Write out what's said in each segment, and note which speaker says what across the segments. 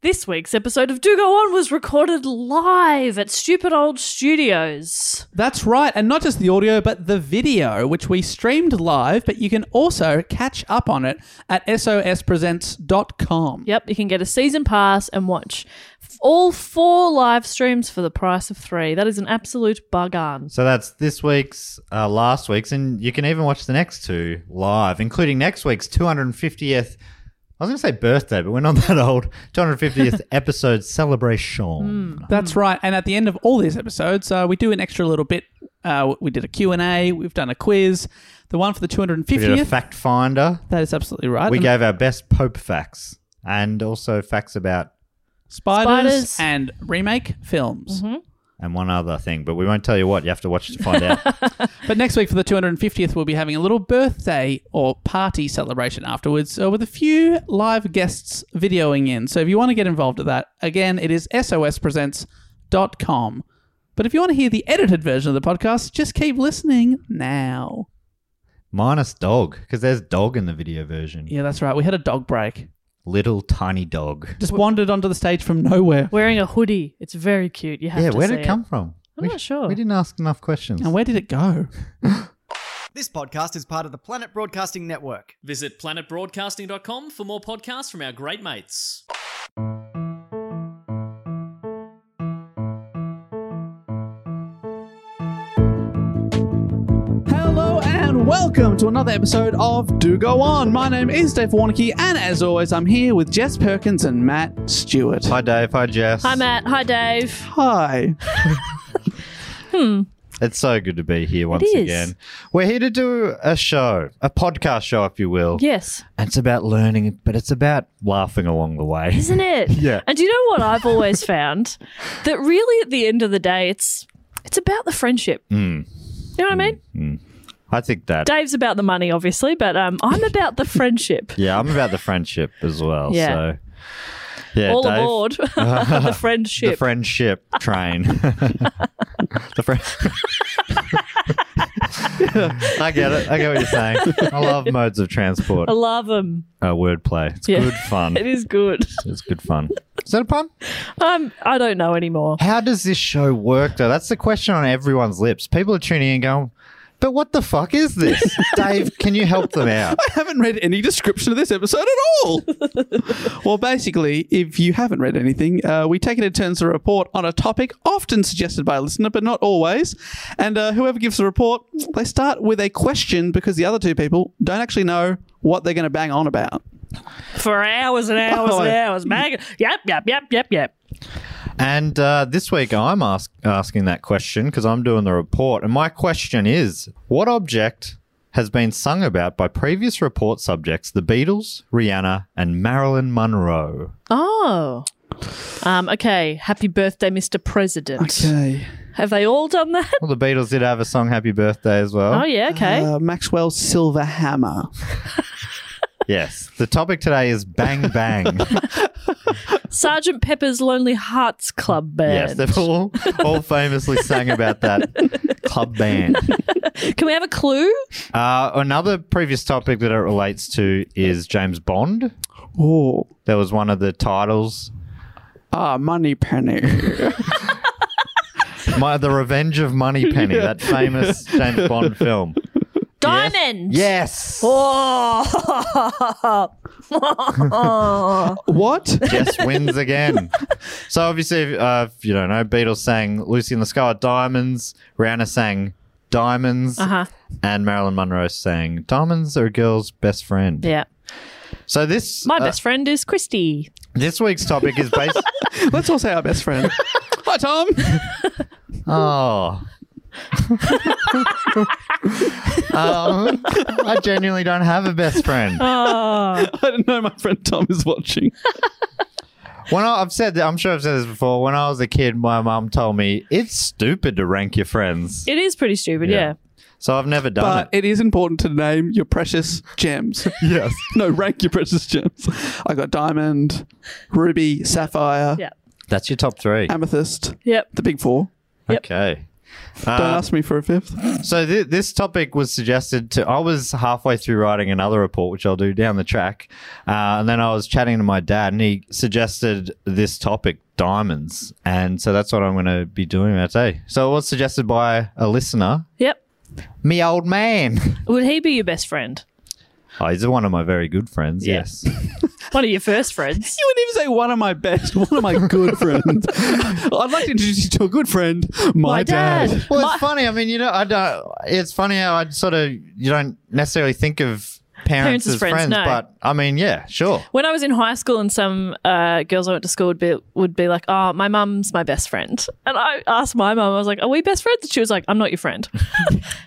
Speaker 1: This week's episode of Do Go On was recorded live at Stupid Old Studios.
Speaker 2: That's right, and not just the audio, but the video, which we streamed live, but you can also catch up on it at sospresents.com.
Speaker 1: Yep, you can get a season pass and watch f- all four live streams for the price of three. That is an absolute bargain.
Speaker 3: So that's this week's, uh, last week's, and you can even watch the next two live, including next week's 250th. I was going to say birthday, but we're not that old. 250th episode celebration.
Speaker 2: That's right, and at the end of all these episodes, uh, we do an extra little bit. Uh, we did a Q&A, we've done a quiz. The one for the
Speaker 3: We did a
Speaker 2: 250th,
Speaker 3: fact finder.
Speaker 2: that is absolutely right.
Speaker 3: We
Speaker 2: And
Speaker 3: gave our best Pope facts and also facts about
Speaker 2: spiders,
Speaker 1: Spiders.
Speaker 2: and remake films.
Speaker 3: and one other thing, but we won't tell you what. You have to watch to find out.
Speaker 2: But next week for the 250th, we'll be having a little birthday or party celebration afterwards uh, with a few live guests videoing in. So if you want to get involved at that, again, it is sospresents.com. But if you want to hear the edited version of the podcast, just keep listening now.
Speaker 3: Minus dog, because there's dog in the video version.
Speaker 2: Yeah, that's right. We had a dog break.
Speaker 3: Little tiny dog.
Speaker 2: Just wandered onto the stage from nowhere.
Speaker 1: Wearing a hoodie, it's very cute. You have
Speaker 3: Yeah,
Speaker 1: to
Speaker 3: where did
Speaker 1: see
Speaker 3: it come from?
Speaker 1: I'm
Speaker 3: we,
Speaker 1: not sure.
Speaker 3: We didn't ask enough questions.
Speaker 2: And where did it go?
Speaker 4: This podcast is part of the Planet Broadcasting Network.
Speaker 5: Visit planetbroadcasting.com for more podcasts from our great mates.
Speaker 2: Hello and welcome to another episode of Do Go On. My name is Dave Warnicky, and as always, I'm here with Jess Perkins and Matt Stewart.
Speaker 3: Hi, Dave. Hi, Jess.
Speaker 1: Hi, Matt. Hi, Dave.
Speaker 2: Hi.
Speaker 3: It's so good to be here once
Speaker 1: is.
Speaker 3: again. We're here to do a show, a podcast show, if you will.
Speaker 1: Yes.
Speaker 3: And it's about learning, but it's about laughing along the way.
Speaker 1: Isn't it?
Speaker 3: Yeah.
Speaker 1: And do you know what I've always found? That really at the end of the day it's it's about the friendship.
Speaker 3: Hmm.
Speaker 1: You know what I mean?
Speaker 3: I think that.
Speaker 1: Dave's about the money, obviously, but um, I'm about the friendship.
Speaker 3: yeah, I'm about the friendship as well.
Speaker 1: Yeah.
Speaker 3: So, yeah,
Speaker 1: All
Speaker 3: Dave,
Speaker 1: aboard the friendship.
Speaker 3: The friendship train. the friend. I get it. I get what you're saying. I love modes of transport.
Speaker 1: I love them.
Speaker 3: Uh, wordplay. It's
Speaker 1: Yeah.
Speaker 3: good fun.
Speaker 1: It is good.
Speaker 3: It's good fun. Is that a pun?
Speaker 1: Um, I don't know anymore.
Speaker 3: How does this show work, though? That's the question on everyone's lips. People are tuning in going, but what the fuck is this? Dave, can you help them out?
Speaker 2: haven't read any description of this episode at all. well, basically, if you haven't read anything, uh, we take it in turns to report on a topic often suggested by a listener, but not always. And uh, whoever gives the report, they start with a question because the other two people don't actually know what they're going to bang on about.
Speaker 1: For hours and hours
Speaker 2: Oh,
Speaker 1: and
Speaker 2: I-
Speaker 1: hours. Mag- yep, yep, yep, yep, yep.
Speaker 3: And uh, this week I'm ask- asking that question because I'm doing the report. And my question is what object has been sung about by previous report subjects, the Beatles, Rihanna, and Marilyn Monroe?
Speaker 1: Oh. Um, okay. Happy birthday, Mr. President.
Speaker 2: Okay.
Speaker 1: Have they all done that?
Speaker 3: Well, the Beatles did have a song, Happy Birthday, as well.
Speaker 1: Oh, yeah. Okay.
Speaker 2: Uh, Maxwell Silverhammer.
Speaker 3: Yes. The topic today is bang bang.
Speaker 1: Sergeant Pepper's Lonely Hearts Club
Speaker 3: yes,
Speaker 1: Band.
Speaker 3: they've all, all famously sang about that club band.
Speaker 1: Can we have a clue?
Speaker 3: Uh, another previous topic that it relates to is James Bond.
Speaker 2: Oh,
Speaker 3: That was one of the titles.
Speaker 2: ah, money penny.
Speaker 3: My, the Revenge of Money Penny, that famous James Bond film.
Speaker 1: Diamond.
Speaker 3: Yes.
Speaker 1: Oh.
Speaker 2: what?
Speaker 3: Jess wins again. So obviously, if, uh, if you don't know, Beatles sang "Lucy in the Sky with Diamonds," Rihanna sang "Diamonds,"
Speaker 1: Uh-huh.
Speaker 3: and Marilyn Monroe sang "Diamonds are a girl's best friend."
Speaker 1: yeah.
Speaker 3: So this
Speaker 1: My
Speaker 3: uh,
Speaker 1: best friend is Christy.
Speaker 3: this week's topic is based.
Speaker 2: Let's all say our best friend. Hi, Tom.
Speaker 3: oh. um, I genuinely don't have a best friend.
Speaker 1: Oh.
Speaker 3: Ah.
Speaker 2: I didn't know my friend Tom is watching.
Speaker 3: When I, I've said that, I'm sure I've said this before. When I was a kid, my mum told me it's stupid to rank your friends.
Speaker 1: it is pretty stupid,
Speaker 3: Yeah.
Speaker 1: yeah.
Speaker 3: So I've never done
Speaker 2: But it is important to name your precious gems.
Speaker 3: Yes.
Speaker 2: no, rank your precious gems. I got diamond, ruby, sapphire,
Speaker 1: Yeah.
Speaker 3: That's your top three.
Speaker 2: amethyst,
Speaker 1: Yep.
Speaker 2: the big four.
Speaker 1: Um, Yep.
Speaker 3: Okay.
Speaker 2: Don't
Speaker 3: Uh,
Speaker 2: ask me for a fifth.
Speaker 3: so th- this topic was suggested to. I was halfway through writing another report, which I'll do down the track, uh, and then I was chatting to my dad, and he suggested this topic, diamonds, and so that's what I'm going to be doing that day. So it was suggested by a listener,
Speaker 1: Yep.
Speaker 3: me old man.
Speaker 1: Would he be your best friend?
Speaker 3: Oh, he's one of my very good friends.
Speaker 1: Yeah.
Speaker 3: Yes.
Speaker 1: One of your first friends.
Speaker 2: You wouldn't even say one of my best, one of my good friends. I'd like to introduce you to a good friend, my,
Speaker 1: My dad.
Speaker 3: Well, it's funny. I mean, you know, I don't. It's funny how I sort of you don't necessarily think of parents,
Speaker 1: Parents as
Speaker 3: as friends,
Speaker 1: friends, no.
Speaker 3: but I mean, yeah, sure.
Speaker 1: When I was in high school, and some uh, girls I went to school would be, would be like, "Oh, my mum's my best friend," and I asked my mum, I was like, "Are we best friends?" And she was like, "I'm not your friend."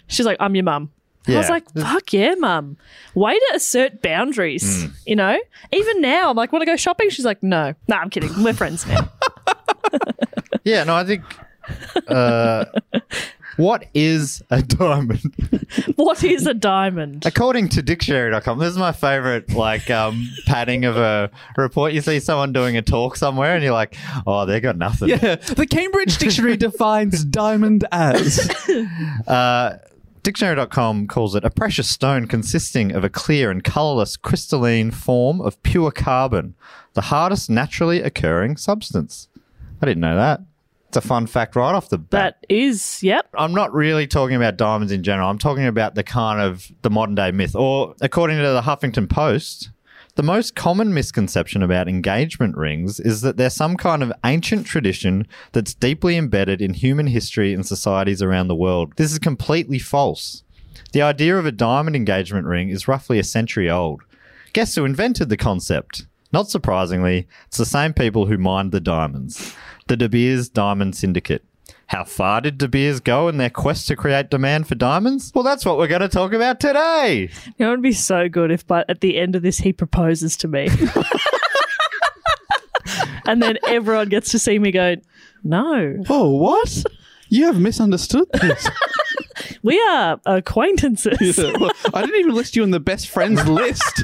Speaker 1: She's like, "I'm your mum." And I was
Speaker 3: Yeah.
Speaker 1: like, "Fuck yeah, mum! Way to assert boundaries." You know, even now, I'm like, "Want to go shopping?" She's like, "No, no, I'm kidding. We're friends now."
Speaker 3: Yeah, no, I think. Uh, what is a diamond?
Speaker 1: what is a diamond?
Speaker 3: According to dictionary.com, this is my favorite like um, padding of a report. You see someone doing a talk somewhere and you're like, oh, they got nothing.
Speaker 2: Yeah, the Cambridge Dictionary defines diamond as.
Speaker 3: Uh, Dictionary.com calls it a precious stone consisting of a clear and colorless crystalline form of pure carbon, the hardest naturally occurring substance. I didn't know that. It's a fun fact right off the bat.
Speaker 1: That is, yep.
Speaker 3: I'm not really talking about diamonds in general. I'm talking about the kind of the modern day myth, or according to the Huffington Post, the most common misconception about engagement rings is that they're some kind of ancient tradition that's deeply embedded in human history and societies around the world. This is completely false. The idea of a diamond engagement ring is roughly a century old. Guess who invented the concept? Not surprisingly, it's the same people who mined the diamonds the De Beers Diamond Syndicate. How far did De Beers go in their quest to create demand for diamonds? Well, that's what we're going to talk about today.
Speaker 1: You know, it would be so good if, but at the end of this, he proposes to me. and then everyone gets to see me go, no,
Speaker 2: Oh, what? You have misunderstood this.
Speaker 1: we are acquaintances.
Speaker 2: Yeah, well, I didn't even list you on the best friends list.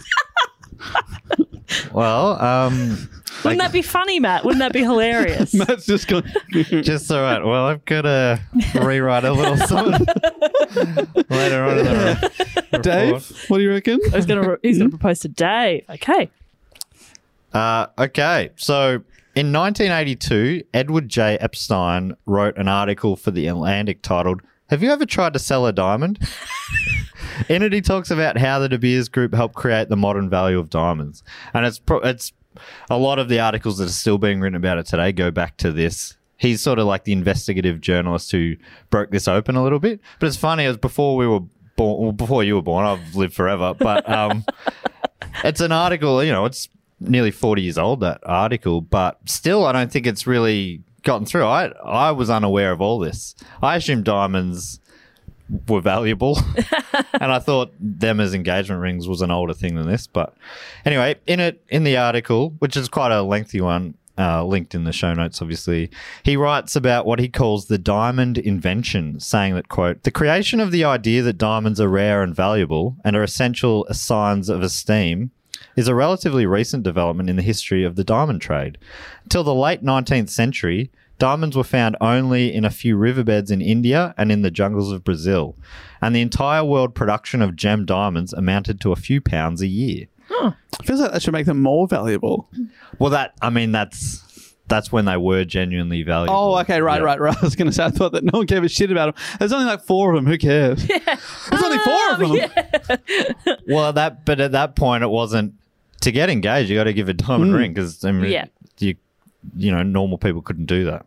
Speaker 3: Well, um,
Speaker 1: Wouldn't that be funny, Matt? Wouldn't that be hilarious?
Speaker 2: That's just going.
Speaker 3: just all right. Well, I've got to rewrite a little something later on in the re- report.
Speaker 2: Dave, what do you reckon?
Speaker 1: He's gonna he's gonna propose to Dave. Okay,
Speaker 3: Uh, okay, so in 1982, Edward J. Epstein wrote an article for the Atlantic titled "Have you ever tried to sell a diamond?" in it, he talks about how the De Beers Group helped create the modern value of diamonds, and it's pro- it's a lot of the articles that are still being written about it today go back to this. He's sort of like the investigative journalist who broke this open a little bit. But it's funny, it was before we were born, well, before you were born. I've lived forever, but um, it's an article, you know, it's nearly 40 years old, that article, but still, I don't think it's really gotten through. I, I was unaware of all this. I assumed diamonds were valuable, and I thought them as engagement rings was an older thing than this. But anyway, in it, in the article, which is quite a lengthy one, uh, linked in the show notes, obviously. He writes about what he calls the diamond invention, saying that, quote, the creation of the idea that diamonds are rare and valuable and are essential as signs of esteem is a relatively recent development in the history of the diamond trade. Till the late 19th century, diamonds were found only in a few riverbeds in India and in the jungles of Brazil, and the entire world production of gem diamonds amounted to a few pounds a year.
Speaker 2: feels like that should make them more valuable.
Speaker 3: Well, that I mean, that's that's when they were genuinely valuable.
Speaker 2: Oh, okay, right,
Speaker 3: Yeah.
Speaker 2: right, right. I was going to say, I thought that no one gave a shit about them. There's only like four of them. Who cares? There's only four of them.
Speaker 3: Well, that but at that point, it wasn't to get engaged. You got to give a diamond
Speaker 2: Hmm.
Speaker 3: ring 'cause ring because I mean,
Speaker 1: Yeah.
Speaker 3: you you know normal people couldn't do that.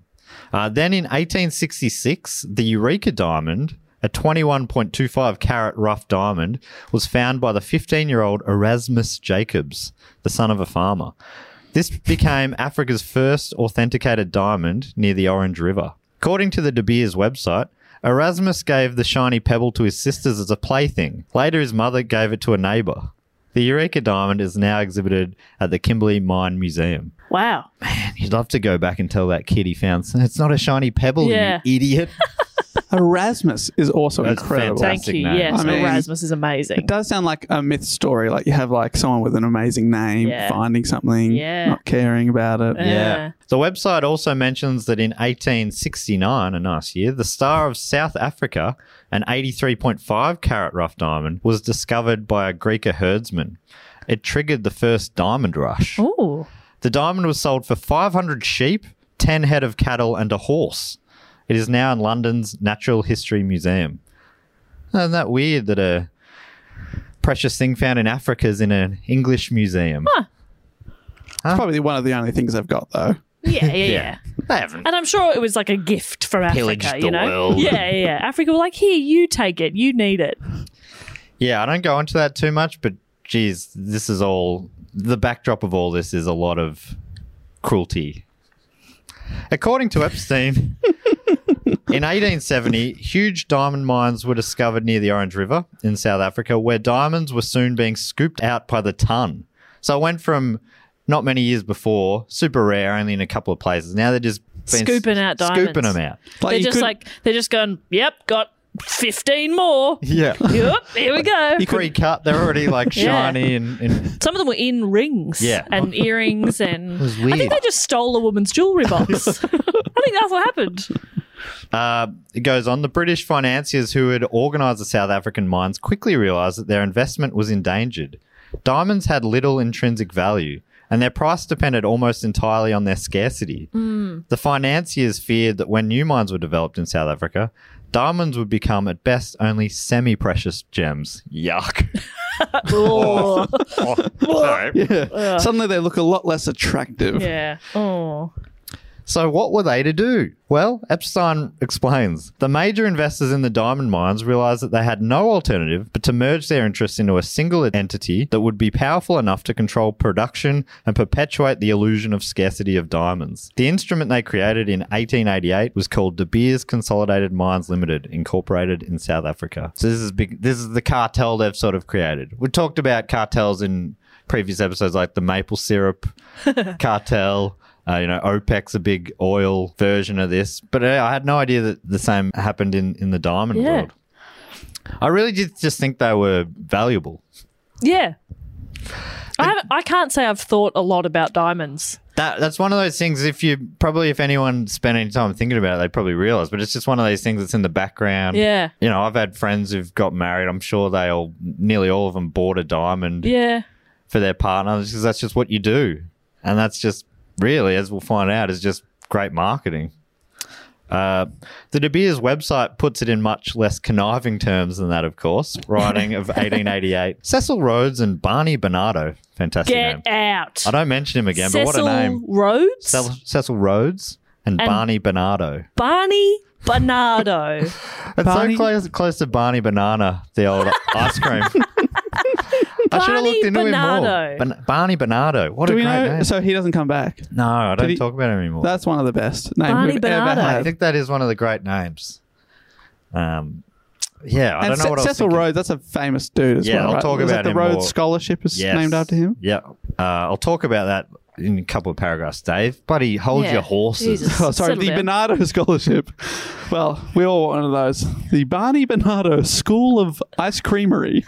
Speaker 3: Uh, then in 1866, the Eureka diamond, a 21.25 carat rough diamond, was found by the 15 year old Erasmus Jacobs, the son of a farmer. This became Africa's first authenticated diamond near the Orange River. According to the De Beers website, Erasmus gave the shiny pebble to his sisters as a plaything. Later, his mother gave it to a neighbor. The Eureka diamond is now exhibited at the Kimberley Mine Museum.
Speaker 1: Wow.
Speaker 3: You'd love to go back and tell that kid he found it's not a shiny pebble,
Speaker 1: Yeah.
Speaker 3: you idiot.
Speaker 2: Erasmus is also
Speaker 3: That's
Speaker 2: incredible.
Speaker 3: fantastic.
Speaker 1: Thank you.
Speaker 3: name.
Speaker 1: Yes,
Speaker 2: I mean-
Speaker 1: Erasmus is amazing.
Speaker 2: It does sound like a myth story. Like you have like someone with an amazing name
Speaker 1: Yeah.
Speaker 2: finding something,
Speaker 1: Yeah.
Speaker 2: not caring about it.
Speaker 1: Yeah.
Speaker 3: The website also mentions that in 1869, a nice year, the star of South Africa, an 83.5 carat rough diamond, was discovered by a Greeker herdsman. It triggered the first diamond rush.
Speaker 1: Ooh.
Speaker 3: The diamond was sold for 500 sheep, 10 head of cattle, and a horse. It is now in London's Natural History Museum. Isn't that weird that a precious thing found in Africa is in an English museum?
Speaker 2: It's probably one of the only things I've got though.
Speaker 1: Yeah, yeah, yeah.
Speaker 3: They haven't.
Speaker 1: And I'm sure it was like a gift from
Speaker 3: Pillaged
Speaker 1: Africa,
Speaker 3: the
Speaker 1: you know?
Speaker 3: world.
Speaker 1: Yeah, yeah, yeah. Africa were like, here, you take it. You need it.
Speaker 3: Yeah, I don't go into that too much, but geez, this is all the backdrop of all this is a lot of cruelty. According to Epstein, in 1870, huge diamond mines were discovered near the Orange River in South Africa, where diamonds were soon being scooped out by the ton. So it went from not many years before, super rare, only in a couple of places. Now they're just been
Speaker 1: Scooping out
Speaker 3: scooping
Speaker 1: diamonds.
Speaker 3: them out.
Speaker 1: they're
Speaker 2: you
Speaker 1: just
Speaker 2: could-
Speaker 1: like, they're just going, yep, got 15 more.
Speaker 3: Yeah,
Speaker 1: yep, here we go.
Speaker 3: pre-cut. They're already like
Speaker 1: Yeah.
Speaker 3: shiny and, and
Speaker 1: Some of them were in rings
Speaker 3: Yeah.
Speaker 1: and earrings and
Speaker 3: was
Speaker 1: I
Speaker 3: weird.
Speaker 1: think they just stole a woman's jewelry box. I think that's what happened.
Speaker 3: Uh, it goes on. The British financiers who had organised the South African mines quickly realised that their investment was endangered. Diamonds had little intrinsic value, and their price depended almost entirely on their scarcity. The financiers feared that when new mines were developed in South Africa, diamonds would become at best only semi precious gems. Yuck.
Speaker 1: Oh,
Speaker 2: Yeah. Suddenly they look a lot less attractive.
Speaker 1: yeah. Oh.
Speaker 3: So, what were they to do? Well, Epstein explains the major investors in the diamond mines realized that they had no alternative but to merge their interests into a single entity that would be powerful enough to control production and perpetuate the illusion of scarcity of diamonds. The instrument they created in 1888 was called De Beers Consolidated Mines Limited, incorporated in South Africa. So, this is big, this is the cartel they've sort of created. We talked about cartels in previous episodes, like the maple syrup cartel. Uh, you know, OPEC's a big oil version of this, but uh, I had no idea that the same happened in, in the diamond
Speaker 1: Yeah.
Speaker 3: world. I really did just think they were valuable.
Speaker 1: Yeah. I, haven't- I can't say I've thought a lot about diamonds.
Speaker 3: That that's one of those things. If you probably, if anyone spent any time thinking about it, they probably realize. But it's just one of those things that's in the background.
Speaker 1: Yeah.
Speaker 3: You know, I've had friends who've got married. I'm sure they all, nearly all of them, bought a diamond
Speaker 1: Yeah.
Speaker 3: for their partner because that's just what you do, and that's just really, as we'll find out, is just great marketing. Uh, the De Beers website puts it in much less conniving terms than that, of course. Writing of 1888, Cecil Rhodes and Barney Bernardo, fantastic name.
Speaker 1: Get out.
Speaker 3: I don't mention him again, but
Speaker 1: Cecil
Speaker 3: what a name!
Speaker 1: Rhodes?
Speaker 3: Cecil, Cecil Rhodes and,
Speaker 1: And-
Speaker 3: Barney Bernardo.
Speaker 1: Barney Bernardo.
Speaker 3: It's
Speaker 2: Barney-
Speaker 3: so close, close to Barney Banana, the old ice cream. I should have
Speaker 1: Barney
Speaker 3: looked into
Speaker 1: Bernardo.
Speaker 3: him more. Ban- Barney Bernardo. What
Speaker 2: Do
Speaker 3: a
Speaker 2: we
Speaker 3: great
Speaker 2: know?
Speaker 3: name.
Speaker 2: So he doesn't come back.
Speaker 3: No, I don't
Speaker 2: he-
Speaker 3: talk about him anymore.
Speaker 2: That's one of the best names
Speaker 1: Barney
Speaker 2: we've
Speaker 1: Bernardo.
Speaker 2: ever
Speaker 3: I
Speaker 2: had.
Speaker 3: think that is one of the great names. Um, yeah, I
Speaker 2: and
Speaker 3: don't know
Speaker 2: Ce-
Speaker 3: what I was
Speaker 2: Cecil
Speaker 3: thinking.
Speaker 2: Rhodes, that's a famous dude as
Speaker 3: Yeah,
Speaker 2: well.
Speaker 3: I'll
Speaker 2: right?
Speaker 3: talk
Speaker 2: Was
Speaker 3: about
Speaker 2: that
Speaker 3: him
Speaker 2: the Rhodes
Speaker 3: more.
Speaker 2: Scholarship is
Speaker 3: Yes.
Speaker 2: named after him.
Speaker 3: Yeah, uh, I'll talk about that in a couple of paragraphs, Dave. Buddy, hold
Speaker 1: Yeah.
Speaker 3: your horses.
Speaker 1: Jesus.
Speaker 2: Oh, sorry,
Speaker 1: Settle
Speaker 2: the
Speaker 1: down.
Speaker 2: Bernardo Scholarship. Well, we all want one of those. The Barney Bernardo School of Ice Creamery.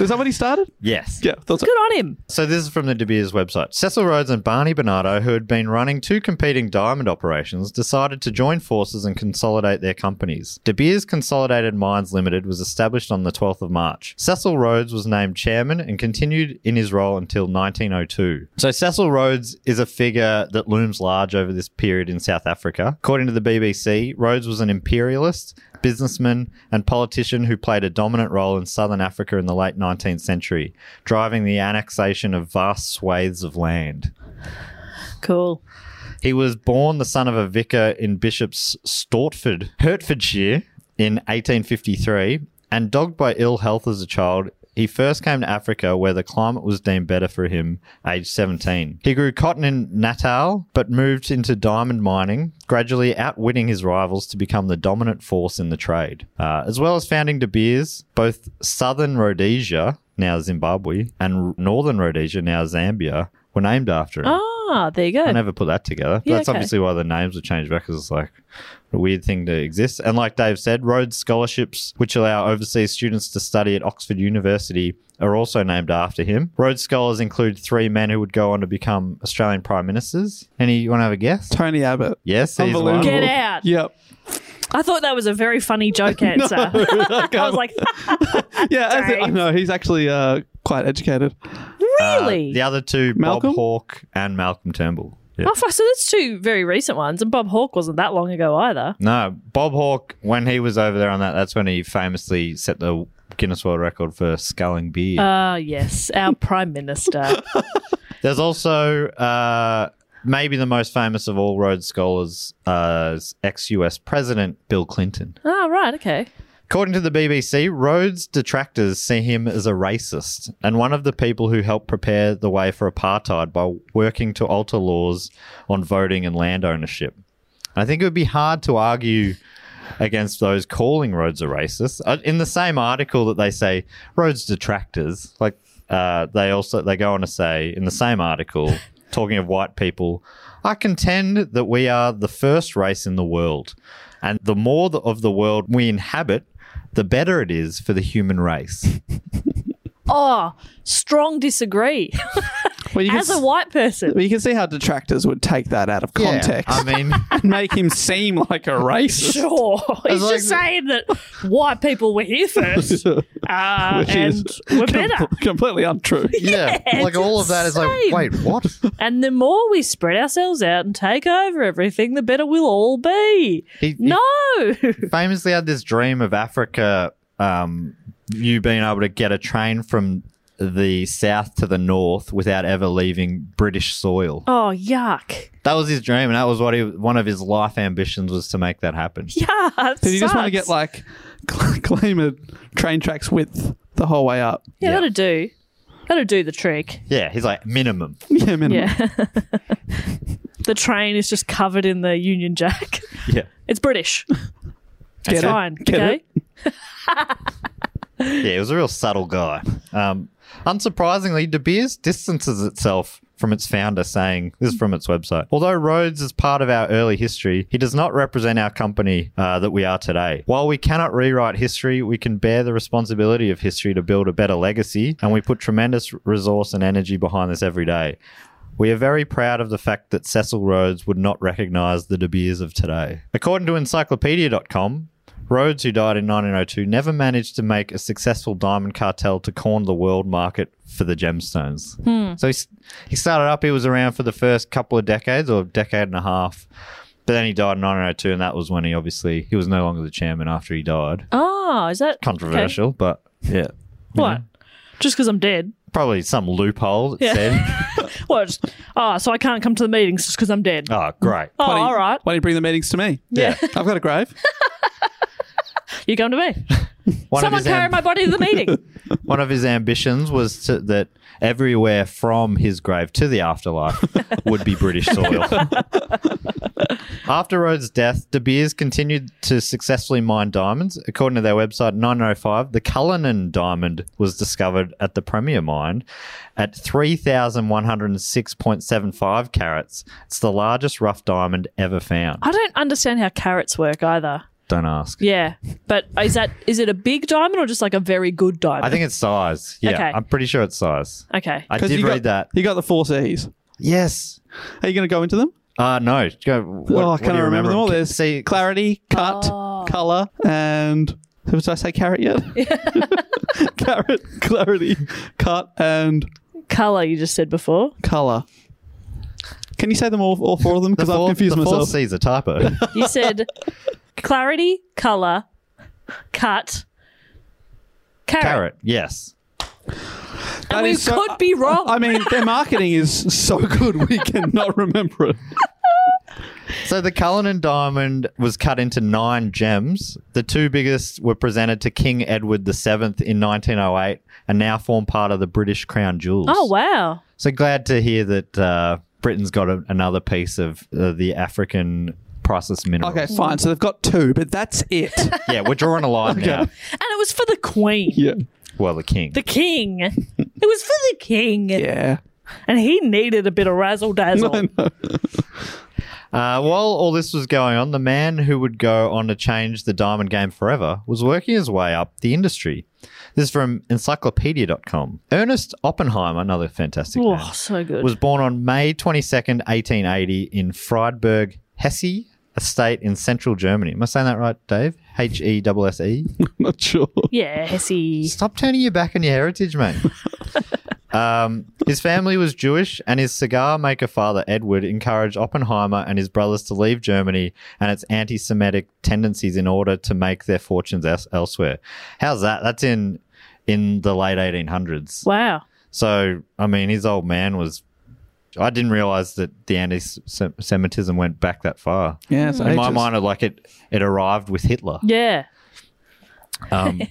Speaker 2: Is that when he started?
Speaker 3: Yes.
Speaker 2: Yeah, thought so.
Speaker 1: Good on him.
Speaker 3: So this is from the De Beers website. Cecil Rhodes and Barney Bernardo, who had been running two competing diamond operations, decided to join forces and consolidate their companies. De Beers Consolidated Mines Limited was established on the 12th of March. Cecil Rhodes was named chairman and continued in his role until 1902. So Cecil Rhodes is a figure that looms large over this period in South Africa. According to the BBC, Rhodes was an imperialist, businessman, and politician who played a dominant role in southern Africa in the late 19th century, driving the annexation of vast swathes of land.
Speaker 1: Cool.
Speaker 3: He was born the son of a vicar in Bishop's Stortford, Hertfordshire, in 1853, and dogged by ill health as a child. He first came to Africa where the climate was deemed better for him, aged 17. He grew cotton in Natal, but moved into diamond mining, gradually outwitting his rivals to become the dominant force in the trade. Uh, as well as founding De Beers, both southern Rhodesia, now Zimbabwe, and northern Rhodesia, now Zambia, were named after him.
Speaker 1: Ah, there you go.
Speaker 3: I never put that together.
Speaker 1: Yeah,
Speaker 3: That's
Speaker 1: okay.
Speaker 3: obviously why the names were changed back because it's like a weird thing to exist. And like Dave said, Rhodes scholarships, which allow overseas students to study at Oxford University, are also named after him. Rhodes scholars include three men who would go on to become Australian prime ministers. Any you want to have a guess?
Speaker 2: Tony Abbott.
Speaker 3: Yes, he's
Speaker 2: Unbelievable.
Speaker 3: one.
Speaker 1: Get out.
Speaker 2: Yep.
Speaker 1: I thought that was a very funny joke answer. I was
Speaker 2: Uh,
Speaker 1: like,
Speaker 2: Yeah, I think- I know he's actually uh, quite educated.
Speaker 3: Uh,
Speaker 1: really?
Speaker 3: the other two,
Speaker 2: Malcolm?
Speaker 3: Bob Hawke and Malcolm Turnbull. Yeah.
Speaker 1: Oh, fuck, so that's two very recent ones, and Bob Hawke wasn't that long ago either.
Speaker 3: No, Bob Hawke, when he was over there on that, that's when he famously set the Guinness World Record for sculling beer.
Speaker 1: Ah, yes, our prime minister.
Speaker 3: There's also uh, maybe the most famous of all Rhodes scholars, uh, ex-US President Bill Clinton.
Speaker 1: Ah, right, okay.
Speaker 3: According to the BBC, Rhodes detractors see him as a racist and one of the people who helped prepare the way for apartheid by working to alter laws on voting and land ownership. I think it would be hard to argue against those calling Rhodes a racist. Uh, In the same article that they say Rhodes detractors, like uh, they also they go on to say in the same article talking of white people, I contend that we are the first race in the world, and the more th- of the world we inhabit, the better it is for the human race.
Speaker 1: Oh, strong disagree.
Speaker 2: Well, you can
Speaker 1: As a
Speaker 2: s-
Speaker 1: white person.
Speaker 2: well, you can see how detractors would take that out of context
Speaker 3: I mean,
Speaker 1: uh,
Speaker 2: and make him seem like a racist.
Speaker 1: Sure. He's
Speaker 3: like
Speaker 1: just saying that white people were here first. Uh,
Speaker 2: Which
Speaker 1: and
Speaker 2: is
Speaker 1: we're
Speaker 2: com-
Speaker 1: better.
Speaker 2: completely untrue.
Speaker 3: yeah,
Speaker 1: Yeah,
Speaker 3: like all of that is like,
Speaker 1: same.
Speaker 3: wait, what?
Speaker 1: And the more we spread ourselves out and take over everything, the better we'll all be.
Speaker 3: He- he-
Speaker 1: no.
Speaker 3: famously had this dream of Africa, um, you being able to get a train from the south to the north without ever leaving British soil.
Speaker 1: oh, yuck.
Speaker 3: That was his dream, and that was what he, one of his life ambitions was to make that happen.
Speaker 1: Yeah. it
Speaker 2: Did you just want to
Speaker 1: sucks.
Speaker 2: get like cl- claim a train tracks width the whole way up?
Speaker 1: Yeah, that'll do. That'll do the trick.
Speaker 3: Yeah, he's like minimum.
Speaker 2: Yeah, minimum.
Speaker 1: Yeah. the train is just covered in the Union Jack.
Speaker 3: Yeah,
Speaker 1: It's British.
Speaker 2: Get
Speaker 1: It's
Speaker 2: it?
Speaker 1: fine.
Speaker 2: Get
Speaker 1: okay.
Speaker 2: it?
Speaker 3: yeah, he was a real subtle guy. Um, unsurprisingly, De Beers distances itself from its founder, saying this is from its website. Although Rhodes is part of our early history, he does not represent our company uh, that we are today. While we cannot rewrite history, we can bear the responsibility of history to build a better legacy, and we put tremendous resource and energy behind this every day. We are very proud of the fact that Cecil Rhodes would not recognize the De Beers of today. According to encyclopedia.com, Rhodes, who died in 1902, never managed to make a successful diamond cartel to corner the world market for the gemstones.
Speaker 1: Hmm.
Speaker 3: So he, s- he started up, he was around for the first couple of decades or decade and a half. But then he died in 1902, and that was when he obviously he was no longer the chairman after he died.
Speaker 1: Oh, is that okay.
Speaker 3: Controversial, but yeah,
Speaker 1: What? Just because I'm dead?
Speaker 3: probably some loophole. That
Speaker 1: Yeah.
Speaker 3: said,
Speaker 1: What? Just- Oh, so I can't come to the meetings just because I'm dead. Oh,
Speaker 3: "Oh, great,
Speaker 2: Why don't you-
Speaker 1: all right.
Speaker 2: Why don't you bring the meetings to me?
Speaker 3: yeah."
Speaker 2: I've got a grave.
Speaker 1: You come to me.
Speaker 3: One of
Speaker 1: Someone
Speaker 3: his
Speaker 1: carry
Speaker 3: amb-
Speaker 1: my body to the meeting.
Speaker 3: One of his ambitions was to, that everywhere from his grave to the afterlife would be British soil. After Rhodes' death, De Beers continued to successfully mine diamonds. According to their website, 905, the Cullinan diamond was discovered at the Premier Mine at 3,106.75 carats. It's the largest rough diamond ever found.
Speaker 1: I don't understand how carrots work either.
Speaker 3: Don't ask.
Speaker 1: Yeah, but is that is it a big diamond or just like a very good diamond?
Speaker 3: I think it's size. Yeah,
Speaker 1: Okay.
Speaker 3: I'm pretty sure it's size.
Speaker 1: Okay.
Speaker 3: I
Speaker 2: 'Cause
Speaker 3: did
Speaker 2: you got-
Speaker 3: read that.
Speaker 2: You got the four C's.
Speaker 3: Yes.
Speaker 2: Are you going to go into them?
Speaker 3: Uh no. Go, what,
Speaker 2: oh, I
Speaker 3: what do
Speaker 2: can't
Speaker 3: you
Speaker 2: remember, them all.
Speaker 3: Ca-
Speaker 2: There's
Speaker 3: See,
Speaker 2: clarity, cut,
Speaker 1: Oh.
Speaker 2: color, and did I say carrot yet? Carrot, clarity, cut, and
Speaker 1: Color you just said before.
Speaker 2: color. Can you say them all, all four of them? Because I've
Speaker 3: fourth-
Speaker 2: confused
Speaker 3: the
Speaker 2: myself.
Speaker 3: Fourth C's a typo.
Speaker 1: You said clarity, color, cut, carrot.
Speaker 3: Carrot. Yes.
Speaker 1: And
Speaker 2: That
Speaker 1: we
Speaker 2: is so-
Speaker 1: could be wrong.
Speaker 2: I mean, their marketing is so good we cannot remember it.
Speaker 3: So the Cullinan diamond was cut into nine gems. The two biggest were presented to King Edward VII in 1908 and now form part of the British crown jewels.
Speaker 1: oh wow.
Speaker 3: So glad to hear that uh, Britain's got a, another piece of uh, the African priceless minerals.
Speaker 2: Okay, fine. So they've got two, but that's it.
Speaker 3: Yeah, we're drawing a line now.
Speaker 1: And it was for the queen.
Speaker 2: yeah.
Speaker 3: Well, the king.
Speaker 1: The king. it was for the king.
Speaker 2: Yeah.
Speaker 1: And he needed a bit of razzle dazzle.
Speaker 3: Uh, while all this was going on, the man who would go on to change the diamond game forever was working his way up the industry. This is from encyclopedia.com. Ernest Oppenheimer, another fantastic name,
Speaker 1: Oh, so good.
Speaker 3: was born on May 22nd, 1880, in Friedberg, Hesse, a state in central Germany. Am I saying that right, Dave? H E S S E?
Speaker 2: Not sure.
Speaker 1: yeah, Hesse.
Speaker 3: Stop turning your back on your heritage, mate. um, his family was Jewish, and his cigar maker father, Edward, encouraged Oppenheimer and his brothers to leave Germany and its anti Semitic tendencies in order to make their fortunes es- elsewhere. How's that? That's in. In the late 1800s.
Speaker 1: Wow.
Speaker 3: So, I mean, his old man was. I didn't realize that the anti Semitism went back that far.
Speaker 2: Yeah.
Speaker 3: In my mind, it- like it, it arrived with Hitler.
Speaker 1: Yeah.
Speaker 3: Um,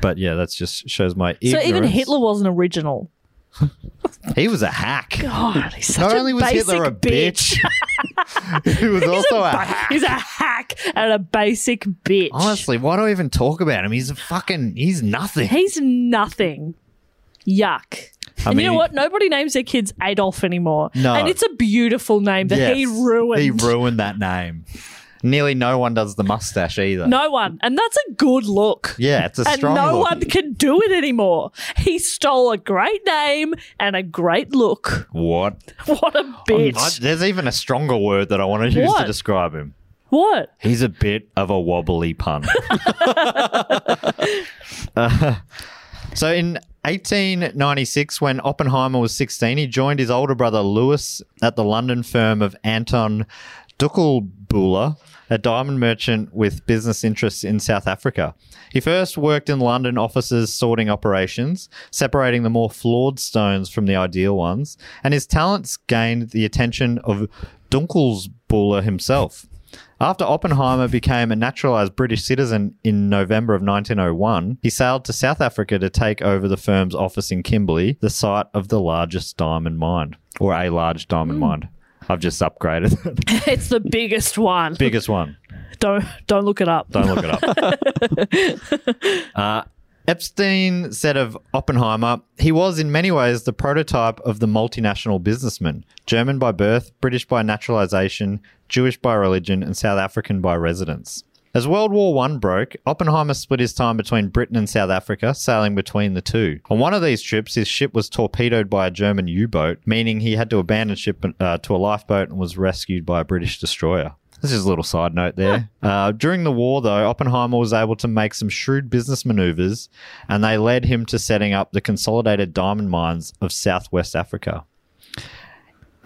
Speaker 3: but yeah, that's just shows my
Speaker 1: So even
Speaker 3: ignorance.
Speaker 1: Hitler wasn't original.
Speaker 3: He was a hack.
Speaker 1: God, he's such
Speaker 3: Not
Speaker 1: a
Speaker 3: only was
Speaker 1: basic
Speaker 3: Hitler a bitch, he was also a hack.
Speaker 1: He's a hack and a basic bitch.
Speaker 3: Honestly, why do I even talk about him? He's a fucking. He's nothing.
Speaker 1: He's nothing. Yuck.
Speaker 3: I
Speaker 1: and you know
Speaker 3: mean-
Speaker 1: what? Nobody names their kids Adolf anymore.
Speaker 3: No.
Speaker 1: And it's a beautiful name that he
Speaker 3: Yes,
Speaker 1: ruined.
Speaker 3: He ruined that name. Nearly no one does the mustache either.
Speaker 1: no one. And that's a good look.
Speaker 3: Yeah, it's a
Speaker 1: and
Speaker 3: strong.
Speaker 1: no
Speaker 3: look.
Speaker 1: one can do it anymore. He stole a great name and a great look.
Speaker 3: What?
Speaker 1: What a bitch.
Speaker 3: I- there's even a stronger word that I want to use to
Speaker 1: What?
Speaker 3: describe him.
Speaker 1: what?
Speaker 3: He's a bit of a wobbly pun. Uh, so in 1896, when Oppenheimer was 16, he joined his older brother Lewis at the London firm of Anton Duckelbuehler, a diamond merchant with business interests in South Africa. He first worked in London offices sorting operations, separating the more flawed stones from the ideal ones, and his talents gained the attention of Dunkelsbuehler himself. After Oppenheimer became a naturalized British citizen in November of 1901, he sailed to South Africa to take over the firm's office in Kimberley, the site of the largest diamond mine, or a large diamond mine. I've just upgraded it.
Speaker 1: It's the biggest one.
Speaker 3: Biggest one.
Speaker 1: don't don't look it up.
Speaker 3: Don't look it up. uh, Epstein said of Oppenheimer, he was in many ways the prototype of the multinational businessman German by birth, British by naturalization, Jewish by religion, and South African by residence. As World War I broke, Oppenheimer split his time between Britain and South Africa, sailing between the two. On one of these trips, his ship was torpedoed by a German U boat, meaning he had to abandon ship uh, to a lifeboat and was rescued by a British destroyer. This is a little side note there. Uh, during the war, though, Oppenheimer was able to make some shrewd business maneuvers, and they led him to setting up the consolidated diamond mines of southwest Africa.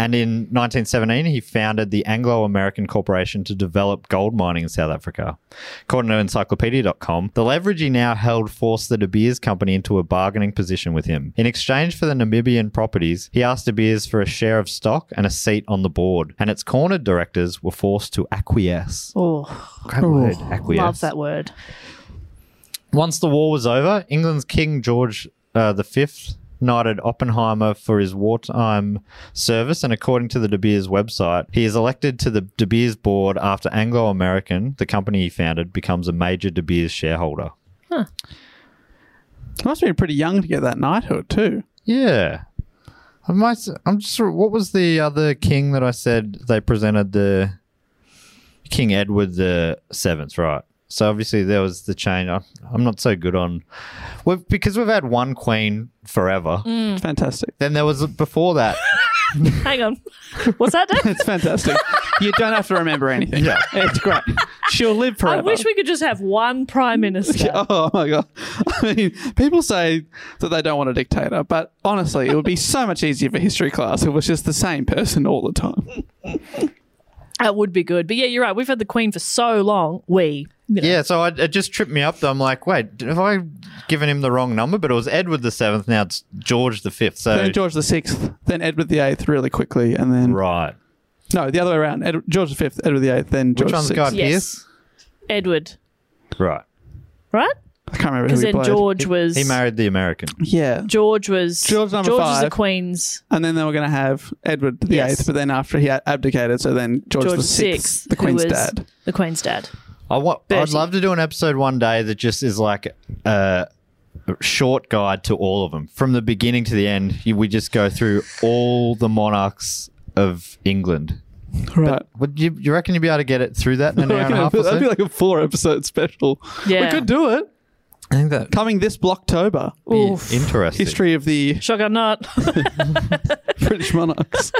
Speaker 3: And in 1917, he founded the Anglo American Corporation to develop gold mining in South Africa. According to encyclopedia.com, the leverage he now held forced the De Beers Company into a bargaining position with him. In exchange for the Namibian properties, he asked De Beers for a share of stock and a seat on the board, and its cornered directors were forced to acquiesce.
Speaker 1: Oh,
Speaker 3: Great word, acquiesce.
Speaker 1: love that word.
Speaker 3: Once the war was over, England's King George uh, V knighted Oppenheimer for his wartime service, and according to the De Beers website, he is elected to the De Beers board after Anglo American, the company he founded, becomes a major De Beers shareholder.
Speaker 2: They must have been pretty young to get that knighthood, too.
Speaker 3: Yeah. I might, I'm just. What was the other king that I said they presented the King Edward the Seventh, right? So obviously there was the change. I'm, I'm not so good on, we've, because we've had one queen forever.
Speaker 1: Hmm.
Speaker 2: It's fantastic.
Speaker 3: Then there was before that.
Speaker 1: Hang on. What's that, Dave?
Speaker 2: It's fantastic. you don't have to remember anything.
Speaker 3: Yeah.
Speaker 2: It's great. She'll live forever.
Speaker 1: I wish we could just have one prime minister.
Speaker 2: Oh my god! I mean, people say that they don't want a dictator, but honestly, it would be so much easier for history class if it was just the same person all the time.
Speaker 1: That would be good. But yeah, you're right. We've had the Queen for so long. We.
Speaker 3: Yeah, so I, it just tripped me up. Though I'm like, wait, have I given him the wrong number? But it was Edward the Seventh. Now it's George the Fifth. So
Speaker 2: Then George the Sixth, then Edward the Eighth, really quickly, and then
Speaker 3: right,
Speaker 2: no, the other way around. Edward, George the Fifth, Edward the Eighth, then George
Speaker 3: which one's
Speaker 2: the
Speaker 3: got
Speaker 2: Sixth.
Speaker 1: Yes.
Speaker 3: Pierce?
Speaker 1: Edward,
Speaker 3: Right,
Speaker 1: right?
Speaker 2: I can't remember who
Speaker 1: Because
Speaker 2: he
Speaker 1: then
Speaker 2: played.
Speaker 1: George was.
Speaker 3: he married the American.
Speaker 2: Yeah,
Speaker 1: George was.
Speaker 2: George number
Speaker 1: was the
Speaker 2: five.
Speaker 1: Queen's.
Speaker 2: and then they were going to have Edward the
Speaker 1: Yes.
Speaker 2: Eighth, but then after he abdicated, so then George,
Speaker 1: George
Speaker 2: the Sixth, the
Speaker 1: who
Speaker 2: Queen's
Speaker 1: was
Speaker 2: dad.
Speaker 1: The Queen's dad.
Speaker 3: I want. I'd
Speaker 1: Bertie.
Speaker 3: love to do an episode one day that just is like a, a short guide to all of them from the beginning to the end. You- We just go through all the monarchs of England.
Speaker 2: Right.
Speaker 3: Would you, you reckon you'd be able to get it through that in an hour and a half? Or so?
Speaker 2: That'd be like a four episode special.
Speaker 1: Yeah.
Speaker 2: We could do it.
Speaker 3: I think that
Speaker 2: Coming this Blocktober.
Speaker 1: Oof.
Speaker 3: interesting.
Speaker 2: History of the
Speaker 1: Shock or not.
Speaker 2: British monarchs.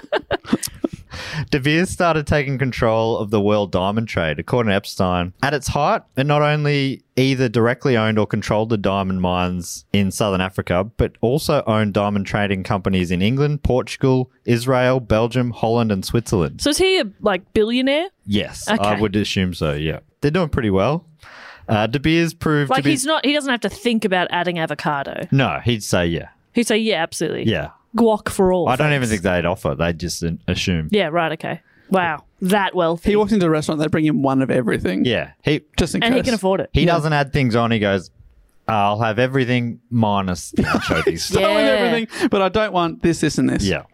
Speaker 3: De Beers started taking control of the world diamond trade, according to Epstein. At its height, it not only either directly owned or controlled the diamond mines in southern Africa, but also owned diamond trading companies in England, Portugal, Israel, Belgium, Holland, and Switzerland.
Speaker 1: so is he a like billionaire?
Speaker 3: Yes, I
Speaker 1: Okay.
Speaker 3: would assume so, yeah. They're doing pretty well. Uh, De Beers proved
Speaker 1: Like
Speaker 3: to be.
Speaker 1: he's not. He doesn't have to think about adding avocado.
Speaker 3: no, he'd say yeah.
Speaker 1: He'd say, yeah, absolutely.
Speaker 3: Yeah.
Speaker 1: Guac for all.
Speaker 3: I don't
Speaker 1: thanks.
Speaker 3: even think they'd offer. They'd just uh, assume.
Speaker 1: Yeah. Right. Okay. Wow. That wealthy.
Speaker 2: he walks into a restaurant, they bring him one of everything.
Speaker 3: Yeah. He,
Speaker 2: Just in
Speaker 1: and
Speaker 2: case.
Speaker 1: he can afford it.
Speaker 3: he doesn't add things on. He goes, "Uh, I'll have everything minus the anchovies.
Speaker 2: I want
Speaker 1: Yeah.
Speaker 2: everything, but I don't want this, this, and this.
Speaker 3: Yeah.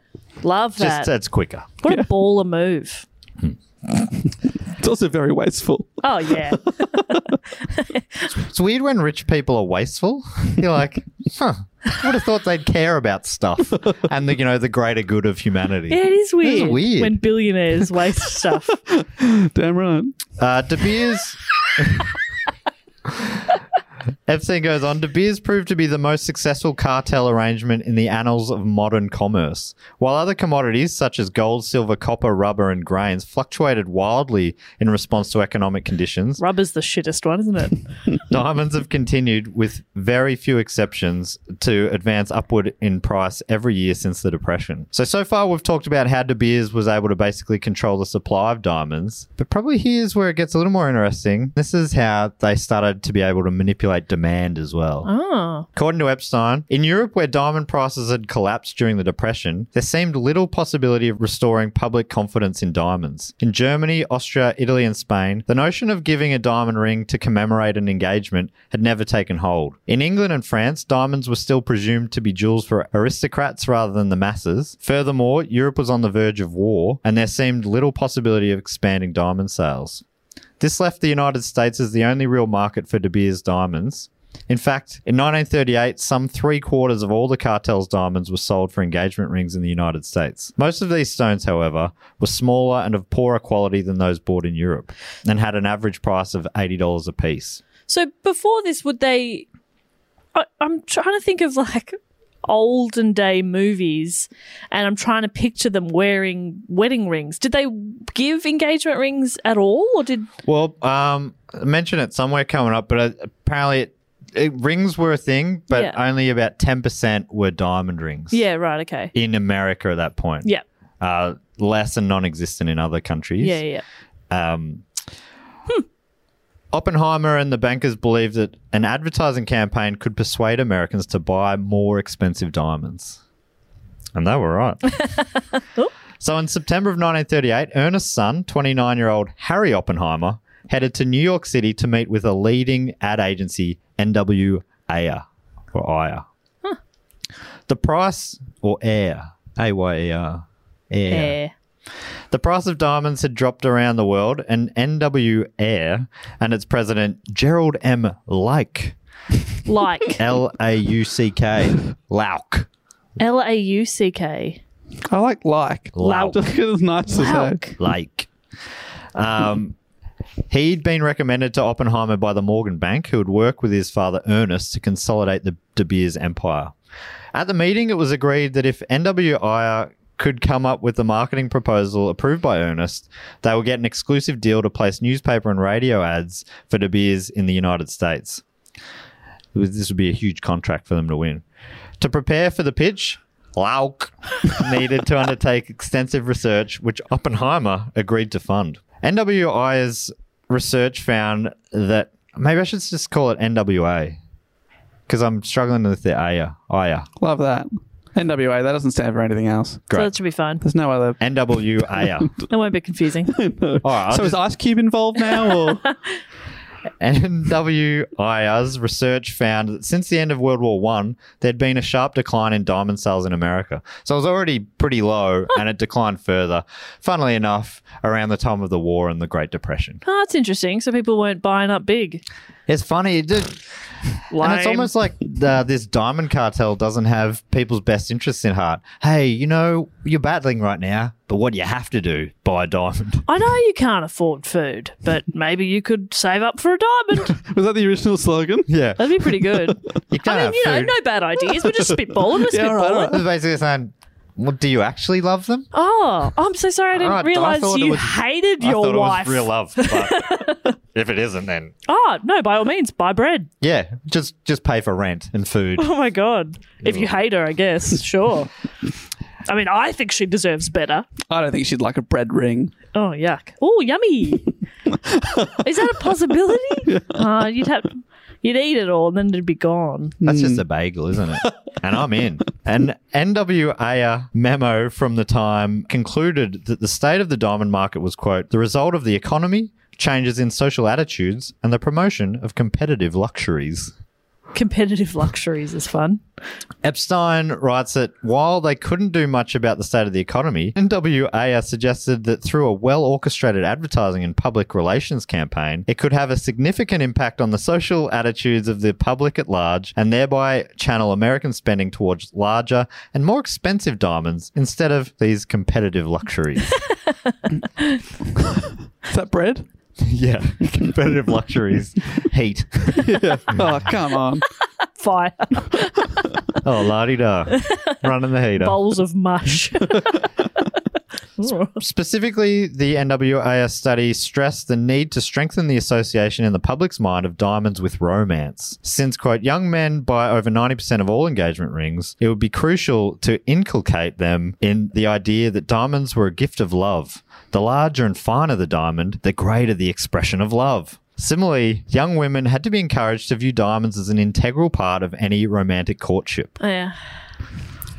Speaker 1: Love that.
Speaker 3: Just that's quicker.
Speaker 1: what a baller move.
Speaker 2: It's also very wasteful.
Speaker 1: Oh yeah.
Speaker 3: It's weird when rich people are wasteful. You're like, huh. I would have thought they'd care about stuff and the you know the greater good of humanity.
Speaker 1: Yeah, it is weird.
Speaker 3: weird.
Speaker 1: When billionaires waste stuff.
Speaker 2: Damn right.
Speaker 3: Uh, De Beers. Epstein goes on. De Beers proved to be the most successful cartel arrangement in the annals of modern commerce. While other commodities such as gold, silver, copper, rubber, and grains fluctuated wildly in response to economic conditions,
Speaker 1: Rubber's the shittest one, isn't it?
Speaker 3: Diamonds have continued, with very few exceptions, to advance upward in price every year since the Depression. So, so far, we've talked about how De Beers was able to basically control the supply of diamonds. But probably here's where it gets a little more interesting. This is how they started to be able to manipulate demand as well.
Speaker 1: Oh.
Speaker 3: According to Epstein, in Europe, where diamond prices had collapsed during the Depression, there seemed little possibility of restoring public confidence in diamonds. In Germany, Austria, Italy, and Spain, the notion of giving a diamond ring to commemorate an engagement had never taken hold. In England and France, diamonds were still presumed to be jewels for aristocrats rather than the masses. Furthermore, Europe was on the verge of war, and there seemed little possibility of expanding diamond sales. This left the United States as the only real market for De Beers diamonds. In fact, in 1938, some three quarters of all the cartel's diamonds were sold for engagement rings in the United States. Most of these stones, however, were smaller and of poorer quality than those bought in Europe, and had an average price of $80 apiece.
Speaker 1: So before this, would they? I, I'm trying to think of like olden day movies, and I'm trying to picture them wearing wedding rings. Did they give engagement rings at all, or did?
Speaker 3: Well, um, I mentioned it somewhere coming up, but uh, apparently it, it, rings were a thing, but
Speaker 1: Yeah.
Speaker 3: only about 10% were diamond rings
Speaker 1: Yeah. Right. Okay.
Speaker 3: in America at that point.
Speaker 1: Yeah.
Speaker 3: Uh, less and non existent in other countries.
Speaker 1: Yeah. Yeah.
Speaker 3: Um, Oppenheimer and the bankers believed that an advertising campaign could persuade Americans to buy more expensive diamonds. And they were right. so in September of 1938, Ernest's son, 29 year old Harry Oppenheimer, headed to New York City to meet with a leading ad agency, NW Ayer, or Ayer. The price, or Ayer, A Y E R,
Speaker 1: Yeah.
Speaker 3: Ayer. The price of diamonds had dropped around the world, and NW Air and its president, Gerald M. Like,
Speaker 1: Like
Speaker 3: L A U C K, Lauk.
Speaker 1: L A U C K.
Speaker 2: I like like.
Speaker 3: Lauk.
Speaker 2: Just 'cause it's nice to say.
Speaker 3: Like. Um, He'd been recommended to Oppenheimer by the Morgan Bank, who would work with his father Ernest to consolidate the De Beers empire. At the meeting, it was agreed that if NWIR could come up with a marketing proposal approved by Ernest, they would get an exclusive deal to place newspaper and radio ads for De Beers in the United States. It was- This would be a huge contract for them to win. To prepare for the pitch, Lauk needed to undertake extensive research, which Oppenheimer agreed to fund. NWI's research found that maybe I should just call it NWA because I'm struggling with the AYA. AYA.
Speaker 2: Love that. NWA, that doesn't stand for anything else.
Speaker 1: So that should be fine.
Speaker 2: There's no other.
Speaker 3: NWAYA.
Speaker 1: It won't be confusing. Oh,
Speaker 3: All right, I'll
Speaker 2: so
Speaker 3: just-
Speaker 2: is Ice Cube involved now? Or
Speaker 3: NWIR's research found that since the end of World War One, there'd been a sharp decline in diamond sales in America. So it was already pretty low, and it declined further. Funnily enough, around the time of the war and the Great Depression.
Speaker 1: oh, that's interesting. So people weren't buying up big.
Speaker 3: It's funny, it did, and it's
Speaker 1: Lame.
Speaker 3: almost like the, this diamond cartel doesn't have people's best interests in heart. Hey, you know you're battling right now, but what do you have to do? Buy a diamond.
Speaker 1: I know you can't afford food, but maybe you could save up for a diamond.
Speaker 2: was that the original slogan?
Speaker 3: Yeah,
Speaker 1: That'd be pretty good. I
Speaker 3: you can't
Speaker 1: mean,
Speaker 3: have
Speaker 1: you know,
Speaker 3: Ah, food.
Speaker 1: no bad ideas. We're just spitballing. We're
Speaker 2: Yeah,
Speaker 1: spitballing.
Speaker 2: all right, all right.
Speaker 3: It's basically saying, well, do you actually love them?
Speaker 1: Oh, I'm so sorry. I didn't
Speaker 3: All right, I
Speaker 1: realize
Speaker 3: thought it
Speaker 1: you
Speaker 3: was-
Speaker 1: hated
Speaker 3: I
Speaker 1: your
Speaker 3: thought
Speaker 1: wife.
Speaker 3: it was real love, but if it isn't, then
Speaker 1: Oh, no, by all means, buy bread.
Speaker 3: yeah, just just pay for rent and food.
Speaker 1: Oh my god. If you hate her, I guess, sure. I mean, I think she deserves better.
Speaker 2: I don't think she'd like a bread ring.
Speaker 1: Oh, yuck. Oh, yummy. Is that a possibility? Uh, you'd have you'd eat it all and then it'd be gone.
Speaker 3: That's just a bagel, isn't it? and I'm in. An NWA memo from the time concluded that the state of the diamond market was quote the result of the economy, changes in social attitudes, and the promotion of competitive luxuries.
Speaker 1: Competitive luxuries is fun.
Speaker 3: Epstein writes that while they couldn't do much about the state of the economy, NWA suggested that through a well orchestrated advertising and public relations campaign, it could have a significant impact on the social attitudes of the public at large and thereby channel American spending towards larger and more expensive diamonds instead of these competitive luxuries.
Speaker 2: Is that bread?
Speaker 3: yeah, competitive luxuries. Heat.
Speaker 2: oh, come on.
Speaker 1: Fire.
Speaker 3: Oh, la di da. Running the heater.
Speaker 1: Bowls of mush. Oh,
Speaker 3: Specifically, the NWAS study stressed the need to strengthen the association in the public's mind of diamonds with romance. Since, quote, young men buy over 90% of all engagement rings, it would be crucial to inculcate them in the idea that diamonds were a gift of love. The larger and finer the diamond, the greater the expression of love. Similarly, young women had to be encouraged to view diamonds as an integral part of any romantic courtship.
Speaker 1: yeah.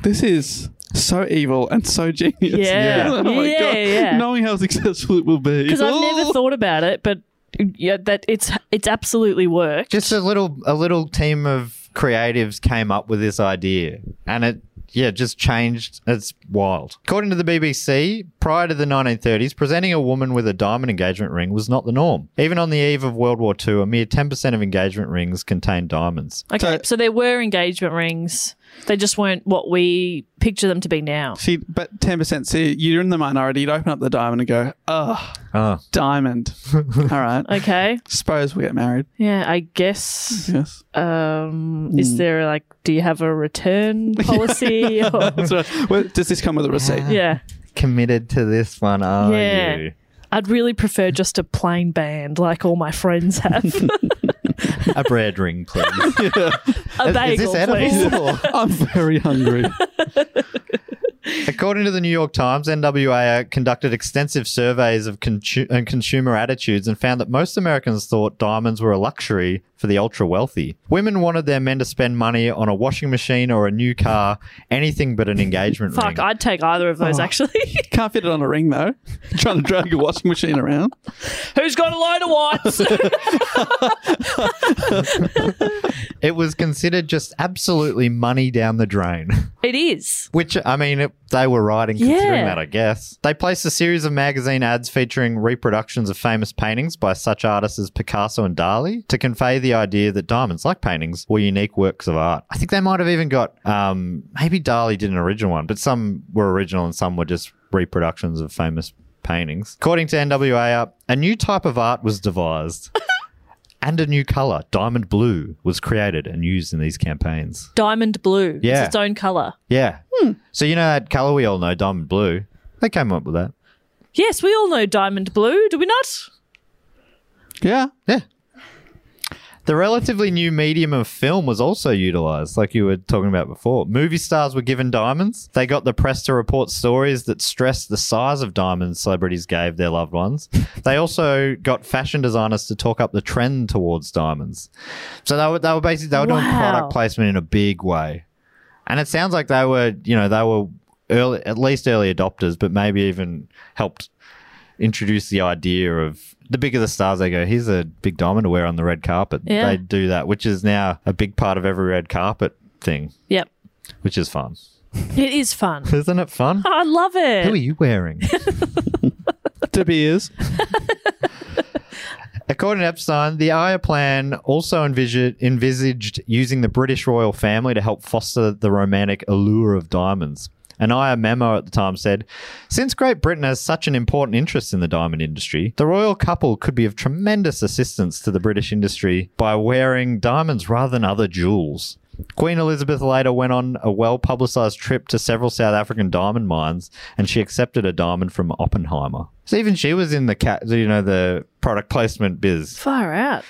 Speaker 2: This is so evil and so genius.
Speaker 1: Yeah.
Speaker 2: oh my
Speaker 1: Yeah,
Speaker 2: God.
Speaker 1: yeah.
Speaker 2: Knowing how successful it will be.
Speaker 1: Because I've never
Speaker 2: Oh.
Speaker 1: thought about it, but yeah, that it's it's absolutely worked.
Speaker 3: just a little a little team of creatives came up with this idea and it yeah just changed it's wild according to the bbc prior to the 1930s presenting a woman with a diamond engagement ring was not the norm even on the eve of world war ii a mere 10% of engagement rings contained diamonds
Speaker 1: Okay, so, there were engagement rings. They just weren't what we picture them to be now.
Speaker 2: See, but 10%. See, you're in the minority. You'd open up the diamond and go, oh,
Speaker 3: oh
Speaker 2: diamond. All right.
Speaker 1: Okay.
Speaker 2: Suppose we'll get married.
Speaker 1: Yeah, I guess.
Speaker 2: Yes.
Speaker 1: Um,
Speaker 3: Hmm.
Speaker 1: Is there like, do you have a return policy? or,
Speaker 2: So, well, does this come with a receipt?
Speaker 1: yeah.
Speaker 3: committed to this one are
Speaker 1: Yeah.
Speaker 3: you
Speaker 1: I'd really prefer just a plain band like all my friends have.
Speaker 3: a bread ring please Is-
Speaker 1: a
Speaker 3: is
Speaker 1: bagel,
Speaker 3: this edible
Speaker 1: please.
Speaker 3: or-
Speaker 2: I'm very hungry.
Speaker 3: According to the New York Times, NWA conducted extensive surveys of consu- and consumer attitudes and found that most Americans thought diamonds were a luxury for the ultra wealthy. Women wanted their men to spend money on a washing machine or a new car, anything but an engagement
Speaker 1: Fuck,
Speaker 3: ring.
Speaker 1: I'd take either of
Speaker 3: Oh.
Speaker 1: those actually.
Speaker 2: Can't fit it on a ring, though. Trying to drag a washing machine around.
Speaker 1: Who's got a load of whites?
Speaker 3: it was considered just absolutely money down the drain.
Speaker 1: it is.
Speaker 3: Which, I mean, it, they were right in considering
Speaker 1: Yeah.
Speaker 3: that, I guess. They placed a series of magazine ads featuring reproductions of famous paintings by such artists as Picasso and Dali to convey the idea that diamonds, like paintings, were unique works of art. I think they might have even got, um, maybe Dali did an original one, but some were original and some were just reproductions of famous paintings. According to NWA, a new type of art was devised. And a new color, diamond blue, was created and used in these campaigns.
Speaker 1: Diamond blue.
Speaker 3: Yeah.
Speaker 1: It's its own color.
Speaker 3: Yeah. So you know that color we all know, diamond blue. They came up with that.
Speaker 1: Yes, we all know diamond blue, do we not?
Speaker 2: Yeah.
Speaker 3: Yeah. The relatively new medium of film was also utilized, like you were talking about before. Movie stars were given diamonds. They got the press to report stories that stressed the size of diamonds celebrities gave their loved ones. They also got fashion designers to talk up the trend towards diamonds. So they were, they were basically they were doing
Speaker 1: Wow.
Speaker 3: product placement in a big way. And it sounds like they were, you know, they were early, at least early adopters, but maybe even helped introduce the idea of the bigger the stars they go, here's a big diamond to wear on the red carpet.
Speaker 1: Yeah.
Speaker 3: They do that, which is now a big part of every red carpet thing,
Speaker 1: Yep.
Speaker 3: which is fun.
Speaker 1: It is fun.
Speaker 3: Isn't it fun?
Speaker 1: I love
Speaker 3: Who are
Speaker 1: it.
Speaker 3: you wearing?
Speaker 2: De Beers.
Speaker 3: According to Epstein, the Aya plan also envisaged, envisaged using the British royal family to help foster the romantic allure of diamonds. An Aya memo at the time said, Since Great Britain has such an important interest in the diamond industry, the royal couple could be of tremendous assistance to the British industry by wearing diamonds rather than other jewels. Queen Elizabeth later went on a well publicized trip to several South African diamond mines and she accepted a diamond from Oppenheimer. So even she was in the cat, you know, the product placement biz.
Speaker 1: Far out.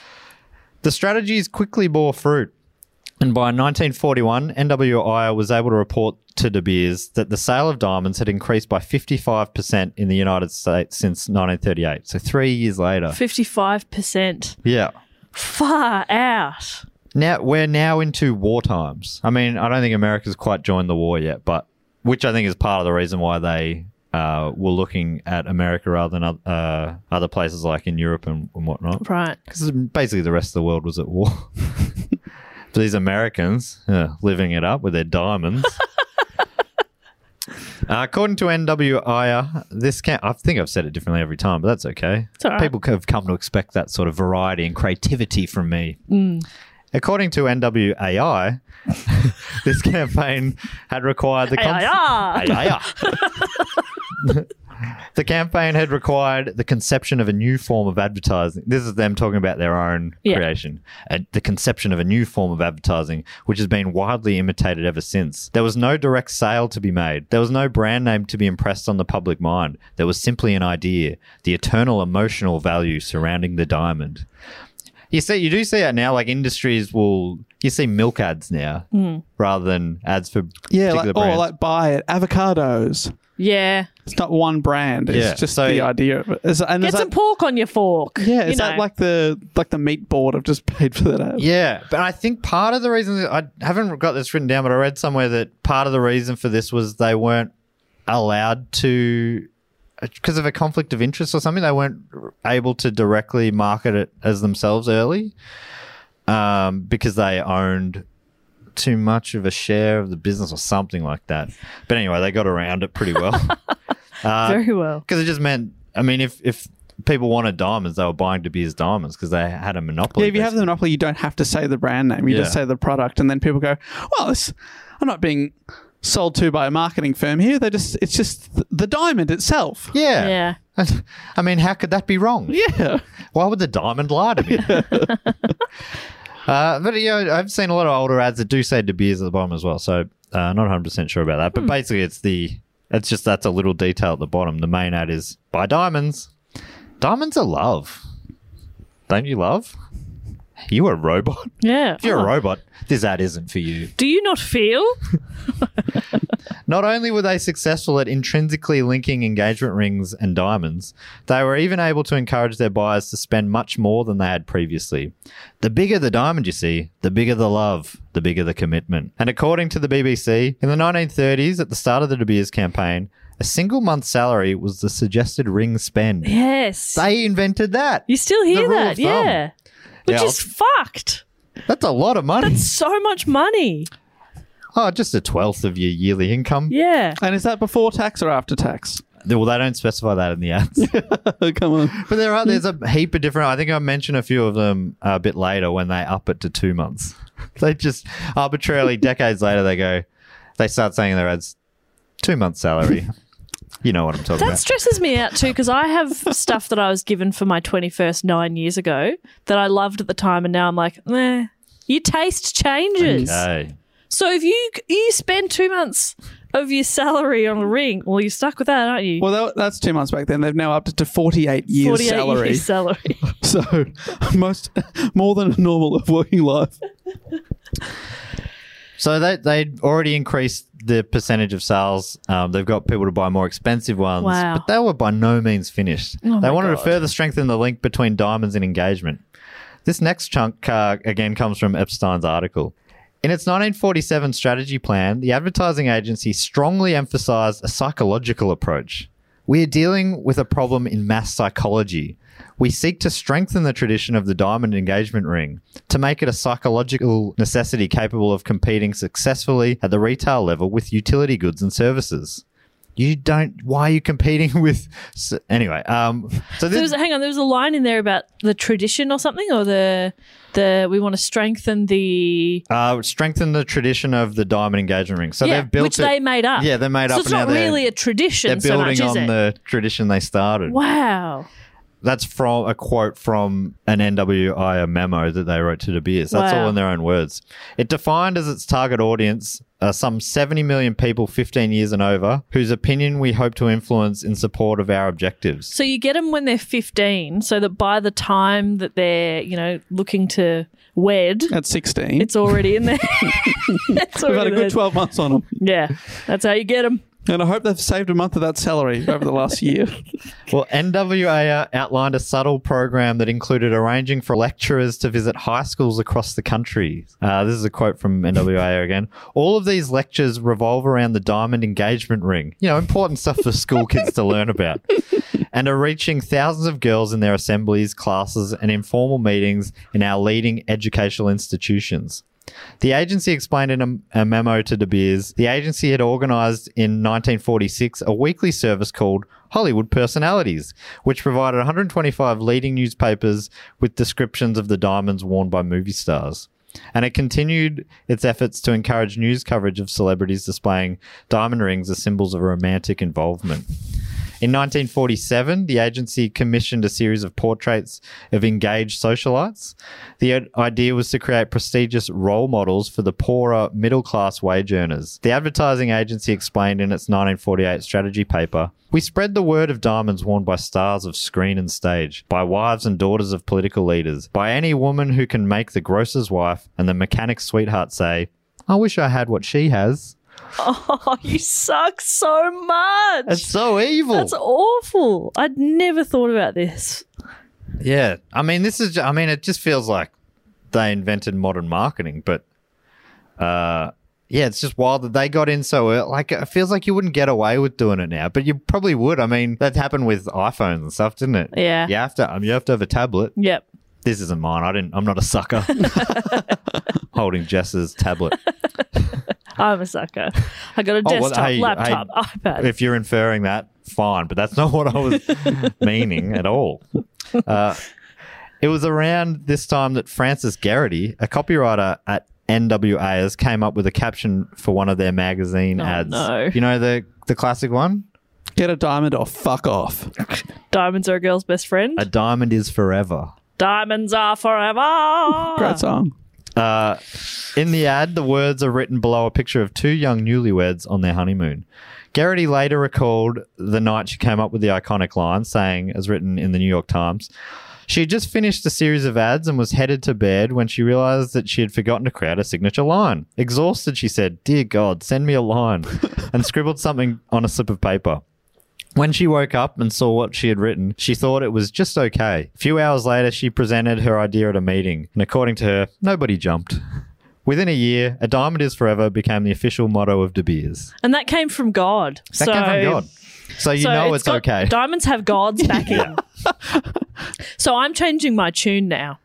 Speaker 3: The strategies quickly bore fruit. And by 1941, NWI was able to report to De Beers that the sale of diamonds had increased by 55% in the United States since 1938. So three years later.
Speaker 1: 55%.
Speaker 3: Yeah.
Speaker 1: Far out.
Speaker 3: Now we're now into war times. I mean, I don't think America's quite joined the war yet, but which I think is part of the reason why they uh, were looking at America rather than uh, other places like in Europe and, and whatnot.
Speaker 1: Right.
Speaker 3: Because basically the rest of the world was at war. but these Americans uh, living it up with their diamonds. Uh, according to NWIA, uh, this can I think I've said it differently every time, but that's okay.
Speaker 1: all right.
Speaker 3: People have come to expect that sort of variety and creativity from me.
Speaker 1: Mm.
Speaker 3: According to NWAI, this campaign had required the cons-
Speaker 1: AIR.
Speaker 3: Ay, ay, ah. the campaign had required the conception of a new form of advertising. This is them talking about their own
Speaker 1: Yeah.
Speaker 3: creation. Uh, the conception of a new form of advertising, which has been widely imitated ever since. There was no direct sale to be made. There was no brand name to be impressed on the public mind. There was simply an idea, the eternal emotional value surrounding the diamond. You see, you do see that now. Like industries will, you see milk ads now rather than ads for
Speaker 2: Yeah.
Speaker 3: particular
Speaker 2: Like, or
Speaker 3: brands.
Speaker 2: like buy it. Avocados.
Speaker 1: Yeah.
Speaker 2: It's not one brand. It's
Speaker 3: Yeah,
Speaker 2: just
Speaker 3: so-
Speaker 2: the idea of it. Is, and
Speaker 1: Get
Speaker 2: is
Speaker 1: some
Speaker 2: that,
Speaker 1: pork on your fork.
Speaker 2: yeah, is
Speaker 1: you know.
Speaker 2: that like the like the meat board I've just paid for that ad?
Speaker 3: Yeah, but I think part of the reason that- I haven't got this written down, but I read somewhere that part of the reason for this was they weren't allowed to because of a conflict of interest or something. They weren't able to directly market it as themselves early um, because they owned too much of a share of the business or something like that. But anyway, they got around it pretty well.
Speaker 1: Very well.
Speaker 3: Because it just meant, I mean, if if people wanted diamonds, they were buying De Beers diamonds because they had a monopoly.
Speaker 2: Yeah, if you have the
Speaker 3: basically.
Speaker 2: monopoly, you don't have to say the brand name. You just
Speaker 3: Yeah.
Speaker 2: say the product, and then people go, "Well, this, I'm not being sold to by a marketing firm here. They just it's just th- the diamond itself."
Speaker 3: Yeah.
Speaker 1: Yeah.
Speaker 3: I mean, how could that be wrong?
Speaker 2: Yeah,
Speaker 3: Why would the diamond lie to me? uh, but you know, I've seen a lot of older ads that do say De Beers at the bottom as well, so uh, not 100 percent sure about that. But basically, it's the it's just that's a little detail at the bottom. The main ad is buy diamonds. Diamonds are love, don't you love? You a robot?
Speaker 1: Yeah. Oh,
Speaker 3: If you're a robot, this ad isn't for you.
Speaker 1: Do you not feel?
Speaker 3: Not only were they successful at intrinsically linking engagement rings and diamonds, they were even able to encourage their buyers to spend much more than they had previously. The bigger the diamond, you see, the bigger the love, the bigger the commitment. And according to the BBC, in the 1930s, at the start of the De Beers campaign, a single month's salary was the suggested ring spend.
Speaker 1: Yes.
Speaker 3: They invented that.
Speaker 1: you still
Speaker 3: the
Speaker 1: hear
Speaker 3: rule
Speaker 1: that,
Speaker 3: of thumb.
Speaker 1: yeah. Which
Speaker 3: Yeah,
Speaker 1: is fucked.
Speaker 3: That's a lot of money.
Speaker 1: So much money.
Speaker 3: Oh, just a twelfth of your yearly income.
Speaker 1: Yeah.
Speaker 2: and is that before tax or after tax?
Speaker 3: Well, they don't specify that in the ads. Oh,
Speaker 2: Come on,
Speaker 3: But there are there's a heap of different. I think I mentioned a few of them a bit later when they up it to two months. They just arbitrarily decades later they go, they start saying in their ads two months salary. You know what I'm talking
Speaker 1: That stresses me out too because I have stuff that I was given for my 21st nine years ago that I loved at the time, and now I'm like, eh, your taste changes.
Speaker 3: about. Okay.
Speaker 1: So if you you spend two months of your salary on a ring, well, you're stuck with that, aren't you?
Speaker 2: Well, that, that's two months back then. They've now upped it to 48 years
Speaker 1: 48
Speaker 2: salary.
Speaker 1: years salary.
Speaker 2: So, most more than normal of working life.
Speaker 3: So they they'd already increased the percentage of sales. Um, they've got people to buy more expensive ones,
Speaker 1: Wow.
Speaker 3: but they were by no means finished. they wanted to further strengthen the link between diamonds and engagement. This next chunk uh, again comes from Epstein's article. In its 1947 strategy plan, the advertising agency strongly emphasized a psychological approach. We are dealing with a problem in mass psychology. We seek to strengthen the tradition of the diamond engagement ring to make it a psychological necessity capable of competing successfully at the retail level with utility goods and services. You don't. Why are you competing with? s- Anyway, um, so
Speaker 1: There
Speaker 3: this,
Speaker 1: was, hang on, there was a line in there about the tradition or something, or the the we want to strengthen the
Speaker 3: uh, strengthen the tradition of the diamond engagement ring. So
Speaker 1: yeah,
Speaker 3: they've built
Speaker 1: which
Speaker 3: it-
Speaker 1: they made up.
Speaker 3: Yeah, they made
Speaker 1: so
Speaker 3: up.
Speaker 1: it's
Speaker 3: and now
Speaker 1: not
Speaker 3: they're-
Speaker 1: really a
Speaker 3: They're
Speaker 1: tradition so
Speaker 3: building
Speaker 1: much, is
Speaker 3: on
Speaker 1: it?
Speaker 3: the tradition they started.
Speaker 1: wow.
Speaker 3: That's from a quote from an NWIA memo that they wrote to De Beers. That's
Speaker 1: Wow.
Speaker 3: all in their own words. It defined as its target audience uh, some 70 million people 15 years and over whose opinion we hope to influence in support of our objectives.
Speaker 1: So you get them when they're 15, so that by the time that they're, you know, looking to wed,
Speaker 2: At 16.
Speaker 1: it's already in there. it's
Speaker 2: We've had
Speaker 1: already
Speaker 2: a good
Speaker 1: there.
Speaker 2: 12 months on them.
Speaker 1: Yeah, that's how you get them.
Speaker 2: And I hope they've saved a month of that salary over the last year.
Speaker 3: Well, NWIA outlined a subtle program that included arranging for lecturers to visit high schools across the country. Uh, this is a quote from NWIA again. All of these lectures revolve around the diamond engagement ring. You know, important stuff for school kids to learn about. and are reaching thousands of girls in their assemblies, classes, and informal meetings in our leading educational institutions. The agency explained in a, a memo to De Beers the agency had organized in 1946 a weekly service called Hollywood Personalities, which provided 125 leading newspapers with descriptions of the diamonds worn by movie stars. And it continued its efforts to encourage news coverage of celebrities displaying diamond rings as symbols of romantic involvement. In 1947, the agency commissioned a series of portraits of engaged socialites. The ad- idea was to create prestigious role models for the poorer middle class wage earners. The advertising agency explained in its 1948 strategy paper We spread the word of diamonds worn by stars of screen and stage, by wives and daughters of political leaders, by any woman who can make the grocer's wife and the mechanic's sweetheart say, I wish I had what she has.
Speaker 1: Oh, you suck so much.
Speaker 3: It's so evil.
Speaker 1: That's awful. I'd never thought about this.
Speaker 3: Yeah, I mean, this is. I mean, it just feels like they invented modern marketing, but uh, yeah, it's just wild that they got in so early. Like, it feels like you wouldn't get away with doing it now, but you probably would. I mean, that happened with iPhones and stuff, didn't it?
Speaker 1: Yeah.
Speaker 3: You have to. I mean, you have to have a tablet.
Speaker 1: Yep.
Speaker 3: This isn't mine. I didn't. I'm not a sucker. Holding Jess's tablet.
Speaker 1: I'm a sucker. I got a
Speaker 3: Oh, well,
Speaker 1: desktop,
Speaker 3: hey,
Speaker 1: laptop,
Speaker 3: hey,
Speaker 1: iPad.
Speaker 3: If you're inferring that, fine, but that's not what I was meaning at all. Uh, it was around this time that Francis Garrity, a copywriter at NWAs, came up with a caption for one of their magazine ads.
Speaker 1: no.
Speaker 3: You know the the classic one?
Speaker 2: Get a diamond or fuck off.
Speaker 1: Diamonds are a girl's best friend.
Speaker 3: A diamond is forever.
Speaker 1: Diamonds are
Speaker 2: Great
Speaker 1: forever.
Speaker 2: song.
Speaker 3: Uh, in the ad, the words are written below a picture of two young newlyweds on their honeymoon. Garrity later recalled the night she came up with the iconic line, saying, as written in the New York Times, she had just finished a series of ads and was headed to bed when she realized that she had forgotten to create a signature line. Exhausted, she said, Dear God, send me a line, and scribbled something on a slip of paper. When she woke up and saw what she had written, she thought it was just okay. A few hours later, she presented her idea at a meeting, and according to her, nobody jumped. Within a year, A Diamond is Forever became the official motto of De Beers.
Speaker 1: And that came from God.
Speaker 3: That
Speaker 1: so,
Speaker 3: came from God. So you
Speaker 1: so
Speaker 3: know it's,
Speaker 1: got-
Speaker 3: okay.
Speaker 1: Diamonds have God's backing. so I'm changing my tune now.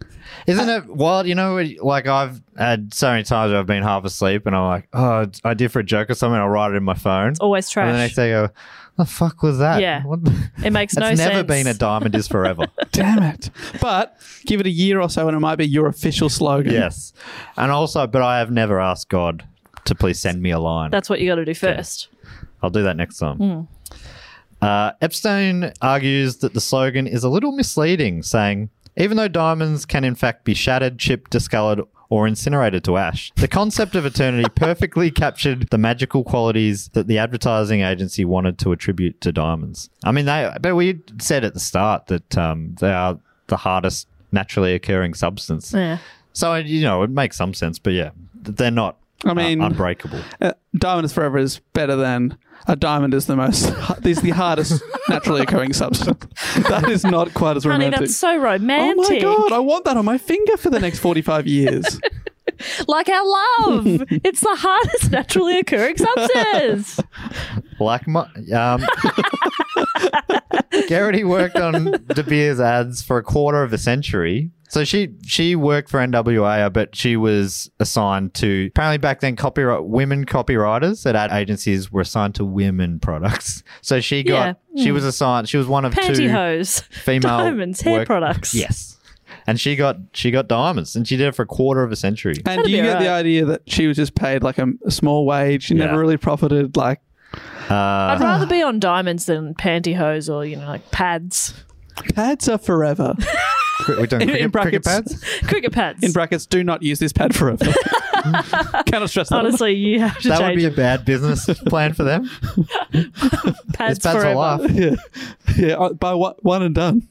Speaker 3: Isn't it wild? You know, like I've had so many times where I've been half asleep and I'm like, oh, I did for a joke or something, I'll write it in my phone.
Speaker 1: Always
Speaker 3: And the
Speaker 1: trash.
Speaker 3: next day I go, the fuck was that?
Speaker 1: Yeah.
Speaker 3: What the-
Speaker 1: It makes
Speaker 3: It's
Speaker 1: no
Speaker 3: never
Speaker 1: sense.
Speaker 3: been A Diamond is Forever.
Speaker 2: Damn it. But give it a year or so and it might be your official slogan.
Speaker 3: Yes. And also, but I have never asked God to please send me a line.
Speaker 1: That's what you got to do first.
Speaker 3: I'll do that next time. Uh, Epstein argues that the slogan is a little misleading, saying, even though diamonds can in fact be shattered, chipped, discolored, or incinerated to ash, the concept of eternity perfectly captured the magical qualities that the advertising agency wanted to attribute to diamonds. I mean, they, but we said at the start that um, they are the hardest naturally occurring substance.
Speaker 1: Yeah.
Speaker 3: So, you know, it makes some sense, but yeah, th- they're not
Speaker 2: I
Speaker 3: uh,
Speaker 2: mean-
Speaker 3: unbreakable.
Speaker 2: Uh, diamond is forever is better than a diamond is the most is the hardest naturally occurring substance. That is not quite as
Speaker 1: Honey,
Speaker 2: romantic.
Speaker 1: that's so
Speaker 2: oh
Speaker 1: romantic.
Speaker 2: my god! I want that on my finger for the next forty-five years.
Speaker 1: Like our love. it's the hardest naturally occurring substance.
Speaker 3: Like my, um, Garrity worked on De Beers ads for a quarter of a century. So she she worked for NWA, but she was assigned to apparently back then copyright women copywriters at ad agencies were assigned to women products. So she got
Speaker 1: Yeah. Hmm.
Speaker 3: she was assigned she was one of
Speaker 1: Pantyhose.
Speaker 3: two female
Speaker 1: diamonds, hair
Speaker 3: work-
Speaker 1: products.
Speaker 3: Yes, and she got she got diamonds, and she did it for a quarter of a century.
Speaker 2: And do you
Speaker 1: be
Speaker 2: get the
Speaker 1: alright.
Speaker 2: idea that she was just paid like a, a small wage? She
Speaker 3: Yeah.
Speaker 2: never really profited. Like
Speaker 3: Uh,
Speaker 1: I'd rather be on diamonds than pantyhose or, you know, like pads.
Speaker 2: pads are forever.
Speaker 3: cri- we're doing
Speaker 2: in
Speaker 3: cricket, cricket
Speaker 2: brackets.
Speaker 3: pads.
Speaker 1: Cricket pads.
Speaker 2: In brackets, do not use this pad forever. Cannot stress that. enough.
Speaker 1: Honestly, you have to
Speaker 3: That would
Speaker 1: change
Speaker 3: be a bad business plan for them.
Speaker 1: pads,
Speaker 3: it's pads for
Speaker 1: forever.
Speaker 3: life.
Speaker 2: Yeah, yeah. uh, By one, one and done.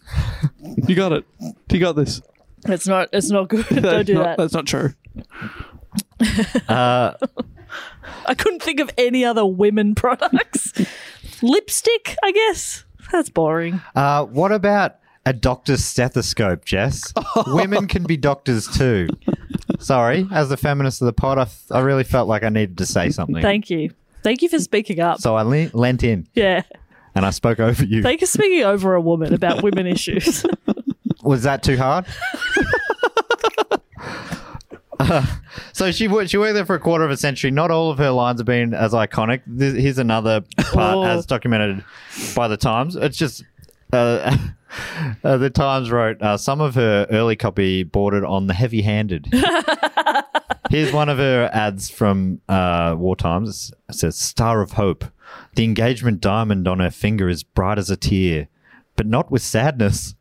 Speaker 2: You got it. You got this.
Speaker 1: It's not it's not good. Don't
Speaker 2: That's
Speaker 1: do
Speaker 2: not-
Speaker 1: that.
Speaker 2: That's not true.
Speaker 1: I couldn't think of any other women products. Lipstick, I guess. That's boring.
Speaker 3: Uh, what about a doctor's stethoscope, Jess? Women can be doctors too. Sorry, as the feminist of the pod, I, f- I really felt like I needed to say something.
Speaker 1: Thank you. Thank you for speaking up.
Speaker 3: so I le- lent in
Speaker 1: yeah.
Speaker 3: and I spoke over you.
Speaker 1: Thank you for speaking over a woman about women issues.
Speaker 3: Was that too hard? Uh, so she worked, she worked there for a quarter of a century. Not all of her lines have been as iconic. This, here's another part
Speaker 1: Oh.
Speaker 3: as documented by the Times. It's just uh, uh, the Times wrote uh, some of her early copy bordered on the heavy-handed. Here's one of her ads from uh, War Times. It says, Star of Hope. The engagement diamond on her finger is bright as a tear, but not with sadness.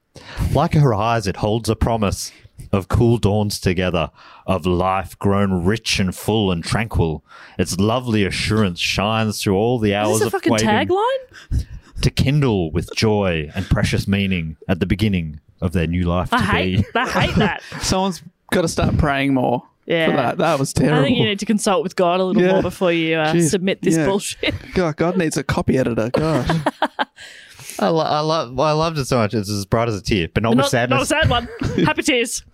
Speaker 3: Like her eyes, it holds a promise of cool dawns together, of life grown rich and full and tranquil. Its lovely assurance shines through all the hours
Speaker 1: Is this a
Speaker 3: of
Speaker 1: fucking
Speaker 3: waiting
Speaker 1: tagline?
Speaker 3: to kindle with joy and precious meaning at the beginning of their new life to
Speaker 1: I hate
Speaker 3: be.
Speaker 1: I hate that.
Speaker 2: Someone's got to start praying more.
Speaker 1: Yeah.
Speaker 2: For that. That was terrible.
Speaker 1: I think you need to consult with God a little
Speaker 2: Yeah.
Speaker 1: more before you uh,
Speaker 2: Jeez.
Speaker 1: submit this
Speaker 2: Yeah.
Speaker 1: bullshit.
Speaker 2: God, God needs a copy editor. Gosh.
Speaker 3: I, lo- I, lo- I loved it so much. It's as bright as a tear, but not, with
Speaker 1: not,
Speaker 3: sadness.
Speaker 1: not a sad one. Happy tears.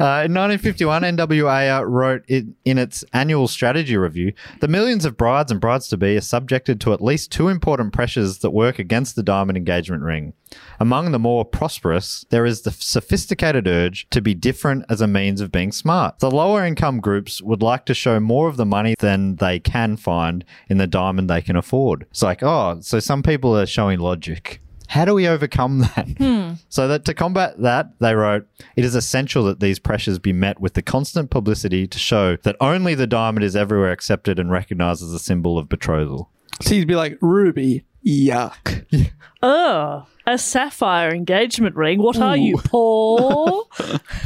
Speaker 3: Uh, in 1951, NWA wrote it in its annual strategy review the millions of brides and brides to be are subjected to at least two important pressures that work against the diamond engagement ring. Among the more prosperous, there is the sophisticated urge to be different as a means of being smart. The lower income groups would like to show more of the money than they can find in the diamond they can afford. It's like, oh, so some people are showing logic. How do we overcome that? So that to combat that, they wrote, it is essential that these pressures be met with the constant publicity to show that only the diamond is everywhere accepted and recognized as a symbol of betrothal.
Speaker 2: so you'd be like, Ruby, yuck.
Speaker 1: Oh, a sapphire engagement ring. What are you, poor?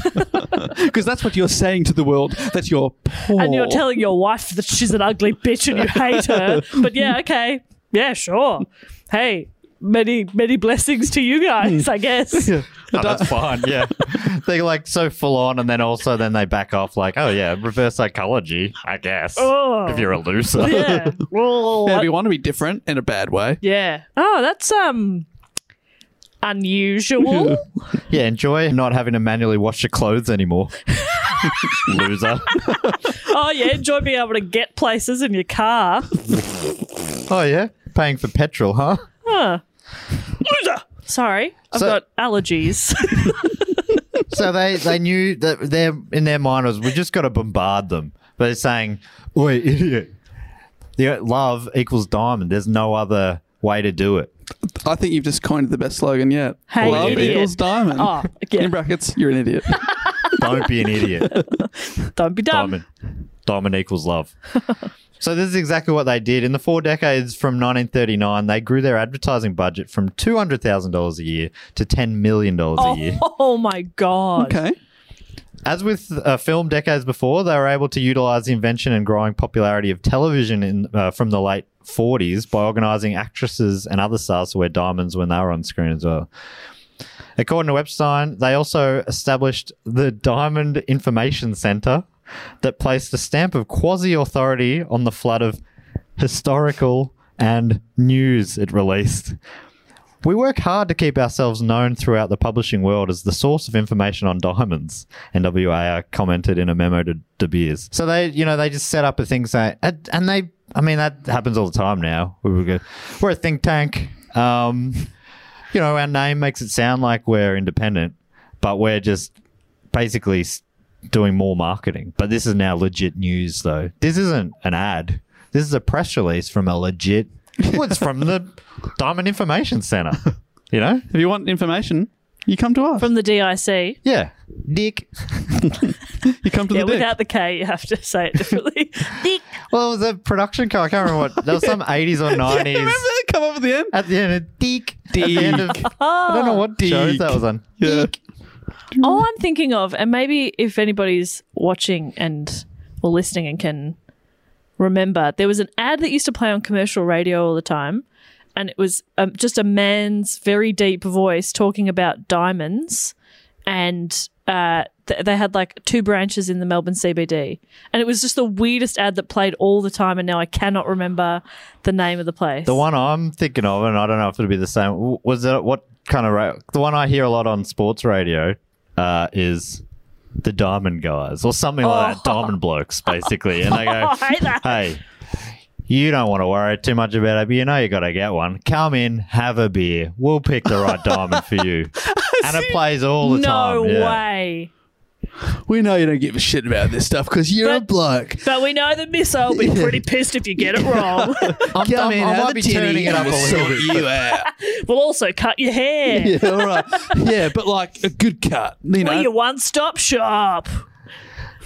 Speaker 2: Because that's what you're saying to the world that you're poor.
Speaker 1: And you're telling your wife that she's an ugly bitch and you hate her. But yeah, okay. Yeah, sure. Hey, many, many blessings to you guys, I guess.
Speaker 3: Oh, that's fine, yeah. They're like so full on, and then also then they back off like, oh yeah, reverse psychology, I guess.
Speaker 1: Oh.
Speaker 3: If you're a loser.
Speaker 1: Yeah. Oh,
Speaker 2: Yeah, if you want to be different in a bad way.
Speaker 1: yeah. Oh, that's um unusual.
Speaker 3: Yeah, enjoy not having to manually wash your clothes anymore. loser.
Speaker 1: oh yeah, enjoy being able to get places in your car.
Speaker 3: Oh yeah? Paying for petrol, huh?
Speaker 1: Sorry, I've
Speaker 3: So-
Speaker 1: got allergies.
Speaker 3: So they, they knew that their in their mind was we just got to bombard them. But they're saying, "Oi, idiot! The love equals diamond. There's no other way to do it."
Speaker 2: I think you've just coined the best slogan yet.
Speaker 1: Hey,
Speaker 2: Love
Speaker 1: idiot.
Speaker 2: equals diamond.
Speaker 1: Oh, yeah.
Speaker 2: In brackets, you're an idiot.
Speaker 3: Don't be an idiot.
Speaker 1: Don't be dumb.
Speaker 3: Diamond, diamond equals love. So this is exactly what they did. In the four decades from 1939, they grew their advertising budget from $200,000 a year to $10 million a year.
Speaker 1: Oh my god.
Speaker 2: Okay.
Speaker 3: As with uh, film decades before, they were able to utilize the invention and growing popularity of television in, uh, from the late 40s by organizing actresses and other stars to wear diamonds when they were on screen as well. According to Epstein, they also established the Diamond Information Center that placed a stamp of quasi authority on the flood of historical and news it released. We work hard to keep ourselves known throughout the publishing world as the source of information on diamonds, NWAR commented in a memo to De Beers. So they, you know, they just set up a thing saying, and and they, I mean, that happens all the time now. We were, go- we're a think tank. Um, you know, our name makes it sound like we're independent, but we're just basically s- doing more marketing. But this is now legit news, though. This isn't an ad. This is a press release from a legit. Well, it's from the Diamond Information Center. You know?
Speaker 2: If you want information, you come to us.
Speaker 1: From the DIC.
Speaker 3: Yeah. Dick.
Speaker 2: you come to
Speaker 1: Yeah,
Speaker 2: the dick.
Speaker 1: without the K, you have to say it differently. Dick.
Speaker 3: Well, it was a production car. I can't remember what. There was some 80s or 90s.
Speaker 2: Remember that come up at the end?
Speaker 3: At the end of Dick. At the end of, I don't know what shows that was on.
Speaker 2: Yeah.
Speaker 1: All I'm thinking of, and maybe if anybody's watching and or listening and can remember, there was an ad that used to play on commercial radio all the time, and it was um, just a man's very deep voice talking about diamonds, and uh, th- they had like two branches in the Melbourne CBD, and it was just the weirdest ad that played all the time, and now I cannot remember the name of the place.
Speaker 3: The one I'm thinking of, and I don't know if it'll be the same. w- Was it what kind of ra- the one I hear a lot on sports radio uh, is the Diamond Guys or something like that.
Speaker 1: Oh.
Speaker 3: Diamond blokes, basically, and they go,
Speaker 1: hate that.
Speaker 3: "Hey, you don't want to worry too much about it, but you know you got to get one. Come in, have a beer. We'll pick the right diamond for you." And it plays all the
Speaker 1: no
Speaker 3: time. yeah.
Speaker 1: way.
Speaker 2: We know you don't give a shit about this stuff because you're a
Speaker 1: But-
Speaker 2: bloke.
Speaker 1: But we know the missile will be pretty pissed if you get it wrong.
Speaker 3: I'm,
Speaker 2: Come
Speaker 3: I'm-
Speaker 2: in,
Speaker 3: I
Speaker 2: have
Speaker 3: might
Speaker 2: a
Speaker 3: be
Speaker 2: tinny
Speaker 3: turning it
Speaker 2: and
Speaker 3: up a
Speaker 2: we'll
Speaker 3: little
Speaker 2: sort
Speaker 3: bit.
Speaker 2: you out.
Speaker 1: we'll also cut your hair.
Speaker 2: yeah, all right. Yeah, but like a good cut. You know,
Speaker 1: We're your one stop shop.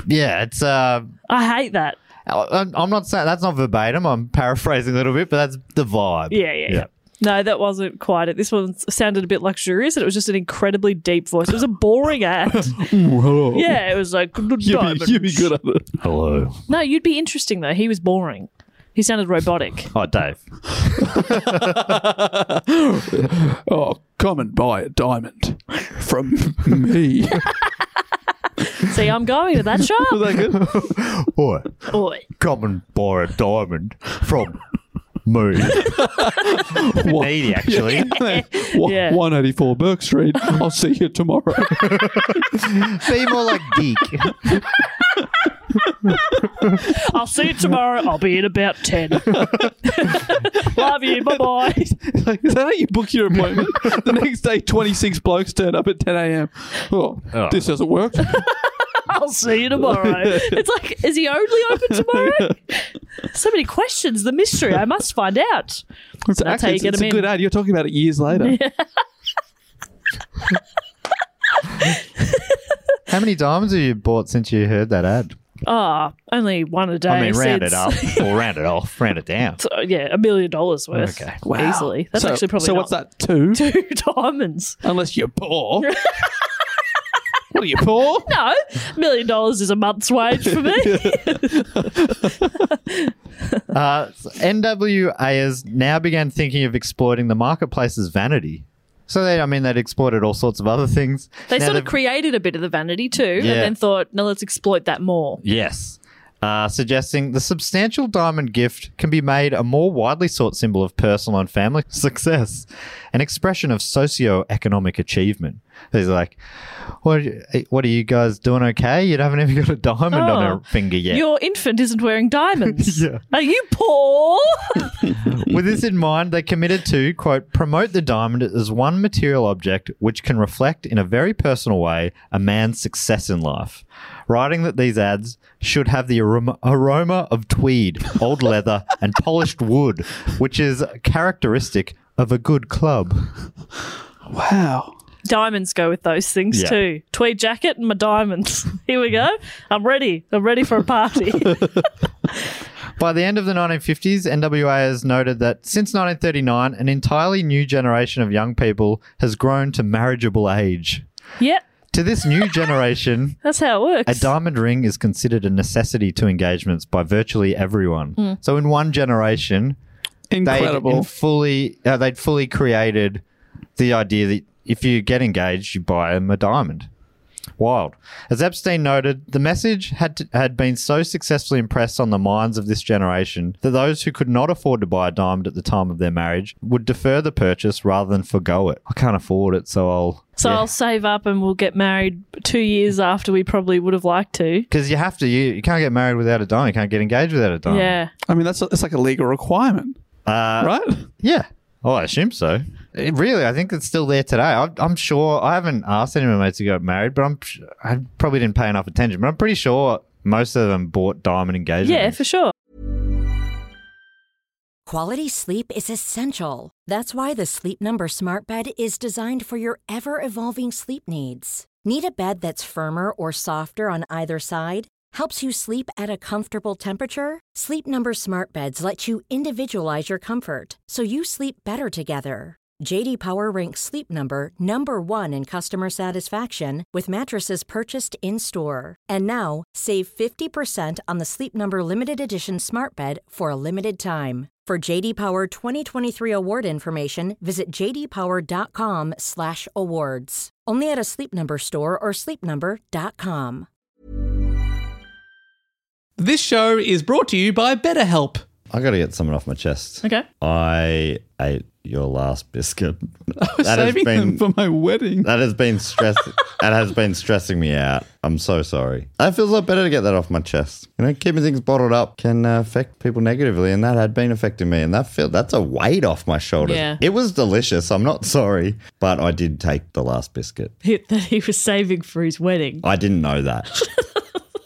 Speaker 3: Yeah, it's uh,
Speaker 1: I hate that.
Speaker 3: I- I'm not saying that's not verbatim. I'm paraphrasing a little bit, but that's the vibe.
Speaker 1: Yeah, yeah, yeah. No, that wasn't quite it. This one s- sounded a bit luxurious, and it was just an incredibly deep voice. It was a boring act.
Speaker 2: Whoa.
Speaker 1: yeah, it was like
Speaker 2: You'd oh, be, you'd be good at it.
Speaker 3: Hello.
Speaker 1: No, you'd be interesting though. He was boring. He sounded robotic.
Speaker 3: Oh, Dave.
Speaker 2: Oh, come and buy a diamond from me.
Speaker 1: See, I'm going to that
Speaker 2: Was
Speaker 1: shop.
Speaker 2: that good?
Speaker 3: Oi,
Speaker 1: Oi.
Speaker 3: come and buy a diamond from me. Needy, actually.
Speaker 2: One-
Speaker 1: Yeah.
Speaker 2: 184 Burke Street. I'll see you tomorrow.
Speaker 3: Be more like Deek.
Speaker 1: I'll see you tomorrow. I'll be in about ten. Love you. Bye bye.
Speaker 2: like, is that how you book your appointment? the next day, 26 blokes turn up at 10 a.m. Oh,
Speaker 3: Oh.
Speaker 2: this hasn't worked.
Speaker 1: I'll see you tomorrow. it's like, is he only open tomorrow? so many questions. The mystery. I must find out.
Speaker 2: It's
Speaker 1: That's how you
Speaker 2: it's,
Speaker 1: get
Speaker 2: it's
Speaker 1: 'em
Speaker 2: a
Speaker 1: in.
Speaker 2: good ad. You're talking about it years later.
Speaker 3: How many diamonds have you bought since you heard that ad?
Speaker 1: Ah, only one a day.
Speaker 3: I mean, round it
Speaker 1: since-
Speaker 3: up or round it off, round it down.
Speaker 1: So, yeah, a million dollars worth.
Speaker 3: Okay.
Speaker 1: Easily. That's
Speaker 2: so,
Speaker 1: actually probably
Speaker 2: So
Speaker 1: not
Speaker 2: what's that, two?
Speaker 1: two diamonds.
Speaker 2: Unless you're poor. what are you, poor?
Speaker 1: No, a million dollars is a month's wage for me.
Speaker 3: Uh, NWAs now began thinking of exploiting the marketplace's vanity. So they, I mean, they'd exploited all sorts of other things.
Speaker 1: they
Speaker 3: Now
Speaker 1: sort of
Speaker 3: they've-
Speaker 1: created a bit of the vanity too,
Speaker 3: Yeah.
Speaker 1: and then thought, no, let's exploit that more.
Speaker 3: Yes. Uh, suggesting the substantial diamond gift can be made a more widely sought symbol of personal and family success, an expression of socio-economic achievement. He's like, what, what are you guys doing okay? You haven't even got a diamond on
Speaker 1: Oh,
Speaker 3: her finger yet.
Speaker 1: Your infant isn't wearing diamonds.
Speaker 3: Yeah.
Speaker 1: Are you poor?
Speaker 3: With this in mind, they committed to, quote, promote the diamond as one material object which can reflect in a very personal way a man's success in life. Writing that these ads should have the aroma, aroma of tweed, old leather, and polished wood, which is characteristic of a good club.
Speaker 2: Wow.
Speaker 1: diamonds go with those things
Speaker 3: Yeah.
Speaker 1: too. Tweed jacket and my diamonds. Here we go. I'm ready. I'm ready for a party.
Speaker 3: By the end of the 1950s, NWA has noted that since 1939, an entirely new generation of young people has grown to marriageable age.
Speaker 1: Yep,
Speaker 3: To this new generation,
Speaker 1: that's how it
Speaker 3: a
Speaker 1: works.
Speaker 3: diamond ring is considered a necessity to engagements by virtually everyone. So in one generation,
Speaker 2: Incredible.
Speaker 3: They'd in fully, uh, they'd fully created the idea that if you get engaged, you buy them a diamond. Wild. As Epstein noted, the message had to, had been so successfully impressed on the minds of this generation that those who could not afford to buy a diamond at the time of their marriage would defer the purchase rather than forego it. I can't afford it, so I'll.
Speaker 1: so I'll save up and we'll get married two years after we probably would have liked to.
Speaker 3: Because you have to, you, you can't get married without a diamond. You can't get engaged without a diamond.
Speaker 1: yeah.
Speaker 2: I mean, that's it's like a legal requirement,
Speaker 3: Uh,
Speaker 2: right?
Speaker 3: Yeah. Oh, I assume so. It really, I think it's still there today. I, I'm sure. I haven't asked any of my mates to get married, but I'm sh- I probably didn't pay enough attention. But I'm pretty sure most of them bought diamond engagement.
Speaker 1: Yeah, for sure.
Speaker 6: Quality sleep is essential. That's why the Sleep Number Smart Bed is designed for your ever evolving sleep needs. Need a bed that's firmer or softer on either side? Helps you sleep at a comfortable temperature? Sleep Number Smart Beds let you individualize your comfort so you sleep better together. JD Power ranks Sleep Number number 1 in customer satisfaction with mattresses purchased in-store. And now, save 50% on the Sleep Number limited edition Smart Bed for a limited time. For JD Power 2023 award information, visit jdpower.com/awards. Only at a Sleep Number store or sleepnumber.com.
Speaker 2: This show is brought to you by BetterHelp.
Speaker 7: I got to get something off my chest.
Speaker 1: Okay.
Speaker 7: I ate your last biscuit.
Speaker 2: I was
Speaker 7: That has
Speaker 2: saving them
Speaker 7: been-
Speaker 2: for my wedding.
Speaker 7: That has been stress. that has been stressing me out. I'm so sorry. I feel a lot better to get that off my chest. You know, keeping things bottled up can uh, affect people negatively, and that had been affecting me. And that feel that's a weight off my shoulders.
Speaker 1: Yeah.
Speaker 7: It was delicious. I'm not sorry, but I did take the last biscuit.
Speaker 1: Hit that he was saving for his wedding.
Speaker 7: I didn't know that.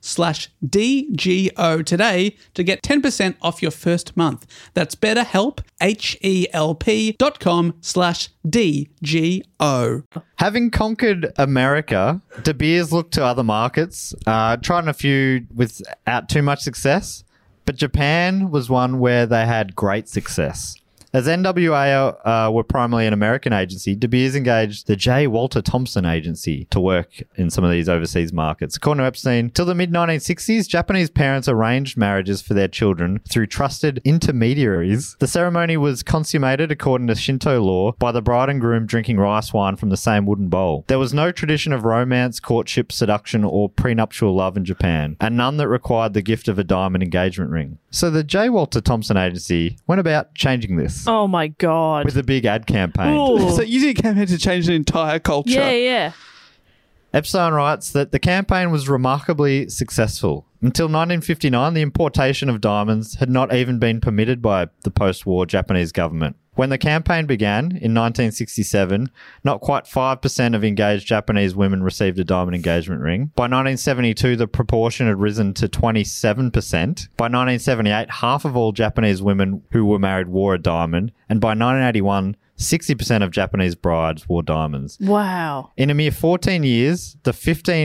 Speaker 2: slash DGO today to get 10% off your first month. That's betterhelp, H-E-L-P dot com slash D-G-O.
Speaker 3: Having conquered America, De Beers looked to other markets, uh, trying a few without too much success. But Japan was one where they had great success. As NWA uh, were primarily an American agency, De Beers engaged the J. Walter Thompson Agency to work in some of these overseas markets. According to Epstein, till the mid 1960s, Japanese parents arranged marriages for their children through trusted intermediaries. The ceremony was consummated according to Shinto law by the bride and groom drinking rice wine from the same wooden bowl. There was no tradition of romance, courtship, seduction, or prenuptial love in Japan, and none that required the gift of a diamond engagement ring. So the J. Walter Thompson Agency went about changing this
Speaker 1: Oh my God.
Speaker 3: with a big ad campaign.
Speaker 1: Ooh.
Speaker 2: So you think I'm here to change the entire culture?
Speaker 1: yeah, yeah.
Speaker 3: Epstein writes that the campaign was remarkably successful. Until 1959, the importation of diamonds had not even been permitted by the post war Japanese government. When the campaign began in 1967, not quite 5% of engaged Japanese women received a diamond engagement ring. By 1972, the proportion had risen to 27%. By 1978, half of all Japanese women who were married wore a diamond. And by 1981, 60% of Japanese brides wore diamonds.
Speaker 1: Wow.
Speaker 3: In a mere 14 years, the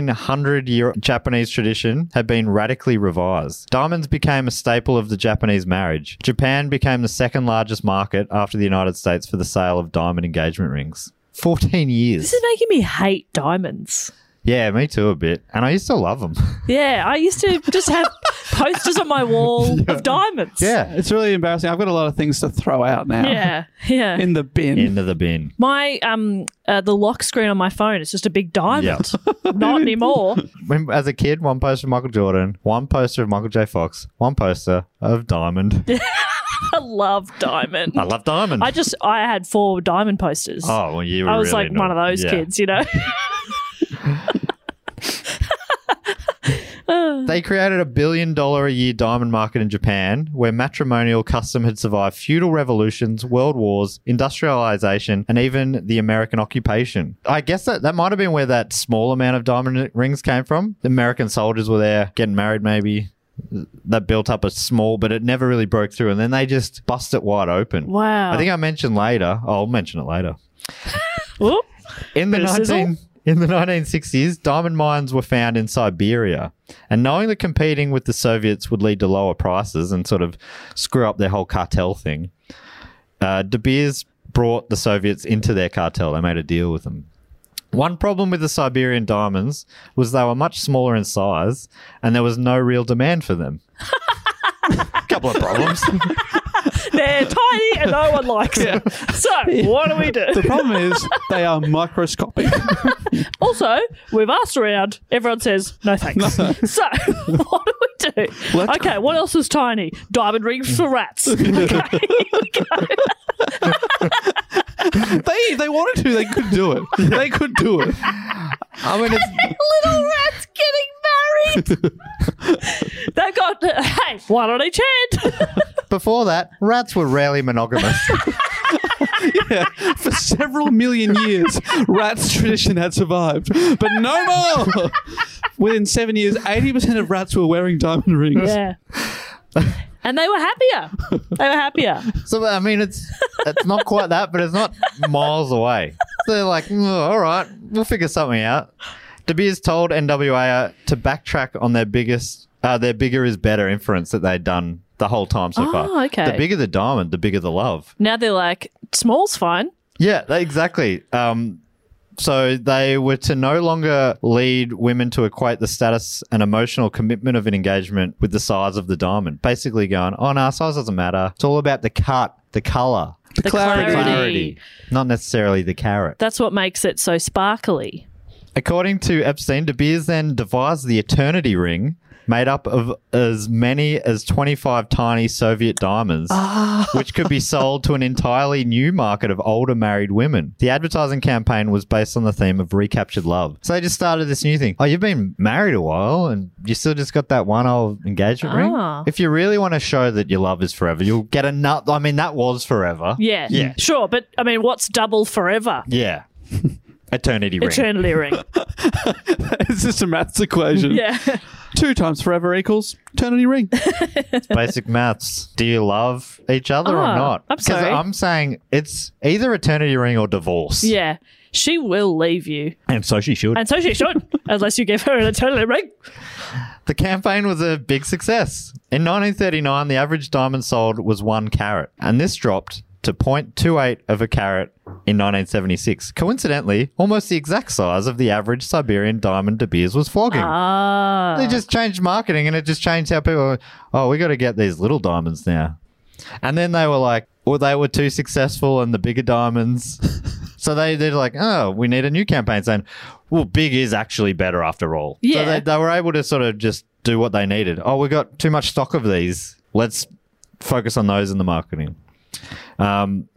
Speaker 3: 1500 year Japanese tradition had been radically revised. Diamonds became a staple of the Japanese marriage. Japan became the second largest market after the United States for the sale of diamond engagement rings. 14 years.
Speaker 1: This is making me hate diamonds.
Speaker 3: Yeah, me too, a bit. And I used to love them.
Speaker 1: Yeah, I used to just have posters on my wall of diamonds.
Speaker 3: yeah.
Speaker 2: It's really embarrassing. I've got a lot of things to throw out now.
Speaker 1: Yeah, yeah.
Speaker 2: In the bin.
Speaker 3: Into the bin.
Speaker 1: my um uh, the lock screen on my phone is just a big diamond. Not anymore.
Speaker 3: When, as a kid, one poster of Michael Jordan, one poster of Michael J. Fox, one poster of Diamond.
Speaker 1: I love diamond.
Speaker 3: I love Diamond.
Speaker 1: I just I had four diamond posters.
Speaker 3: oh, well, you were
Speaker 1: I was
Speaker 3: really
Speaker 1: like one of
Speaker 3: not-
Speaker 1: those
Speaker 3: yeah.
Speaker 1: kids, you know.
Speaker 3: They created a billion dollar a year diamond market in Japan where matrimonial custom had survived feudal revolutions, world wars, industrialization, and even the American occupation. I guess that, that might have been where that small amount of diamond rings came from. The American soldiers were there getting married, maybe. That built up a small, but it never really broke through. And then they just bust it wide open.
Speaker 1: Wow.
Speaker 3: I think I mentioned later. I'll mention it later. In the
Speaker 1: Bit of sizzle?
Speaker 3: 19, in the 1960s, diamond mines were found in Siberia. And knowing that competing with the Soviets would lead to lower prices and sort of screw up their whole cartel thing, uh, De Beers brought the Soviets into their cartel. They made a deal with them. One problem with the Siberian diamonds was they were much smaller in size and there was no real demand for them. Couple of problems.
Speaker 1: They're tiny and no one likes them. So what do we
Speaker 2: The
Speaker 1: do?
Speaker 2: problem is they are microscopic.
Speaker 1: Also, we've asked around. Everyone says no thanks. So what do we do?
Speaker 2: Let's-
Speaker 1: okay, what else is tiny? Diamond rings for rats. Okay.
Speaker 2: they they wanted to. They could do it. They could do it.
Speaker 3: I mean, it's,
Speaker 1: Little rats getting married. they got hey, one on each hand.
Speaker 3: before that, rats were rarely monogamous.
Speaker 2: For several million years, rats tradition had survived, but no more. Within seven years, eighty percent of rats were wearing diamond rings.
Speaker 1: Yeah. And they were happier. They were happier.
Speaker 3: So I mean, it's it's not quite that, but it's not miles away. So they're like, "Mm, all right, we'll figure something out. De Beers told NWA to backtrack on their biggest, uh, their bigger is better inference that they'd done the whole time so
Speaker 1: Oh,
Speaker 3: far.
Speaker 1: okay.
Speaker 3: The bigger the diamond, the bigger the love.
Speaker 1: Now they're like, small's fine.
Speaker 3: Yeah, that- exactly. Um, so they were to no longer lead women to equate the status and emotional commitment of an engagement with the size of the diamond. Basically, going, oh no, size doesn't matter. It's all about the cut, the color,
Speaker 1: The, clarity.
Speaker 3: clarity, not necessarily the carrot.
Speaker 1: That's what makes it so sparkly.
Speaker 3: According to Epstein, De Beers then devised the Eternity Ring, made up of as many as 25 tiny Soviet diamonds, which could be sold to an entirely new market of older married women. The advertising campaign was based on the theme of recaptured love. So they just started this new thing. Oh, you've been married a while and you still just got that one old engagement
Speaker 1: Ah.
Speaker 3: ring? If you really want to show that your love is forever, you'll get another. I mean, that was forever.
Speaker 1: Yeah.
Speaker 3: Yeah.
Speaker 1: Sure, but I mean, what's double forever?
Speaker 3: Yeah. Eternity ring.
Speaker 1: Eternity ring.
Speaker 2: It's just a maths equation.
Speaker 1: Yeah.
Speaker 2: Two times forever equals eternity ring.
Speaker 3: basic maths. Do you love each other
Speaker 1: Ah,
Speaker 3: or not?
Speaker 1: I'm
Speaker 3: 'Cause
Speaker 1: sorry.
Speaker 3: I'm saying it's either eternity ring or divorce.
Speaker 1: Yeah. She will leave you.
Speaker 3: And so she should.
Speaker 1: And so she should, unless you give her an eternity ring.
Speaker 3: the campaign was a big success. In 1939, the average diamond sold was one carat, and this dropped to 0.28 of a carat in 1976. Coincidentally, almost the exact size of the average Siberian diamond De Beers was flogging.
Speaker 1: Ah.
Speaker 3: They just changed marketing and it just changed how people were, oh, we got to get these little diamonds now. And then they were like, well, they were too successful and the bigger diamonds. so they, they're like, oh, we need a new campaign saying, well, big is actually better after all.
Speaker 1: Yeah.
Speaker 3: So they, they were able to sort of just do what they needed. Oh, we got too much stock of these. Let's focus on those in the marketing. Um,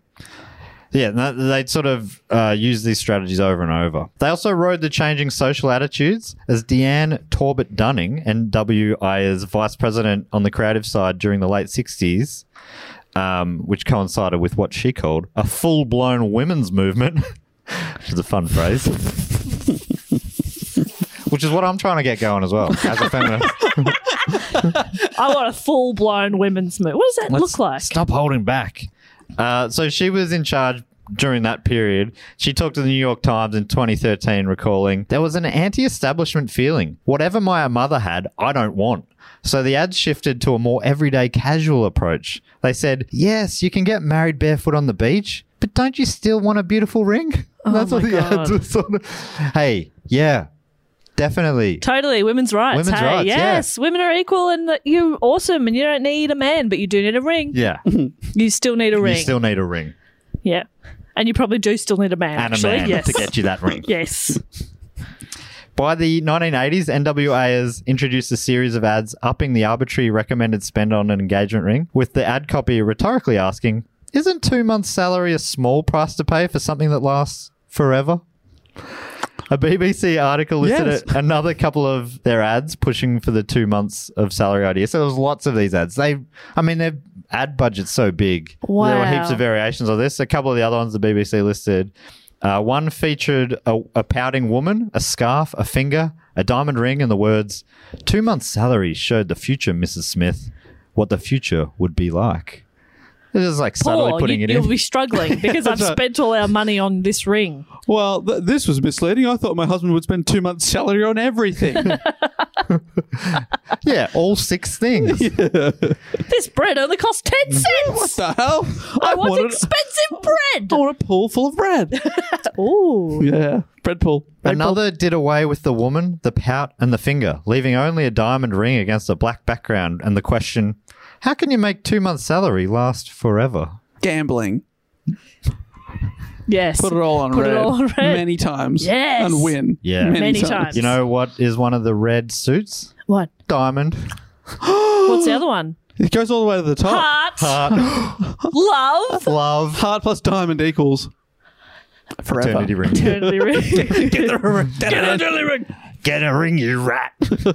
Speaker 3: yeah, and that- they'd sort of uh, use these strategies over and over. They also rode the changing social attitudes as Deanne Torbett Dunning, NWI as vice president on the creative side during the late 60s, um, which coincided with what she called a full blown women's movement, which is a fun phrase. Which is what I'm trying to get going as well as a feminist.
Speaker 1: I want a full blown women's move. What does that look like?
Speaker 3: Stop holding back. Uh, so she was in charge during that period. She talked to the New York Times in 2013, recalling there was an anti establishment feeling. Whatever my mother had, I don't want. So the ads shifted to a more everyday casual approach. They said, Yes, you can get married barefoot on the beach, but don't you still want a beautiful ring? That's what
Speaker 1: Oh my
Speaker 3: the ads
Speaker 1: God.
Speaker 3: were sort of. Hey, yeah, definitely.
Speaker 1: Totally, women's rights.
Speaker 3: Women's
Speaker 1: hey,
Speaker 3: rights, yeah.
Speaker 1: yes, women are equal, and that you're awesome, and you don't need a man, but you do need a ring.
Speaker 3: yeah,
Speaker 1: You still need a
Speaker 3: you
Speaker 1: ring.
Speaker 3: still need a ring
Speaker 1: yeah, and you probably do still need a man.
Speaker 3: and a
Speaker 1: actually,
Speaker 3: man
Speaker 1: yes,
Speaker 3: to get you that ring.
Speaker 1: yes.
Speaker 3: By the 1980s, NWA has introduced a series of ads upping the arbitrary recommended spend on an engagement ring, with the ad copy rhetorically asking, Isn't two months' salary a small price to pay for something that lasts forever? A BBC article listed
Speaker 2: Yes.
Speaker 3: it- another couple of their ads pushing for the two months of salary idea. So there was lots of these ads. They, I mean, their ad budget's so big. There were heaps
Speaker 1: Wow.
Speaker 3: of variations of this. A couple of the other ones the BBC listed. Uh, one featured a, a pouting woman, a scarf, a finger, a diamond ring, and the words, two months' salary showed the future Mrs. Smith what the future would be like. This is like subtly
Speaker 1: Poor,
Speaker 3: putting
Speaker 1: you,
Speaker 3: it
Speaker 1: you'll
Speaker 3: in.
Speaker 1: be struggling because I've spent all our money on this ring.
Speaker 2: Well, th- this was misleading. I thought my husband would spend two months' salary on everything.
Speaker 3: yeah, all six things.
Speaker 1: This bread only cost ten
Speaker 2: what
Speaker 1: cents.
Speaker 2: the hell?
Speaker 1: I want
Speaker 2: wanted-
Speaker 1: expensive
Speaker 2: I
Speaker 1: bread.
Speaker 2: want a pool full of bread.
Speaker 1: Ooh,
Speaker 2: yeah, bread pool. Bread
Speaker 3: Another did away with the woman, the pout, and the finger, leaving only a diamond ring against a black background and the question, how can you make two months' salary last forever?
Speaker 2: pool. gambling.
Speaker 1: yes.
Speaker 2: Put it all on
Speaker 1: Put it
Speaker 2: red.
Speaker 1: all on red.
Speaker 2: many times.
Speaker 1: Yes.
Speaker 2: and win.
Speaker 3: Yeah.
Speaker 1: Many times.
Speaker 3: You know what is one of the red suits?
Speaker 1: What?
Speaker 3: Diamond.
Speaker 1: What's the other one?
Speaker 2: It goes all the way to the top.
Speaker 1: Heart,
Speaker 3: Heart,
Speaker 1: Oh. love,
Speaker 3: love,
Speaker 2: Heart plus diamond equals forever.
Speaker 3: eternity ring.
Speaker 1: eternity ring. Eternity ring.
Speaker 3: Get a ring, you rat.
Speaker 2: Get a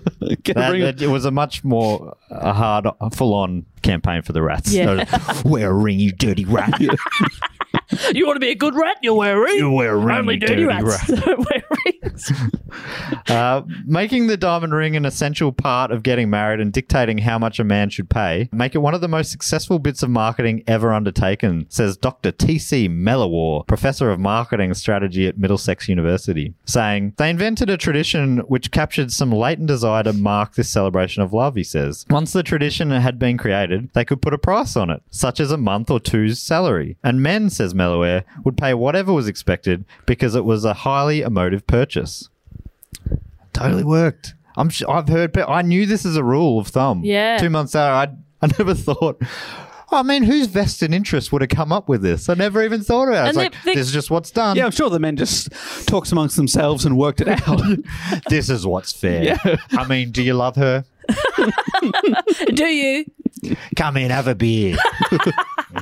Speaker 3: That-
Speaker 2: ring-
Speaker 3: that- it was a much more a hard, full on campaign for the rats.
Speaker 1: Yeah.
Speaker 3: Wear a ring, you dirty rat.
Speaker 1: You want to be a good rat? You wear a ring.
Speaker 3: You wear a ring,
Speaker 1: Only
Speaker 3: you
Speaker 1: dirty,
Speaker 3: dirty
Speaker 1: rats don't wear rings.
Speaker 3: Uh, making the diamond ring an essential part of getting married and dictating how much a man should pay make it one of the most successful bits of marketing ever undertaken, says Dr. T.C. Mellowar, professor of marketing strategy at Middlesex University, saying, They invented a tradition which captured some latent desire to mark this celebration of love, he says. Once the tradition had been created, they could put a price on it, such as a month or two's salary. And men, says Mellowar, would pay whatever was expected because it was a highly emotive purchase totally worked. I'm sh- I've heard, but I knew this is a rule of thumb.
Speaker 1: Yeah.
Speaker 3: Two months out, I I never thought. I mean, whose vested interest would have come up with this? I never even thought about it.
Speaker 1: And
Speaker 3: It's like
Speaker 1: they- they-
Speaker 3: this is just what's done.
Speaker 2: yeah, I'm sure the men just talked amongst themselves and worked it out.
Speaker 3: This is what's fair. I mean, do you love her?
Speaker 1: Do you?
Speaker 3: Come in, have a beer.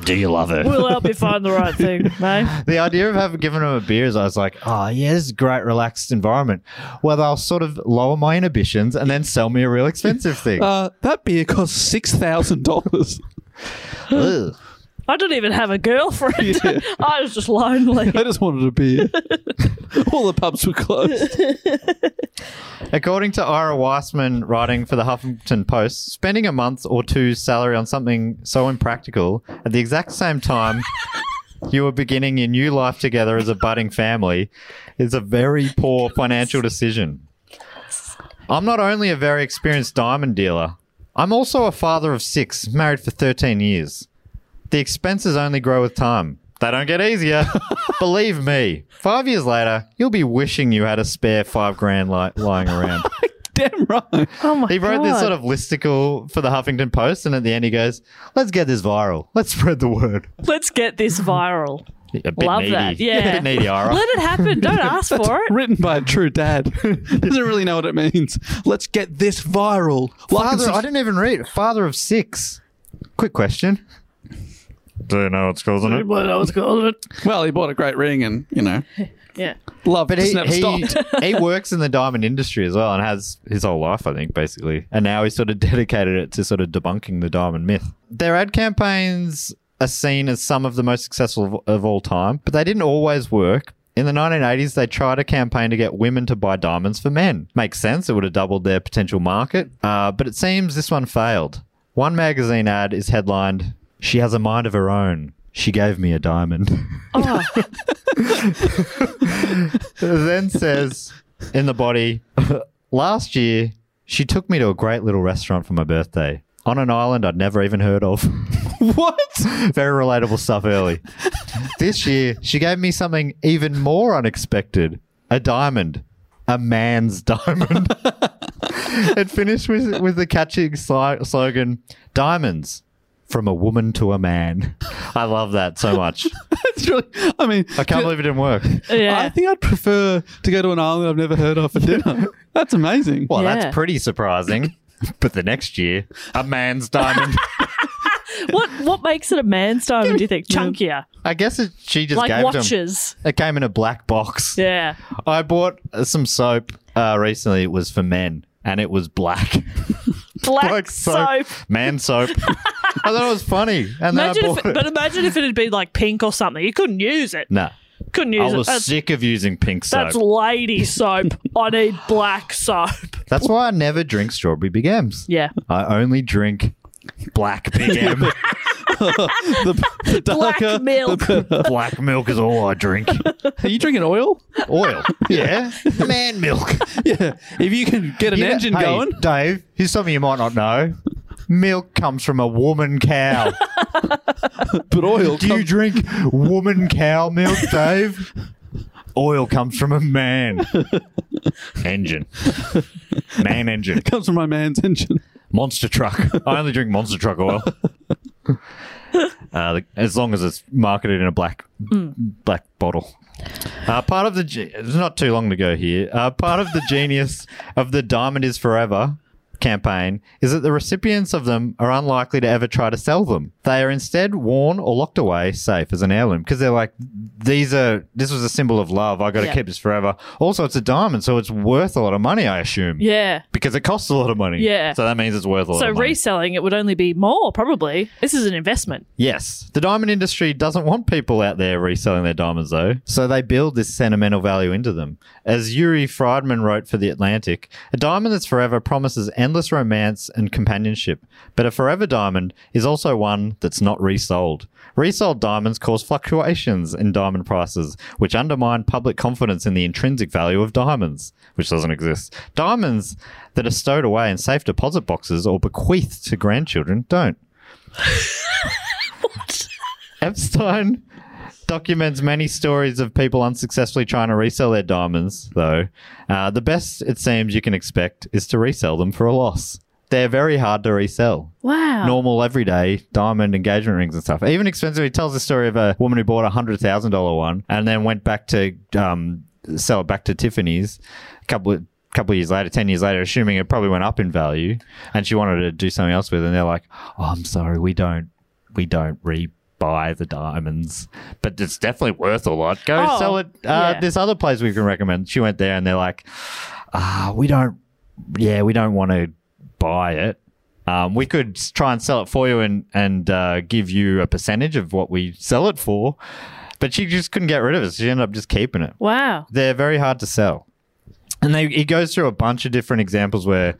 Speaker 3: do you love her?
Speaker 1: We'll help you find the right thing, mate.
Speaker 3: the idea of having given them a beer is I was like, oh, yeah, this is a great, relaxed environment where they'll sort of lower my inhibitions and then sell me a real expensive thing.
Speaker 2: uh, that beer cost six thousand dollars.
Speaker 3: Ugh.
Speaker 1: I don't even have a girlfriend. I was just lonely.
Speaker 2: I just wanted a beer. All the pubs were closed.
Speaker 3: According to Ira Weissman, writing for the Huffington Post, spending a month or two's salary on something so impractical at the exact same time you were beginning your new life together as a budding family is a very poor financial decision. I'm not only a very experienced diamond dealer, I'm also a father of six, married for 13 years. The expenses only grow with time. They don't get easier. Believe me, five years later, you'll be wishing you had a spare five grand li- lying around.
Speaker 2: Damn right.
Speaker 1: Oh my
Speaker 3: He wrote this
Speaker 1: God.
Speaker 3: sort of listicle for the Huffington Post, and at the end he goes, "Let's get this viral. Let's spread the word."
Speaker 1: Let's get this viral.
Speaker 3: A bit
Speaker 1: Love
Speaker 3: needy.
Speaker 1: that. Yeah.
Speaker 3: a bit needy, Ira.
Speaker 1: Let it happen. Don't ask for it.
Speaker 2: Written by a true dad. Doesn't really know what it means. Let's get this viral. Like and
Speaker 3: Father, I
Speaker 2: subs-
Speaker 3: didn't even read. it. Father of six. Quick question. Do you know what's causing it?
Speaker 2: well, he bought a great ring and, you know,
Speaker 1: Yeah.
Speaker 2: love
Speaker 3: But
Speaker 2: just
Speaker 3: he,
Speaker 2: never
Speaker 3: he,
Speaker 2: stopped.
Speaker 3: he works in the diamond industry as well and has his whole life, I think, basically. And now he's sort of dedicated it to sort of debunking the diamond myth. Their ad campaigns are seen as some of the most successful of, of all time, but they didn't always work. In the 1980s, they tried a campaign to get women to buy diamonds for men. Makes sense. It would have doubled their potential market. Uh, but it seems this one failed. One magazine ad is headlined, She has a mind of her own. She gave me a diamond. then says in the body, last year she took me to a great little restaurant for my birthday on an island I'd never even heard of. what? Very relatable stuff early. this year she gave me something even more unexpected a diamond. A man's diamond. it finished with, with the catchy sli- slogan Diamonds from a woman to a man. I love that so much.
Speaker 2: It's really, I mean,
Speaker 3: I can't believe it didn't work.
Speaker 2: I
Speaker 1: Yeah.
Speaker 2: think I'd prefer to go to an island I've never heard of for dinner. That's amazing.
Speaker 3: Well,
Speaker 1: Yeah.
Speaker 3: that's pretty surprising. but the next year, a man's diamond.
Speaker 1: What what makes it a man's diamond? Do you think chunkier?
Speaker 3: I guess it, she just
Speaker 1: Like
Speaker 3: gave
Speaker 1: watches.
Speaker 3: it to him. It came in a black box.
Speaker 1: Yeah.
Speaker 3: I bought uh, some soap uh, recently. It was for men, and it was black.
Speaker 1: Black soap.
Speaker 3: man soap. I thought it was funny,
Speaker 1: Imagine
Speaker 3: and then I
Speaker 1: if,
Speaker 3: bought
Speaker 1: it-
Speaker 3: it.
Speaker 1: but imagine if it had been like pink or something. You couldn't use it.
Speaker 3: Nah,
Speaker 1: Couldn't use
Speaker 3: I
Speaker 1: it.
Speaker 3: was
Speaker 1: That's-
Speaker 3: sick of using pink soap.
Speaker 1: That's lady soap. I need black soap.
Speaker 3: That's why I never drink strawberry Big M's.
Speaker 1: Yeah.
Speaker 3: I only drink black Big M.
Speaker 2: the, the
Speaker 1: Black
Speaker 2: darker
Speaker 1: milk.
Speaker 3: black milk is all I drink.
Speaker 2: Are you drinking oil?
Speaker 3: Oil. Yeah. Man milk.
Speaker 2: Yeah. If you can get an
Speaker 3: You know-
Speaker 2: engine
Speaker 3: Hey,
Speaker 2: going,
Speaker 3: Dave, here's something you might not know. Milk comes from a woman cow.
Speaker 2: but oil.
Speaker 3: Do you drink woman cow milk, Dave? Oil comes from a man. Engine. Man engine.
Speaker 2: comes from my man's engine.
Speaker 3: Monster truck. I only drink monster truck oil. Uh, the- as long as it's marketed in a black black bottle. Uh, part of the ge- it's not too long to go here. Uh, part of the genius of the Diamond is Forever campaign is that the recipients of them are unlikely to ever try to sell them. They are instead worn or locked away safe as an heirloom because they're like these are this was a symbol of love. I got to
Speaker 1: Yeah.
Speaker 3: keep this forever. Also, it's a diamond, so it's worth a lot of money, I assume.
Speaker 1: Yeah.
Speaker 3: Because it costs a lot of money.
Speaker 1: Yeah.
Speaker 3: So that means it's worth a lot
Speaker 1: So
Speaker 3: of money.
Speaker 1: reselling it would only be more probably. This is an investment.
Speaker 3: Yes. The diamond industry doesn't want people out there reselling their diamonds, though. So they build this sentimental value into them. As Yuri Friedman wrote for The Atlantic, a diamond that's forever promises endless romance and companionship. But a forever diamond is also one that's not resold. Resold diamonds cause fluctuations in diamond prices, which undermine public confidence in the intrinsic value of diamonds, which doesn't exist. Diamonds that are stowed away in safe deposit boxes or bequeathed to grandchildren don't. Epstein documents many stories of people unsuccessfully trying to resell their diamonds, though. Uh, the best, it seems, you can expect is to resell them for a loss. They're very hard to resell.
Speaker 1: Wow.
Speaker 3: Normal, everyday diamond engagement rings and stuff. Even expensive. He tells the story of a woman who bought a $100,000 one and then went back to um, sell it back to Tiffany's a couple of. Couple of years later, ten years later, assuming it probably went up in value, and she wanted to do something else with, it, and they're like, "Oh, I'm sorry, we don't we don't re-buy the diamonds, but it's definitely worth a lot. Go
Speaker 1: Oh,
Speaker 3: sell it. Uh,
Speaker 1: yeah.
Speaker 3: This other place we can recommend. She went there and they're like, ah, we don't, yeah, we don't want to buy it. Um, we could s- try and sell it for you and and uh, give you a percentage of what we sell it for, but she just couldn't get rid of it. So she ended up just keeping it
Speaker 1: Wow.
Speaker 3: they're very hard to sell. And they, he goes through a bunch of different examples where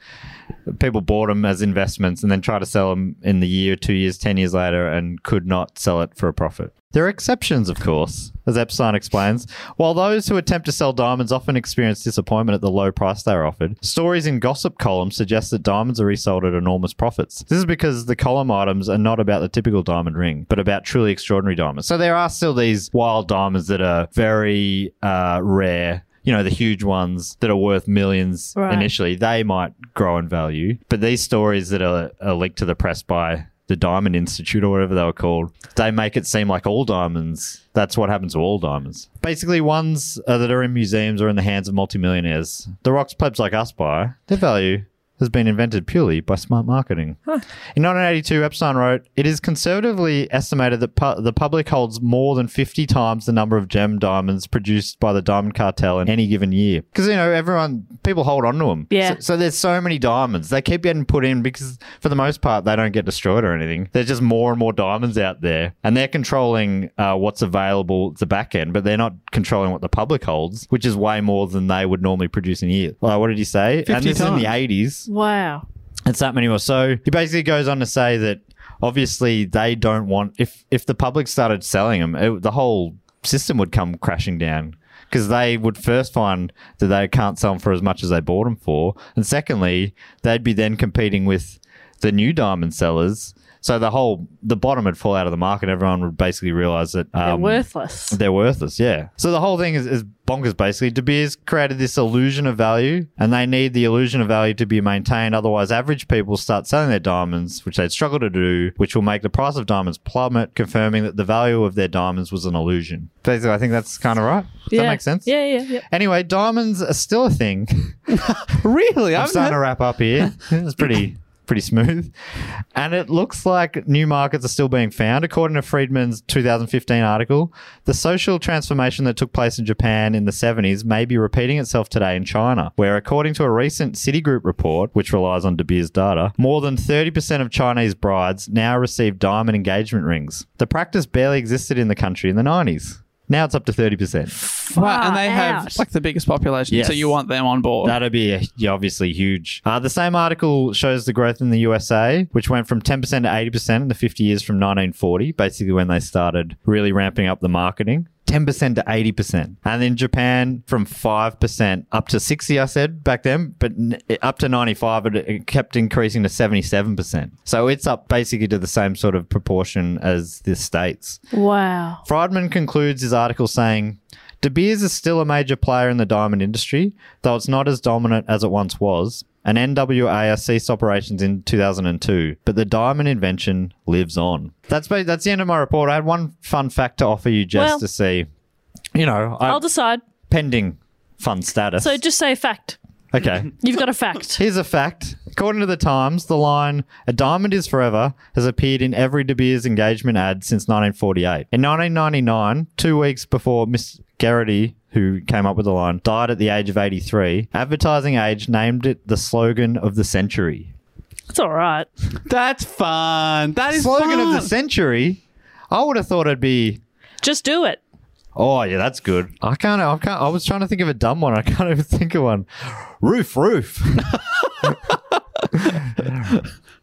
Speaker 3: people bought them as investments and then try to sell them in the year, two years, 10 years later, and could not sell it for a profit. There are exceptions, of course, as Epstein explains. While those who attempt to sell diamonds often experience disappointment at the low price they are offered, stories in gossip columns suggest that diamonds are resold at enormous profits. This is because the column items are not about the typical diamond ring, but about truly extraordinary diamonds. So there are still these wild diamonds that are very uh, rare. You know, the huge ones that are worth millions
Speaker 1: Right.
Speaker 3: initially, they might grow in value. But these stories that are, are leaked to the press by the Diamond Institute or whatever they were called, they make it seem like all diamonds. That's what happens to all diamonds. Basically, ones uh, that are in museums or in the hands of multimillionaires. The rocks plebs like us buy, their value has been invented purely by smart marketing. In 1982, Epstein wrote, It is conservatively estimated that pu- the public holds more than 50 times the number of gem diamonds produced by the diamond cartel in any given year. Because, you know, everyone, people hold on to them.
Speaker 1: Yeah.
Speaker 3: So, so there's so many diamonds. They keep getting put in because, for the most part, they don't get destroyed or anything. There's just more and more diamonds out there. And they're controlling uh, what's available at the back end, but they're not controlling what the public holds, which is way more than they would normally produce in a year. Like, what did he say?
Speaker 2: 50
Speaker 3: and this is in the
Speaker 2: times.
Speaker 3: 80s.
Speaker 1: Wow.
Speaker 3: It's that many more. So he basically goes on to say that obviously they don't want if if the public started selling them, it, the whole system would come crashing down because they would first find that they can't sell them for as much as they bought them for, and secondly, they'd be then competing with the new diamond sellers. So the whole the bottom would fall out of the market. Everyone would basically realize that
Speaker 1: They're
Speaker 3: um,
Speaker 1: worthless.
Speaker 3: they're worthless, yeah. So the whole thing is, is bonkers, basically. De Beers created this illusion of value, and they need the illusion of value to be maintained. Otherwise, average people start selling their diamonds, which they'd struggle to do, which will make the price of diamonds plummet, confirming that the value of their diamonds was an illusion. Basically, I think that's kind of right. Does
Speaker 1: yeah.
Speaker 3: that make sense?
Speaker 1: Yeah, yeah, yeah.
Speaker 3: Anyway, diamonds are still a thing.
Speaker 2: Really?
Speaker 3: I'm
Speaker 2: I've
Speaker 3: starting to
Speaker 2: never,
Speaker 3: wrap up here. It's pretty pretty smooth. And it looks like new markets are still being found. According to Friedman's 2015 article, the social transformation that took place in Japan in the 70s may be repeating itself today in China, where, according to a recent Citigroup report, which relies on De Beers data, more than 30% of Chinese brides now receive diamond engagement rings. The practice barely existed in the country in the 90s. Now it's up to 30%.
Speaker 2: Wow, and they have
Speaker 1: out.
Speaker 2: like the biggest population,
Speaker 3: Yes.
Speaker 2: so you want them on board.
Speaker 3: That'd be a, yeah, obviously huge. Uh, the same article shows the growth in the USA, which went from 10% to 80% in the 50 years from 1940, basically when they started really ramping up the marketing. 10% to 80%. And in Japan, from 5% up to 60, I said back then, but n- up to 95, it, it kept increasing to 77%. So it's up basically to the same sort of proportion as the States.
Speaker 1: Wow.
Speaker 3: Friedman concludes his article saying, De Beers is still a major player in the diamond industry, though it's not as dominant as it once was, and NWA ceased operations in 2002, but the diamond invention lives on. That's ba- that's the end of my report. I had one fun fact to offer you just
Speaker 1: Well-
Speaker 3: to see, you know, I,
Speaker 1: I'll decide.
Speaker 3: pending fun status.
Speaker 1: So just say a fact.
Speaker 3: okay.
Speaker 1: You've got a fact.
Speaker 3: Here's a fact. According to the Times, the line "A diamond is forever" has appeared in every De Beers engagement ad since 1948. In 1999, two weeks before Miss Garrity, who came up with the line, died at the age of 83, Advertising Age named it the slogan of the century.
Speaker 1: It's all right.
Speaker 2: That's fun. That is
Speaker 3: slogan of
Speaker 2: fun.
Speaker 3: the century. I would have thought it'd be.
Speaker 1: Just do it.
Speaker 3: Oh yeah, that's good. I can't. I can't. I was trying to think of a dumb one. I can't even think of one. Roof, roof.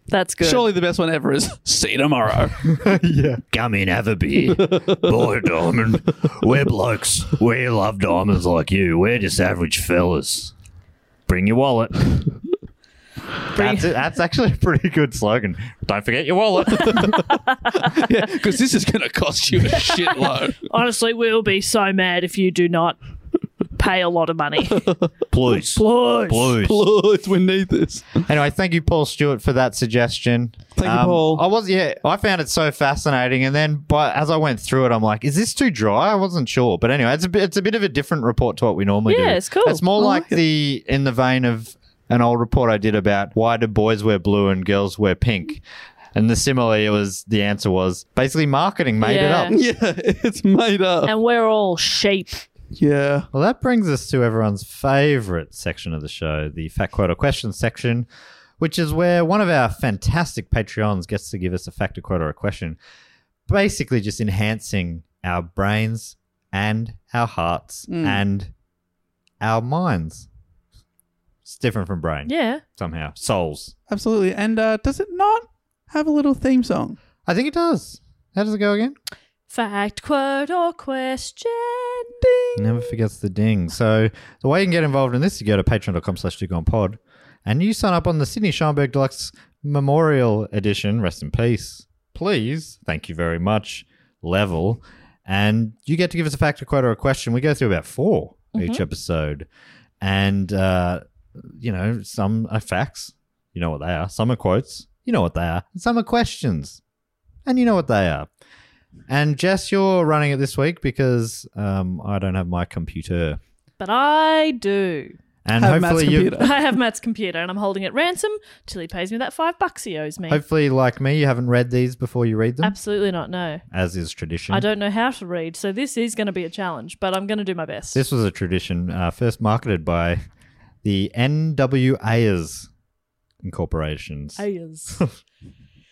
Speaker 1: That's good.
Speaker 2: Surely the best one ever is see you tomorrow.
Speaker 3: yeah. Come in, have a beer. Buy a diamond. We're blokes. We love diamonds like you. We're just average fellas. Bring your wallet. That's, it. That's actually a pretty good slogan. Don't forget your wallet.
Speaker 2: yeah, because this is going to cost you a shitload.
Speaker 1: Honestly, we'll be so mad if you do not pay a lot of money.
Speaker 3: Please.
Speaker 1: Please.
Speaker 2: Lord, we need this.
Speaker 3: Anyway, thank you, Paul Stewart, for that suggestion. Um,
Speaker 2: Thank you, Paul.
Speaker 3: I was yeah, I found it so fascinating, and then but as I went through it, I'm like, is this too dry? I wasn't sure, but anyway, it's a bit, it's a bit of a different report to what we normally do.
Speaker 1: Yeah, it's cool.
Speaker 3: It's more
Speaker 2: I
Speaker 3: like
Speaker 2: like it.
Speaker 3: the in the vein of an old report I did about why do boys wear blue and girls wear pink. And the simile it was the answer was basically marketing made
Speaker 1: Yeah.
Speaker 3: it up.
Speaker 2: Yeah, it's made up.
Speaker 1: And we're all sheep.
Speaker 2: yeah.
Speaker 3: Well, that brings us to everyone's favorite section of the show, the fact quote or question section, which is where one of our fantastic Patreons gets to give us a fact, a quote, or a question, basically just enhancing our brains and our hearts and our minds. It's different from brain
Speaker 1: Yeah.
Speaker 3: somehow, souls.
Speaker 2: Absolutely. And uh, does it not have a little theme song?
Speaker 3: I think it does. How does it go again?
Speaker 1: Fact, quote, or question.
Speaker 3: Never forgets the ding. So the way you can get involved in this, you go to patreon.com slash pod and you sign up on the Sydney Scheinberg Deluxe Memorial Edition, rest in peace, please. Thank you very much, level. And you get to give us a fact, a quote, or a question. We go through about 4 each episode. And, uh, you know, some are facts. You know what they are. Some are quotes. You know what they are. And some are questions. And you know what they are. And Jess, you're running it this week because um, I don't have my computer.
Speaker 1: But I do.
Speaker 3: And
Speaker 2: Have Matt's
Speaker 3: hopefully, you,
Speaker 2: computer.
Speaker 1: I have Matt's computer and I'm holding it ransom till he pays me that five bucks he owes me.
Speaker 3: hopefully, like me, you haven't read these before you read them,
Speaker 1: Absolutely not, no.
Speaker 3: as is tradition.
Speaker 1: I don't know how to read, so this is going to be a challenge, but I'm going to do my best.
Speaker 3: This was a tradition uh, first marketed by the NWAs Incorporations.
Speaker 1: Ayers.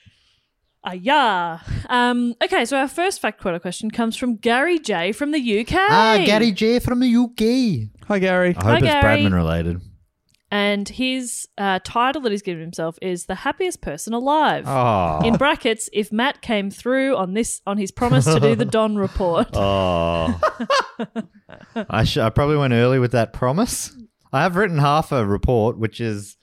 Speaker 1: yeah. Um, okay, so our first fact quote or question comes from Gary J from the UK.
Speaker 3: Ah, Gary J from the UK.
Speaker 2: Hi, Gary.
Speaker 3: I hope it's
Speaker 1: Gary.
Speaker 3: Bradman related.
Speaker 1: And his uh, title that he's given himself is The Happiest Person Alive.
Speaker 3: Oh,
Speaker 1: In brackets, if Matt came through on this on his promise to do the Don report.
Speaker 3: Oh. I, sh- I probably went early with that promise. I have written half a report, which is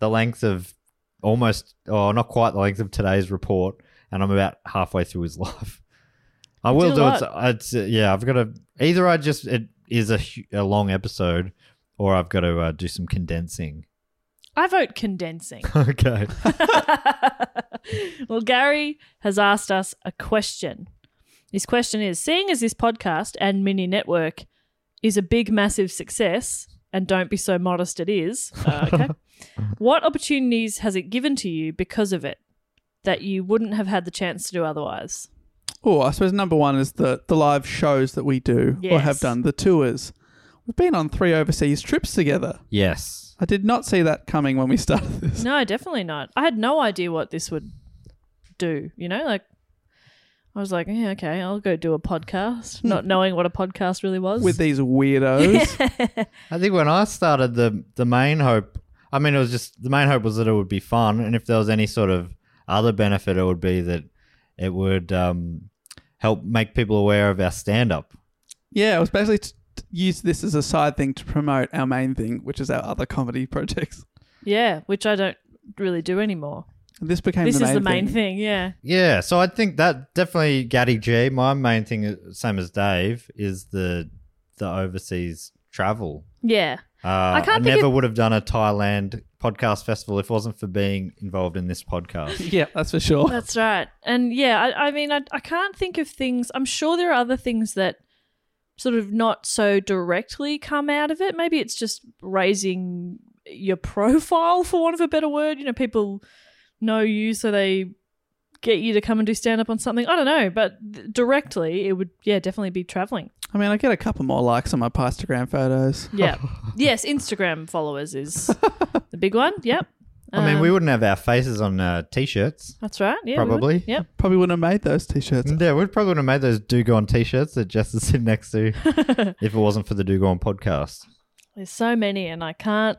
Speaker 3: the length of almost, or not quite the length of today's report, and I'm about halfway through his life. I will
Speaker 1: a
Speaker 3: do it.
Speaker 1: lot.
Speaker 3: so- It's, uh, yeah, I've got to either I just it is a, hu- a long episode, or I've got to uh, do some condensing.
Speaker 1: I vote condensing.
Speaker 3: okay,
Speaker 1: well, Gary has asked us a question. His question is Seeing as this podcast and mini network is a big, massive success, and don't be so modest, it is. uh, okay. What opportunities has it given to you because of it that you wouldn't have had the chance to do otherwise?
Speaker 2: Oh, I suppose number one is the, the live shows that we do or
Speaker 1: Yes.
Speaker 2: have done, the tours. We've been on three overseas trips together.
Speaker 3: Yes.
Speaker 2: I did not see that coming when we started this.
Speaker 1: No, definitely not. I had no idea what this would do. You know, like I was like, yeah, okay, I'll go do a podcast, not knowing what a podcast really was.
Speaker 2: With these weirdos.
Speaker 3: I think when I started the the main hope, I mean, it was just the main hope was that it would be fun, and if there was any sort of other benefit, it would be that it would um, help make people aware of our stand up.
Speaker 2: yeah, it was basically to, to use this as a side thing to promote our main thing, which is our other comedy projects.
Speaker 1: yeah, which I don't really do anymore.
Speaker 2: And this became
Speaker 1: This
Speaker 2: the
Speaker 1: is
Speaker 2: main
Speaker 1: the main
Speaker 2: thing.
Speaker 1: thing. yeah.
Speaker 3: Yeah, so I think that definitely Gaddy G. My main thing, is- same as Dave, is the the overseas travel.
Speaker 1: Yeah.
Speaker 3: Uh, I,
Speaker 1: can't think
Speaker 3: never
Speaker 1: of-
Speaker 3: would have done a Thailand podcast festival if it wasn't for being involved in this podcast.
Speaker 2: Yeah, that's for sure.
Speaker 1: That's right. And yeah, I, I mean, I, I can't think of things. I'm sure there are other things that sort of not so directly come out of it. Maybe it's just raising your profile, for want of a better word. You know, people know you, so they get you to come and do stand up on something. I don't know, but th- directly, it would, yeah, definitely be traveling.
Speaker 2: I mean, I get a couple more likes on my Instagram photos.
Speaker 1: Yeah. yes, Instagram followers is the big one. Yep.
Speaker 3: I mean,
Speaker 1: Um,
Speaker 3: we wouldn't have our faces on uh, t-shirts.
Speaker 1: That's right. Yeah. we would.
Speaker 3: Probably.
Speaker 1: Yep.
Speaker 2: Probably wouldn't have made those t shirts.
Speaker 3: Yeah, we probably would have made those Dugon t-shirts that Jess is sitting next to if it wasn't for the Dugon podcast.
Speaker 1: There's so many, and I can't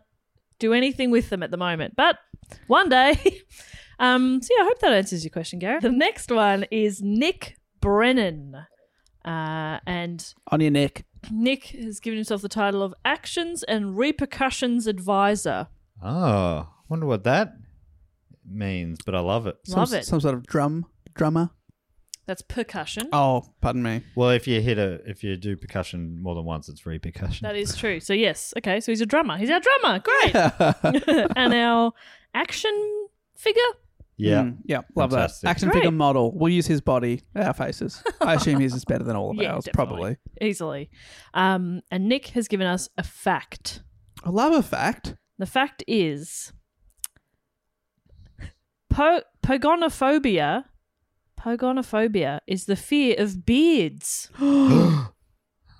Speaker 1: do anything with them at the moment. But one day. um, so, yeah, I hope that answers your question, Gary. The next one is Nick Brennan. Uh, and
Speaker 2: On your neck.
Speaker 1: Nick has given himself the title of Actions and Repercussions Advisor.
Speaker 3: Oh, wonder what that means, but I love it.
Speaker 1: Love
Speaker 2: some,
Speaker 1: it.
Speaker 2: Some sort of drum, drummer.
Speaker 1: That's percussion.
Speaker 2: Oh, pardon me.
Speaker 3: Well, if you hit a if you do percussion more than once, it's repercussion.
Speaker 1: That is true. So, yes. Okay. So, he's a drummer. He's our drummer. Great. and our action figure.
Speaker 3: yeah.
Speaker 1: Hmm.
Speaker 2: Mm, yeah, love
Speaker 3: Fantastic.
Speaker 2: that. Action
Speaker 1: Great.
Speaker 2: figure model. We'll use his body, our faces. I assume his is better than all of
Speaker 1: Yeah,
Speaker 2: ours,
Speaker 1: definitely.
Speaker 2: probably.
Speaker 1: Easily. Um, and Nick has given us a fact.
Speaker 2: I love a fact.
Speaker 1: The fact is, po- pogonophobia, pogonophobia is the fear of beards. Oh,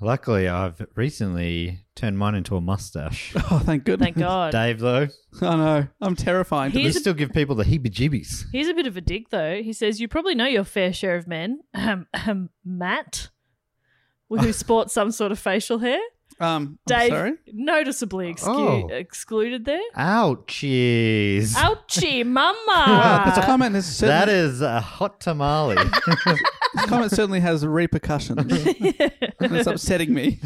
Speaker 3: Luckily, I've recently turned mine into a mustache.
Speaker 2: Oh, thank goodness.
Speaker 1: Thank God.
Speaker 3: Dave, though,
Speaker 2: I know. I'm terrifying.
Speaker 3: you
Speaker 1: Here's a,
Speaker 3: still give people the heebie-jeebies.
Speaker 1: here's a bit of a dig, though. He says, You probably know your fair share of men. Ahem, ahem, Matt, who sports some sort of facial hair.
Speaker 2: um, I'm
Speaker 1: Dave,
Speaker 2: sorry.
Speaker 1: noticeably excu-
Speaker 3: Oh.
Speaker 1: excluded there.
Speaker 3: Ouchies!
Speaker 1: Ouchie, mama. uh,
Speaker 2: Wow, that's a comment. That's
Speaker 3: that
Speaker 2: certainly,
Speaker 3: is a hot tamale.
Speaker 2: that comment certainly has repercussions. it's upsetting me.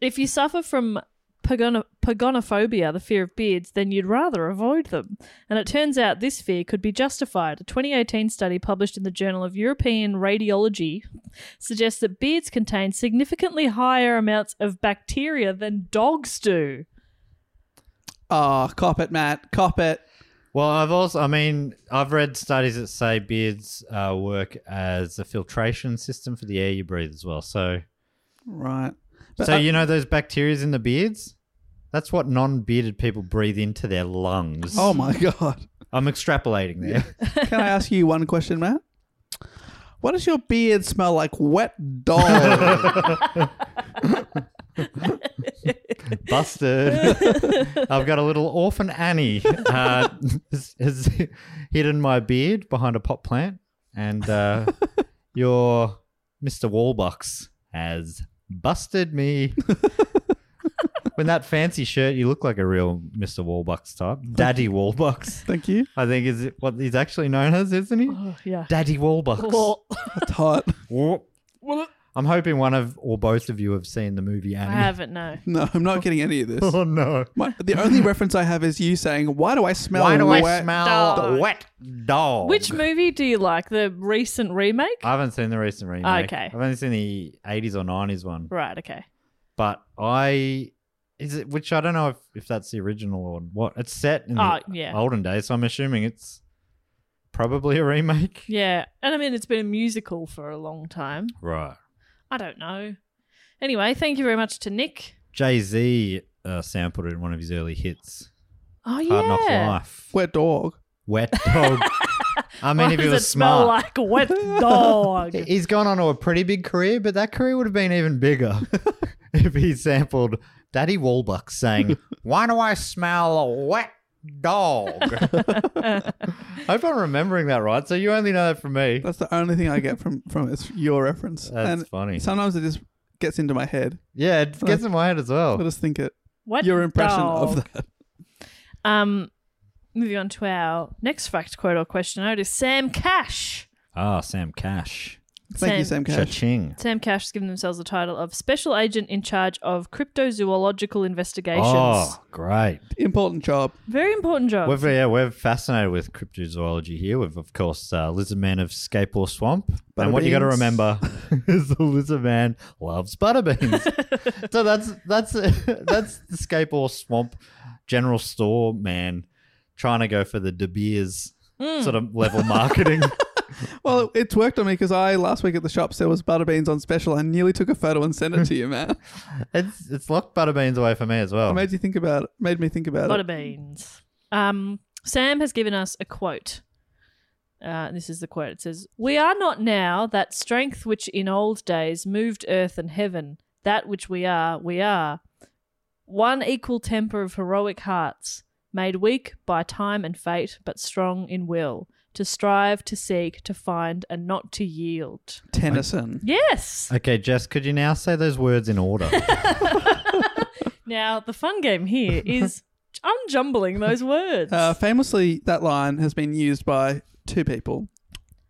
Speaker 1: If you suffer from pagono- pagonophobia, the fear of beards, then you'd rather avoid them. And it turns out this fear could be justified. A 2018 study published in the Journal of European Radiology suggests that beards contain significantly higher amounts of bacteria than dogs do.
Speaker 2: Oh, cop it, Matt. Cop it.
Speaker 3: Well, I've also, I mean, I've read studies that say beards uh, work as a filtration system for the air you breathe as well. So,
Speaker 2: Right. But uh,
Speaker 3: so
Speaker 2: I-
Speaker 3: you know those bacterias in the beards? That's what non-bearded people breathe into their lungs.
Speaker 2: Oh, my God.
Speaker 3: I'm extrapolating there.
Speaker 2: Can I ask you one question, Matt? What does your beard smell like? Wet dog.
Speaker 3: Busted. I've got a little orphan Annie uh, has, has hidden my beard behind a pot plant, and uh, your Mr. Wallbucks has busted me. When that fancy shirt, you look like a real Mr. Wallbucks type. Daddy Wallbucks,
Speaker 2: Thank you.
Speaker 3: I think, is what he's actually known as, isn't he?
Speaker 1: Oh, yeah.
Speaker 3: Daddy Wallbucks.
Speaker 2: That's hot.
Speaker 3: Whoop. I'm hoping one of or both of you have seen the movie
Speaker 1: I
Speaker 3: Annie.
Speaker 1: haven't, no.
Speaker 2: No, I'm not getting any of this.
Speaker 3: Oh no.
Speaker 2: My, the only reference I have is you saying, "Why do I smell?
Speaker 3: Why do I
Speaker 2: wet?"
Speaker 3: smell
Speaker 1: dog?
Speaker 3: wet dog?
Speaker 1: Which movie do you like? The recent remake?
Speaker 3: I haven't seen the recent remake.
Speaker 1: Okay.
Speaker 3: I've only seen the eighties or nineties one.
Speaker 1: right, okay.
Speaker 3: But I is it which I don't know if, if that's the original or what. It's set in
Speaker 1: Oh,
Speaker 3: the
Speaker 1: yeah.
Speaker 3: olden days, so I'm assuming it's probably a remake.
Speaker 1: Yeah. And I mean, it's been a musical for a long time.
Speaker 3: Right.
Speaker 1: I don't know. Anyway, thank you very much to Nick.
Speaker 3: Jay Z uh, sampled it in one of his early hits.
Speaker 1: Oh yeah.
Speaker 3: Hard Knock Life.
Speaker 2: Wet dog.
Speaker 3: Wet dog. I mean,
Speaker 1: Why
Speaker 3: if he
Speaker 1: does
Speaker 3: was
Speaker 1: it smell like
Speaker 3: smart.
Speaker 1: wet dog?
Speaker 3: He's gone on to a pretty big career, but that career would have been even bigger if he sampled Daddy Walbuck saying, Why do I smell a wet dog? I hope I'm remembering that right. So you only know that from me.
Speaker 2: That's the only thing I get from from is your reference.
Speaker 3: That's funny.
Speaker 2: Sometimes it just gets into my head.
Speaker 3: Yeah, it gets in my head as
Speaker 2: I
Speaker 3: well.
Speaker 2: just think it.
Speaker 1: Wet
Speaker 2: your impression
Speaker 1: dog.
Speaker 2: of that.
Speaker 1: Um, moving on to our next fact quote or question. I noticed Sam Cash.
Speaker 3: Ah, Sam Cash.
Speaker 2: Thank you, Sam Cash.
Speaker 3: Cha-ching.
Speaker 1: Sam Cash has given themselves the title of Special Agent in Charge of Cryptozoological Investigations.
Speaker 3: Oh, great.
Speaker 2: Important job.
Speaker 1: Very important job.
Speaker 3: We're, uh, yeah, we're fascinated with cryptozoology here. We've, of course, uh, Lizard Man of Skateboard Swamp. and what you got to
Speaker 2: Butterbeans.
Speaker 3: remember is the Lizard Man loves butterbeans. so that's that's that's the Skateboard Swamp general store man trying to go for the De Beers
Speaker 2: Hmm.
Speaker 3: sort of level marketing.
Speaker 2: Well, it, it's worked on me because I last week at the shops there was butterbeans on special. I nearly took a photo and sent it to you, man.
Speaker 3: it's, it's locked butterbeans away for me as well.
Speaker 2: It made you think about it. Made me think about
Speaker 1: Lot
Speaker 2: it.
Speaker 1: of beans. Um, Sam has given us a quote. Uh, this is the quote. It says, "We are not now that strength which in old days moved earth and heaven. That which we are, we are. One equal temper of heroic hearts, made weak by time and fate, but strong in will, to strive, to seek, to find, and not to yield."
Speaker 2: Tennyson.
Speaker 1: Yes.
Speaker 3: Okay, Jess, could you now say those words in order?
Speaker 1: Now the fun game here is I'm jumbling those words.
Speaker 2: Uh, famously, that line has been used by two people,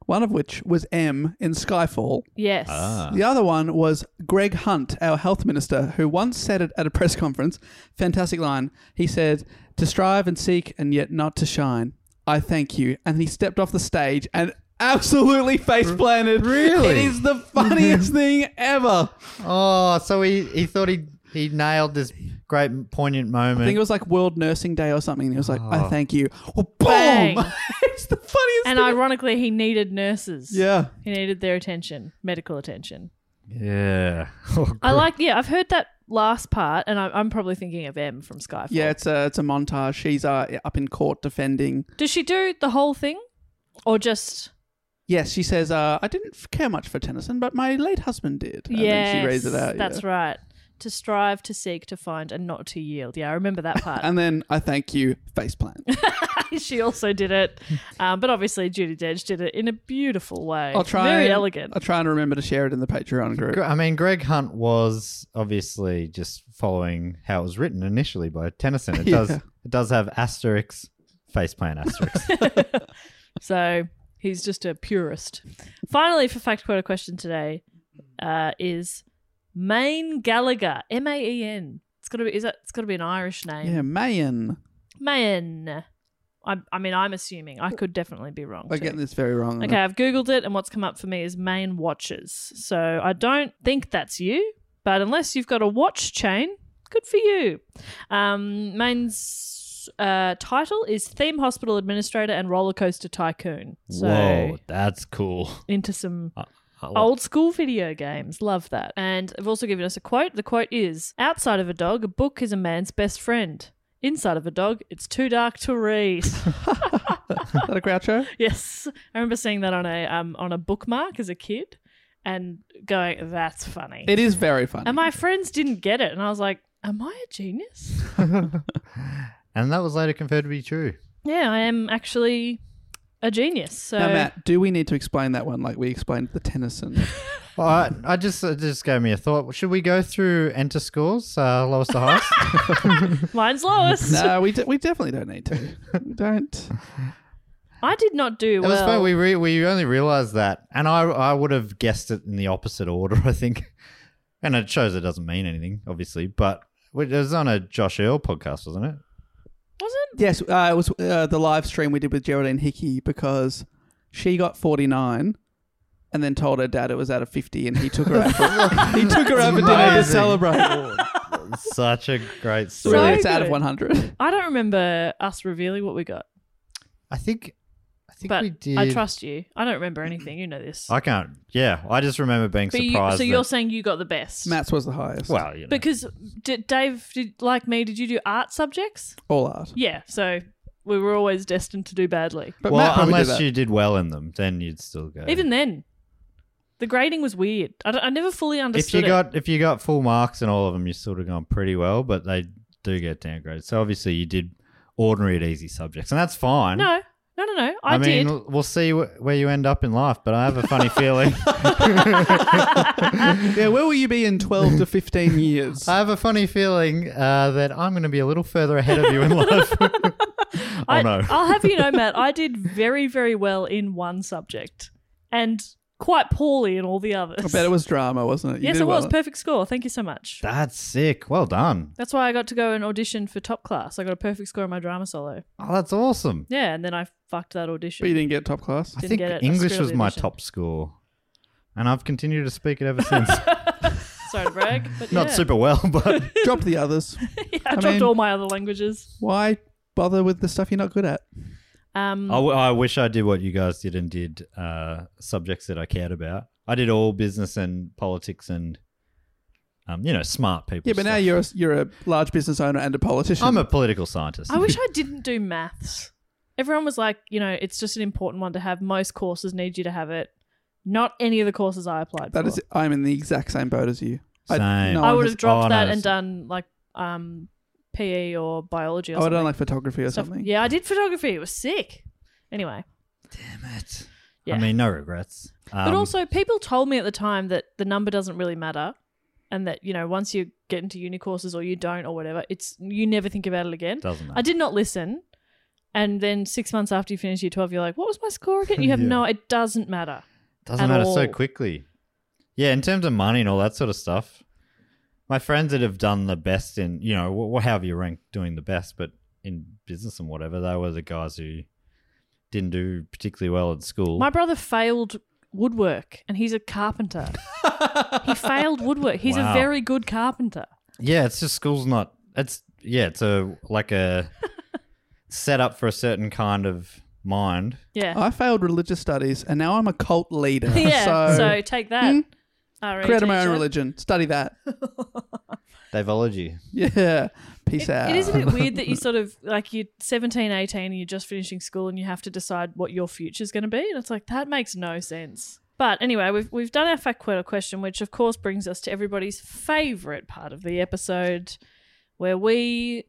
Speaker 2: one of which was M in Skyfall.
Speaker 1: yes.
Speaker 2: The other one was Greg Hunt, our health minister, who once said it at a press conference. Fantastic line. He said, To strive and seek and yet not to shine. I thank you. And he stepped off the stage and absolutely face planted. Really? It is the funniest thing ever.
Speaker 3: oh, so he, he thought he, he nailed this great poignant moment.
Speaker 2: I think it was like World Nursing Day or something. And he was like, I thank you. Oh,
Speaker 1: Bang.
Speaker 2: boom! it's the funniest
Speaker 1: And
Speaker 2: thing. e-,
Speaker 1: ironically, he needed nurses.
Speaker 2: yeah.
Speaker 1: He needed their attention, medical attention.
Speaker 3: Yeah.
Speaker 1: I like, yeah, I've heard that last part, and I'm, I'm probably thinking of M from Skyfall.
Speaker 2: Yeah, it's a, it's a montage. She's uh, up in court defending
Speaker 1: Does she do the whole thing? Or just.
Speaker 2: Yes, she says, uh, I didn't f- care much for Tennyson, but my late husband did. And then
Speaker 1: Yeah.
Speaker 2: she reads it out.
Speaker 1: That's right. To strive, to seek, to find, and not to yield. Yeah, I remember that part.
Speaker 2: And then I thank you, faceplant.
Speaker 1: she also did it. Um, but obviously, Judy Dench did it in a beautiful way.
Speaker 2: I'll try.
Speaker 1: Very
Speaker 2: and,
Speaker 1: elegant.
Speaker 2: I'll try and remember to share it in the Patreon group.
Speaker 3: Gre- I mean, Greg Hunt was obviously just following how it was written initially by Tennyson. It does
Speaker 2: Yeah.
Speaker 3: it does have asterisks, faceplant asterisks.
Speaker 1: So he's just a purist. Finally, for fact quote a question today uh, is Maine Gallagher, M A E N. It's gotta be is that it's gotta be an Irish name.
Speaker 2: Yeah, Mayan.
Speaker 1: Maine. I, I mean, I'm assuming. I could definitely be wrong.
Speaker 2: I'm
Speaker 1: too.
Speaker 2: getting this very wrong.
Speaker 1: Okay, I've googled it, and what's come up for me is Maine watches. So I don't think that's you, but unless you've got a watch chain, good for you. Um, Maine's uh, title is Theme Hospital Administrator and Roller Coaster Tycoon. So
Speaker 3: Whoa, Oh, that's cool.
Speaker 1: into some
Speaker 3: I love-
Speaker 1: old school video games. Love that. And they've also given us a quote. The quote is Outside of a dog, a book is a man's best friend. Inside of a dog, it's too dark to read.
Speaker 2: Is that a Groucho?
Speaker 1: yes. I remember seeing that on a um, on a bookmark as a kid and going, That's funny.
Speaker 2: It is very funny.
Speaker 1: and my friends didn't get it. And I was like, Am I a genius?
Speaker 3: And that was later confirmed to be true.
Speaker 1: yeah, I am actually a genius. So
Speaker 2: now, Matt, do we need to explain that one like we explained the Tennyson?
Speaker 3: Well, I, I just it just gave me a thought. Should we go through enter scores, uh, lowest to highest?
Speaker 1: mine's lowest.
Speaker 2: no, we, de- we definitely don't need to. We don't.
Speaker 1: I did not do
Speaker 3: it
Speaker 1: well.
Speaker 3: was funny. We re- we only realized that, and I I would have guessed it in the opposite order. I think, and it shows it doesn't mean anything, obviously. But it was on a Josh Earl podcast, wasn't it?
Speaker 1: Was it?
Speaker 2: Yes, uh, it was uh, the live stream we did with Geraldine Hickey because she got 49 and then told her dad it was out of 50 and he took her out for, he took her out for dinner to
Speaker 3: amazing.
Speaker 2: celebrate.
Speaker 3: Such a great story.
Speaker 2: Really, it's out of
Speaker 1: good.
Speaker 2: 100.
Speaker 1: I don't remember us revealing what we got.
Speaker 3: I think I think
Speaker 1: but
Speaker 3: we did.
Speaker 1: I trust you. I don't remember anything. You know this.
Speaker 3: I can't. Yeah, I just remember being
Speaker 1: But you,
Speaker 3: surprised.
Speaker 1: so you're
Speaker 3: that-
Speaker 1: saying you got the best.
Speaker 2: Matt's was the highest.
Speaker 3: well, you know,
Speaker 1: Because did Dave, did, like me, did you do art subjects?
Speaker 2: all art.
Speaker 1: Yeah, so we were always destined to do badly.
Speaker 2: But Matt
Speaker 3: well,
Speaker 2: probably did
Speaker 3: unless
Speaker 2: that.
Speaker 3: you did well in them, then you'd still go.
Speaker 1: Even then, the grading was weird. I, don't- I never fully
Speaker 3: if
Speaker 1: understood
Speaker 3: you
Speaker 1: it.
Speaker 3: got if you got full marks in all of them, you sort of gone pretty well, but they do get downgraded. So obviously you did ordinary at easy subjects, and that's fine.
Speaker 1: no, no, no, no. I, did.
Speaker 3: mean, l- we'll see wh- where you end up in life, but I have a funny feeling.
Speaker 2: Yeah, where will you be in 12 to 15 years?
Speaker 3: I have a funny feeling uh, that I'm going to be a little further ahead of you in life.
Speaker 1: I,
Speaker 3: oh no!
Speaker 1: I'll have you know, Matt, I did very, very well in one subject and quite poorly in all the others.
Speaker 2: I bet it was drama, wasn't it? You
Speaker 1: yes,
Speaker 2: did
Speaker 1: it was.
Speaker 2: well.
Speaker 1: Perfect score. Thank you so much.
Speaker 3: That's sick. Well done.
Speaker 1: That's why I got to go and audition for top class. I got a perfect score in my drama solo.
Speaker 3: Oh, that's awesome.
Speaker 1: Yeah, and then I fucked that audition.
Speaker 2: But you didn't get top class.
Speaker 3: I
Speaker 1: Didn't
Speaker 3: think
Speaker 1: get it. I screwed
Speaker 3: English
Speaker 1: up
Speaker 3: was
Speaker 1: the
Speaker 3: my
Speaker 1: audition.
Speaker 3: top score, and I've continued to speak it ever since.
Speaker 1: Sorry to brag, but
Speaker 3: Not
Speaker 1: yeah.
Speaker 3: super well, but
Speaker 2: Drop the others.
Speaker 1: Yeah, I,
Speaker 2: I
Speaker 1: dropped
Speaker 2: mean-
Speaker 1: all my other languages.
Speaker 2: Why bother with the stuff you're not good at?
Speaker 1: Um,
Speaker 3: I, w- I wish I did what you guys did and did uh, subjects that I cared about. I did all business and politics and, um, you know, smart people.
Speaker 2: Yeah, but now
Speaker 3: stuff.
Speaker 2: you're a, you're a large business owner and a politician.
Speaker 3: I'm a political scientist.
Speaker 1: I wish I didn't do maths. Everyone was like, you know, it's just an important one to have. Most courses need you to have it. Not any of the courses I applied
Speaker 2: that
Speaker 1: for.
Speaker 2: is, I'm in the exact same boat as you.
Speaker 3: Same.
Speaker 2: no
Speaker 1: I
Speaker 2: one
Speaker 1: would
Speaker 2: has-
Speaker 1: have dropped
Speaker 3: oh, no,
Speaker 1: that
Speaker 3: it's-
Speaker 1: and done like um, PE or biology or
Speaker 2: Oh, I
Speaker 1: something.
Speaker 2: don't like photography or
Speaker 1: Stuff-
Speaker 2: something.
Speaker 1: Yeah, I did photography. It was sick. Anyway,
Speaker 3: Damn it.
Speaker 1: Yeah.
Speaker 3: I mean, no regrets.
Speaker 1: but
Speaker 3: Um,
Speaker 1: also people told me at the time that the number doesn't really matter, and that you know once you get into uni courses or you don't or whatever, it's you never think about it again.
Speaker 3: doesn't matter.
Speaker 1: I did not listen. And then six months after you finish year 12, you're like, what was my score again? You have no, it doesn't matter.
Speaker 3: Doesn't
Speaker 1: at
Speaker 3: matter so
Speaker 1: all.
Speaker 3: quickly. Yeah, in terms of money and all that sort of stuff, my friends that have done the best in, you know, wh- wh- however you rank doing the best, but in business and whatever, they were the guys who didn't do particularly well at school.
Speaker 1: My brother failed woodwork and he's a carpenter. he failed woodwork. He's
Speaker 3: Wow.
Speaker 1: a very good carpenter.
Speaker 3: Yeah, it's just school's not. It's yeah, it's a like a setup for a certain kind of mind.
Speaker 1: Yeah.
Speaker 2: Oh, I failed religious studies and now I'm a cult leader.
Speaker 1: yeah. So,
Speaker 2: So,
Speaker 1: take that. E
Speaker 2: Hmm?
Speaker 1: RE
Speaker 2: created my own
Speaker 1: teacher.
Speaker 2: religion. Study that.
Speaker 3: Divology.
Speaker 2: Yeah. Peace
Speaker 1: It,
Speaker 2: out.
Speaker 1: it is a bit weird that you sort of like you're 17, 18 and you're just finishing school and you have to decide what your future's going to be. And it's like, that makes no sense. But anyway, we've, we've done our fact quitter question, which of course brings us to everybody's favorite part of the episode where we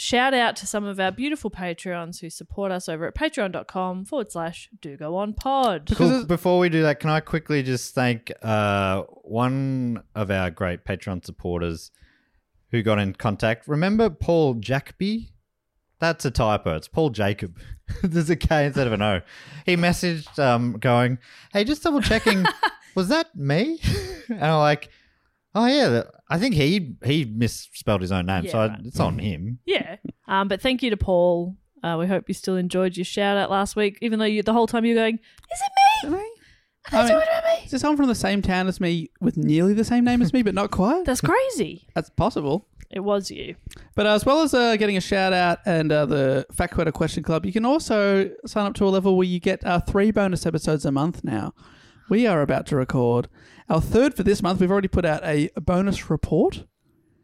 Speaker 1: shout out to some of our beautiful Patreons who support us over at patreon.com forward slash do go on pod.
Speaker 3: Cool. Before we do that, can I quickly just thank uh, one of our great Patreon supporters who got in contact? Remember Paul Jackby? That's a typo. It's Paul Jacob. There's a K instead of an O. He messaged um, going, Hey, just double checking, was that me? and I'm like, Oh, yeah. that- I think he he misspelled his own name.
Speaker 1: Yeah,
Speaker 3: so I,
Speaker 1: right.
Speaker 3: it's on him.
Speaker 1: Yeah. Um, but thank you to Paul. Uh, we hope you still enjoyed your shout out last week, even though you the whole time you're going,
Speaker 2: Am I? I mean, is there someone from the same town as me with nearly the same name as me, but not quite?
Speaker 1: that's crazy.
Speaker 2: That's possible.
Speaker 1: It was you.
Speaker 2: But as well as uh, getting a shout out and uh, the Fact Quitter Question Club, you can also sign up to a level where you get uh, three bonus episodes a month now. We are about to record our third for this month. We've already put out a bonus report.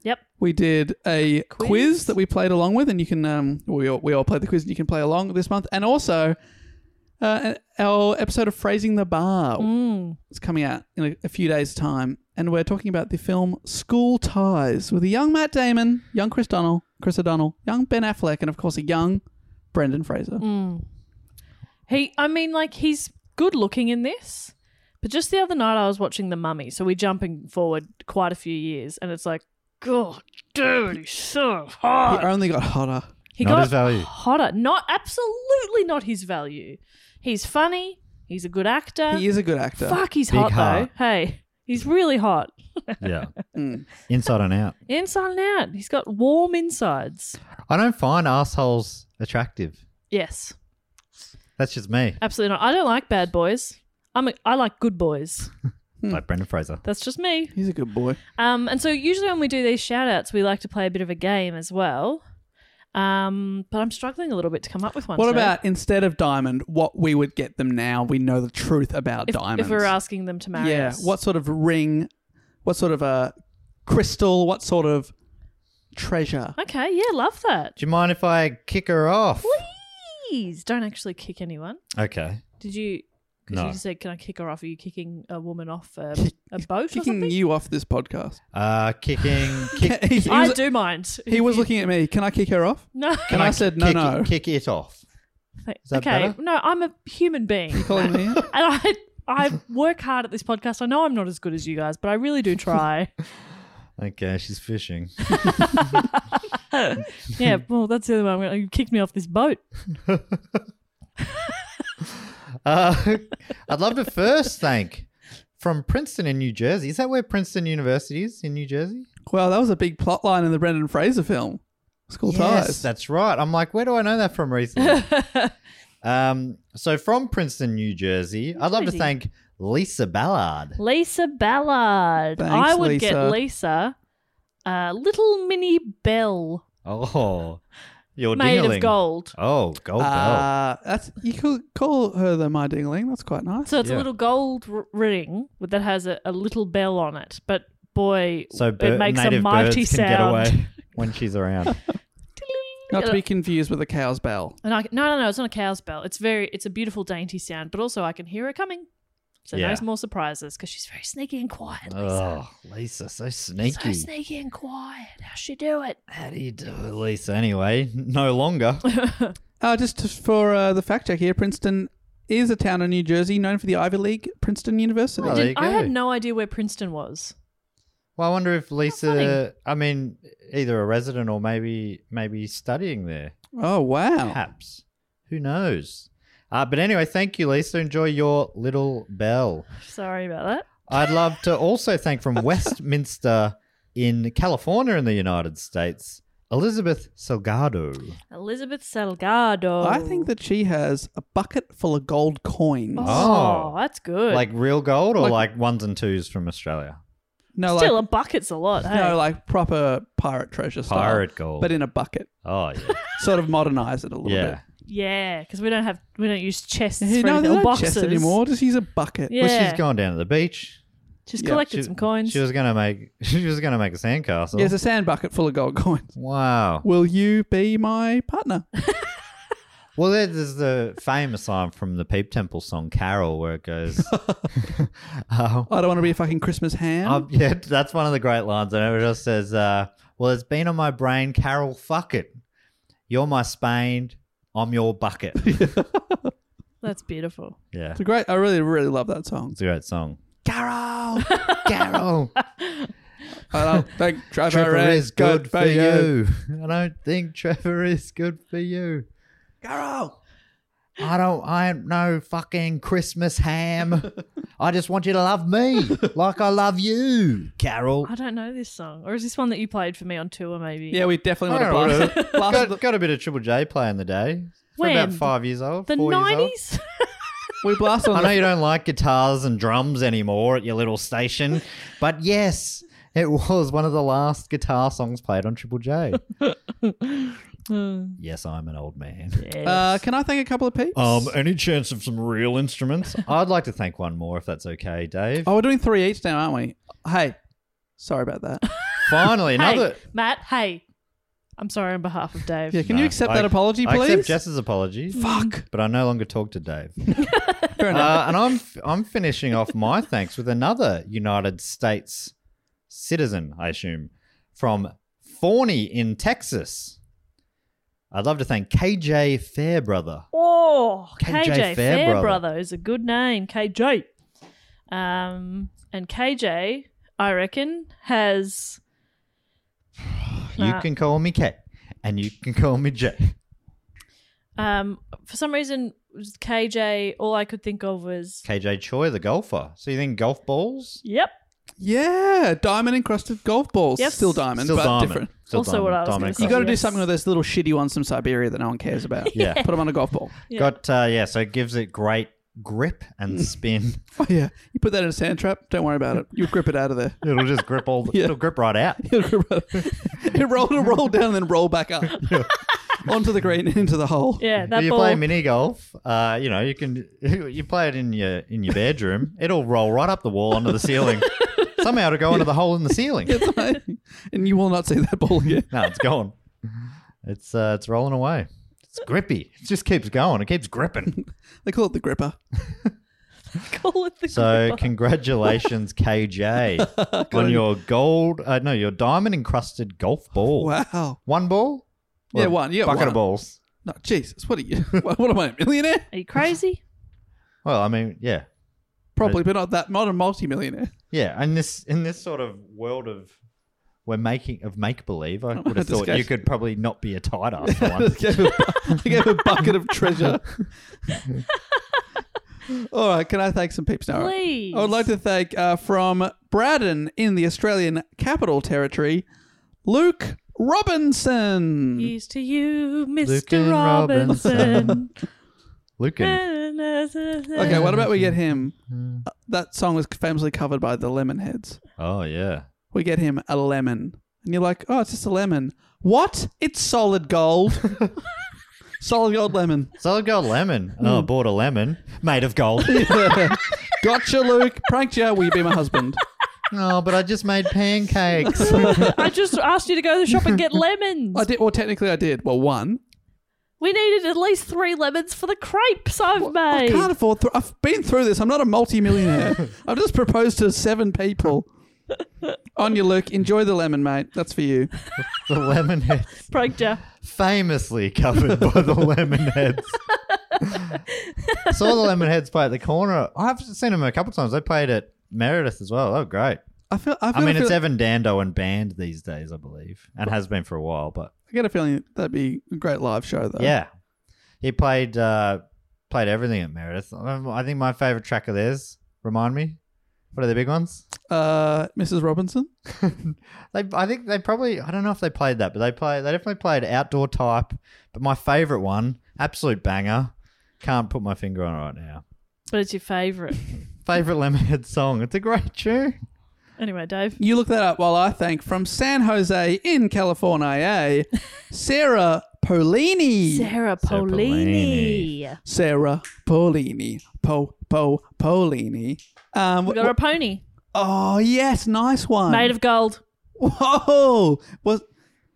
Speaker 1: Yep.
Speaker 2: We did a quiz,
Speaker 1: Quiz.
Speaker 2: that we played along with, and you can um, we all, we all played the quiz, and you can play along this month. And also, uh, our episode of phrasing the bar
Speaker 1: Mm.
Speaker 2: is coming out in a, a few days' time, and we're talking about the film School Ties with a young Matt Damon, young Chris Donnell, Chris O'Donnell, young Ben Affleck, and of course a young Brendan Fraser.
Speaker 1: Mm. He, I mean, like he's good looking in this, but just the other night I was watching The Mummy, so we're jumping forward quite a few years, and it's like, God, dude, he's so
Speaker 2: He
Speaker 1: hot.
Speaker 2: only got hotter.
Speaker 1: He
Speaker 3: Not
Speaker 1: got
Speaker 3: his value.
Speaker 1: hotter. Not absolutely not his value. He's funny. He's a good actor.
Speaker 2: He is a good actor.
Speaker 1: Uh, Fuck, he's
Speaker 3: Big
Speaker 1: hot
Speaker 3: heart.
Speaker 1: though. Hey, he's really hot,
Speaker 3: Yeah. Inside and out.
Speaker 1: inside and out. He's got warm insides.
Speaker 3: I don't find assholes attractive.
Speaker 1: Yes,
Speaker 3: That's just me,
Speaker 1: absolutely not. I don't like bad boys. I'm a, I like good boys.
Speaker 3: like Brendan Fraser.
Speaker 1: That's just me.
Speaker 2: He's a good boy.
Speaker 1: Um, and so usually when we do these shout outs, we like to play a bit of a game as well. Um, but I'm struggling a little bit to come up with one.
Speaker 2: What
Speaker 1: today.
Speaker 2: about instead of diamond, what we would get them now? We know the truth about
Speaker 1: if,
Speaker 2: diamonds.
Speaker 1: if we were asking them to marry
Speaker 2: yeah.
Speaker 1: us?
Speaker 2: What sort of ring? What sort of a crystal? What sort of treasure?
Speaker 1: Okay, yeah, love that.
Speaker 3: Do you mind if I kick her off?
Speaker 1: Please don't actually kick anyone.
Speaker 3: Okay.
Speaker 1: Did you? Because
Speaker 3: No.
Speaker 1: you said, "Can I kick her off?" Are you kicking a woman off a, a boat or
Speaker 2: Kicking
Speaker 1: something?
Speaker 2: you off this podcast.
Speaker 3: Uh, kicking. Kick,
Speaker 2: He- he
Speaker 1: I
Speaker 2: was-
Speaker 1: do mind.
Speaker 2: He was looking at me. Can I kick her off?
Speaker 1: No.
Speaker 2: And I, said no,
Speaker 3: kick
Speaker 2: no.
Speaker 3: It, kick it off. that
Speaker 1: okay.
Speaker 3: better?
Speaker 1: No, I'm a human being, and
Speaker 2: Calling me out?
Speaker 1: I I work hard at this podcast. I know I'm not as good as you guys, but I really do try.
Speaker 3: Okay, she's fishing.
Speaker 1: yeah. Well, that's the other one. I'm gonna- You kicked me off this boat.
Speaker 3: Uh, I'd love to first thank from Princeton in New Jersey. Is that where Princeton University is in New Jersey?
Speaker 2: Well, that was a big plot line in the Brendan Fraser film. School ties.
Speaker 3: that's right. I'm like, where do I know that from recently? um, so from Princeton, New Jersey, I'd love to
Speaker 1: Jersey.
Speaker 3: thank Lisa Ballard.
Speaker 1: Lisa Ballard.
Speaker 2: Thanks,
Speaker 1: I would
Speaker 2: Lisa.
Speaker 1: get Lisa a little mini bell
Speaker 3: Oh, your
Speaker 1: made
Speaker 3: ding-a-ling.
Speaker 1: of gold.
Speaker 3: Oh, gold bell.
Speaker 2: Uh, that's you could call her the my dingling. That's quite nice.
Speaker 1: So it's a
Speaker 3: Yeah.
Speaker 1: little gold r- ring with- that has a, a little bell on it, but boy,
Speaker 3: So bir-
Speaker 1: it makes a
Speaker 3: native
Speaker 1: mighty
Speaker 3: birds can
Speaker 1: sound.
Speaker 3: get away when she's around.
Speaker 2: Not to be confused with a cow's bell.
Speaker 1: And I can, no, no, no, it's not a cow's bell. It's very, it's a beautiful, dainty sound, but also I can hear her coming. So
Speaker 3: Yeah.
Speaker 1: no more surprises because she's very sneaky and quiet. Lisa.
Speaker 3: oh, Lisa, so
Speaker 1: so
Speaker 3: sneaky.
Speaker 1: sneaky and quiet. How's she do it?
Speaker 3: How do you do it, Lisa? Anyway, no longer.
Speaker 2: Uh, just to- for uh, the fact check here, Princeton is a town in New Jersey known for the Ivy League, Princeton University.
Speaker 3: Oh, there you go.
Speaker 1: I had no idea where Princeton was.
Speaker 3: Well, I wonder if Lisa. I mean, either a resident or maybe maybe studying there.
Speaker 2: Oh, wow.
Speaker 3: Perhaps. Who knows? Uh, but anyway, thank you, Lisa. Enjoy your little bell.
Speaker 1: Sorry about that.
Speaker 3: I'd love to also thank from Westminster in California in the United States, Elizabeth Salgado.
Speaker 1: Elizabeth Salgado.
Speaker 2: I think that she has a bucket full of gold coins.
Speaker 1: Oh,
Speaker 3: Oh.
Speaker 1: that's good.
Speaker 3: Like real gold or
Speaker 2: Like-
Speaker 3: like, ones and twos from Australia?
Speaker 2: No,
Speaker 1: Still,
Speaker 2: like,
Speaker 1: a bucket's a lot. Hey?
Speaker 2: no, like proper pirate treasure style.
Speaker 3: Pirate gold.
Speaker 2: But in a bucket.
Speaker 3: Oh, yeah.
Speaker 2: Sort of modernize it a little
Speaker 3: yeah.
Speaker 1: yeah, because we don't have we don't use chests
Speaker 2: bit. Yeah,
Speaker 1: for
Speaker 2: no, they
Speaker 1: little
Speaker 2: don't
Speaker 1: boxes
Speaker 2: chest anymore. Just use a bucket.
Speaker 1: Yeah,
Speaker 3: Well, she's gone down to the beach.
Speaker 1: She's
Speaker 2: Yeah,
Speaker 1: collected
Speaker 3: She-
Speaker 1: some coins.
Speaker 3: She was gonna make. She was gonna make a sandcastle.
Speaker 2: Here's a sand bucket full of gold coins.
Speaker 3: Wow.
Speaker 2: Will you be my partner?
Speaker 3: Well, there- there's the famous line from the Peep Temple song "Carol," where it goes, um,
Speaker 2: I don't want to be a fucking Christmas ham.
Speaker 3: um, "Yeah, that's one of the great lines." And it just says, uh, "Well, it's been on my brain, Carol. Fuck it, you're my Spain, I'm your bucket."
Speaker 1: That's beautiful.
Speaker 3: yeah,
Speaker 2: it's a great. I really, really love that song.
Speaker 3: it's a great song.
Speaker 2: Carol,
Speaker 3: Carol,
Speaker 2: I don't think Trevor,
Speaker 3: Trevor is good for you. I don't think Trevor is good for you.
Speaker 2: Carol.
Speaker 3: I don't. I ain't no fucking Christmas ham. I just want you to love me like I love you, Carol.
Speaker 1: I don't know this song, or is this one that you played for me on tour? Maybe.
Speaker 2: Yeah, we definitely
Speaker 3: I
Speaker 2: want to
Speaker 3: don't
Speaker 2: blast,
Speaker 3: know.
Speaker 2: blast
Speaker 3: got,
Speaker 2: the-
Speaker 3: got a bit of Triple J play in the day. For
Speaker 1: When?
Speaker 3: about five years old.
Speaker 1: the
Speaker 3: four years old.
Speaker 1: nineties.
Speaker 2: We blast on.
Speaker 3: I know
Speaker 2: The,
Speaker 3: you don't like guitars and drums anymore at your little station, but yes, it was one of the last guitar songs played on Triple J. yes, I'm an old man.
Speaker 2: uh, can I thank a couple of peeps?
Speaker 3: Um, any chance of some real instruments? I'd like to thank one more, if that's okay, Dave.
Speaker 2: oh, we're doing three each now, aren't we? Hey, sorry about that.
Speaker 3: Finally, another.
Speaker 1: Hey, Matt. Hey, I'm sorry on behalf of Dave.
Speaker 2: Yeah, can you
Speaker 3: No,
Speaker 2: accept
Speaker 3: I-
Speaker 2: that apology,
Speaker 3: I
Speaker 2: please?
Speaker 3: accept Jess's apology.
Speaker 2: Fuck.
Speaker 3: But I no longer talk to Dave.
Speaker 2: Fair enough.
Speaker 3: uh, and I'm I'm finishing off my thanks with another United States citizen, I assume, from Forney in Texas. I'd love to thank KJ Fairbrother.
Speaker 1: Oh,
Speaker 3: KJ
Speaker 1: KJ,
Speaker 3: Fairbrother.
Speaker 1: Fairbrother. is a good name, KJ. Um, and KJ, I reckon, has
Speaker 3: You
Speaker 1: Nah.
Speaker 3: can call me K, and you can call me J.
Speaker 1: um for some reason was KJ. All I could think of was
Speaker 3: KJ Choi, the golfer. So you think golf balls?
Speaker 1: yep.
Speaker 2: yeah, diamond encrusted golf balls.
Speaker 1: Yep.
Speaker 2: Still diamond,
Speaker 3: Still
Speaker 2: but
Speaker 3: diamond.
Speaker 2: different.
Speaker 3: Still
Speaker 1: Also what I was
Speaker 3: diamond
Speaker 1: gonna
Speaker 2: You
Speaker 3: cross.
Speaker 2: got to do
Speaker 1: Yes.
Speaker 2: something with those little shitty ones from Siberia that no one cares about.
Speaker 3: Yeah.
Speaker 2: Put them on a golf ball.
Speaker 1: Yeah.
Speaker 3: Got uh, yeah. So it gives it great grip and spin.
Speaker 2: Oh yeah, you put that in a sand trap. Don't worry about it. You grip it out of there.
Speaker 3: it'll just grip all. The,
Speaker 2: Yeah.
Speaker 3: It'll grip right out.
Speaker 2: it rolled, it rolled down, and then roll back up. onto the green and into the hole.
Speaker 1: Yeah, that
Speaker 3: you
Speaker 1: ball.
Speaker 3: play mini golf. Uh, you know, you can you play it in your in your bedroom. It'll roll right up the wall onto the ceiling. Somehow it'll go into the hole in the ceiling.
Speaker 2: It's amazing. and you will not see that ball again.
Speaker 3: No, it's gone. It's uh, it's rolling away. It's grippy. It just keeps going. It keeps gripping.
Speaker 2: They call it the gripper.
Speaker 1: Call it the
Speaker 3: So
Speaker 1: gripper.
Speaker 3: congratulations, KJ, on your gold. Uh, no, your diamond encrusted golf ball.
Speaker 2: Wow.
Speaker 3: One ball.
Speaker 2: Yeah,
Speaker 3: Or
Speaker 2: one. Yeah,
Speaker 3: bucket
Speaker 2: one.
Speaker 3: of balls.
Speaker 2: No, Jesus, what are you? What, what am I, a millionaire?
Speaker 1: Are you crazy?
Speaker 3: Well, I mean, yeah,
Speaker 2: Probably, but not that. Not a multi-millionaire.
Speaker 3: yeah. And this in this sort of world of we're making of make believe, I would have
Speaker 2: this
Speaker 3: thought
Speaker 2: guy's-
Speaker 3: you could probably not be a tight ass for
Speaker 2: I
Speaker 3: one.
Speaker 2: gave a, I gave a bucket of treasure. All right, can I thank some peeps now?
Speaker 1: Please.
Speaker 2: I would like to thank uh, from Braddon in the Australian Capital Territory, Luke Robinson.
Speaker 1: Here's to you,
Speaker 3: and
Speaker 1: Mr. Robinson.
Speaker 3: Lucan.
Speaker 2: Okay, what about we get him? Uh, That song was famously covered by the Lemonheads.
Speaker 3: Oh yeah.
Speaker 2: We get him a lemon. And you're like, oh, it's just a lemon. What? It's solid gold. solid gold lemon.
Speaker 3: Solid gold lemon. Oh, bought a lemon made of gold.
Speaker 2: Gotcha, Luke. Pranked you. Will you be my husband?
Speaker 3: oh, but I just made pancakes.
Speaker 1: I just asked you to go to the shop and get lemons.
Speaker 2: I did. Well, technically, I did. Well, one.
Speaker 1: we needed at least three lemons for the crepes I've
Speaker 2: I
Speaker 1: made.
Speaker 2: can't afford. Th- I've been through this. I'm not a multi-millionaire. I've just proposed to seven people. On your Luke. Enjoy the lemon, mate. That's for you.
Speaker 3: the lemon heads,
Speaker 1: Pranked ya.
Speaker 3: famously covered by the lemon heads. Saw the lemon heads play at the corner. I've seen them a couple times. They played at Meredith as well. Oh, great.
Speaker 2: I feel. I, feel,
Speaker 3: I mean, it's
Speaker 2: feel-
Speaker 3: Evan Dando and band these days, I believe, and has been for a while. But
Speaker 2: I get a feeling that'd be a great live show, though.
Speaker 3: yeah, he played uh, played everything at Meredith. Um, I think my favorite track of theirs. Remind me, what are the big ones?
Speaker 2: Uh, Mrs. Robinson.
Speaker 3: They, I think they probably. I don't know if they played that, but they play. They definitely played outdoor type. But my favorite one, absolute banger. Can't put my finger on it right now.
Speaker 1: But it's your favourite.
Speaker 3: Favorite Lemonhead song. It's a great tune.
Speaker 1: Anyway, Dave.
Speaker 2: You look that up while I thank from San Jose in California, Sarah Polini.
Speaker 1: Sarah
Speaker 3: Polini.
Speaker 1: Polini.
Speaker 2: Sarah Polini. Po Po Polini. Um,
Speaker 1: We got her a pony
Speaker 2: oh yes, nice one.
Speaker 1: made of gold.
Speaker 2: Whoa! Was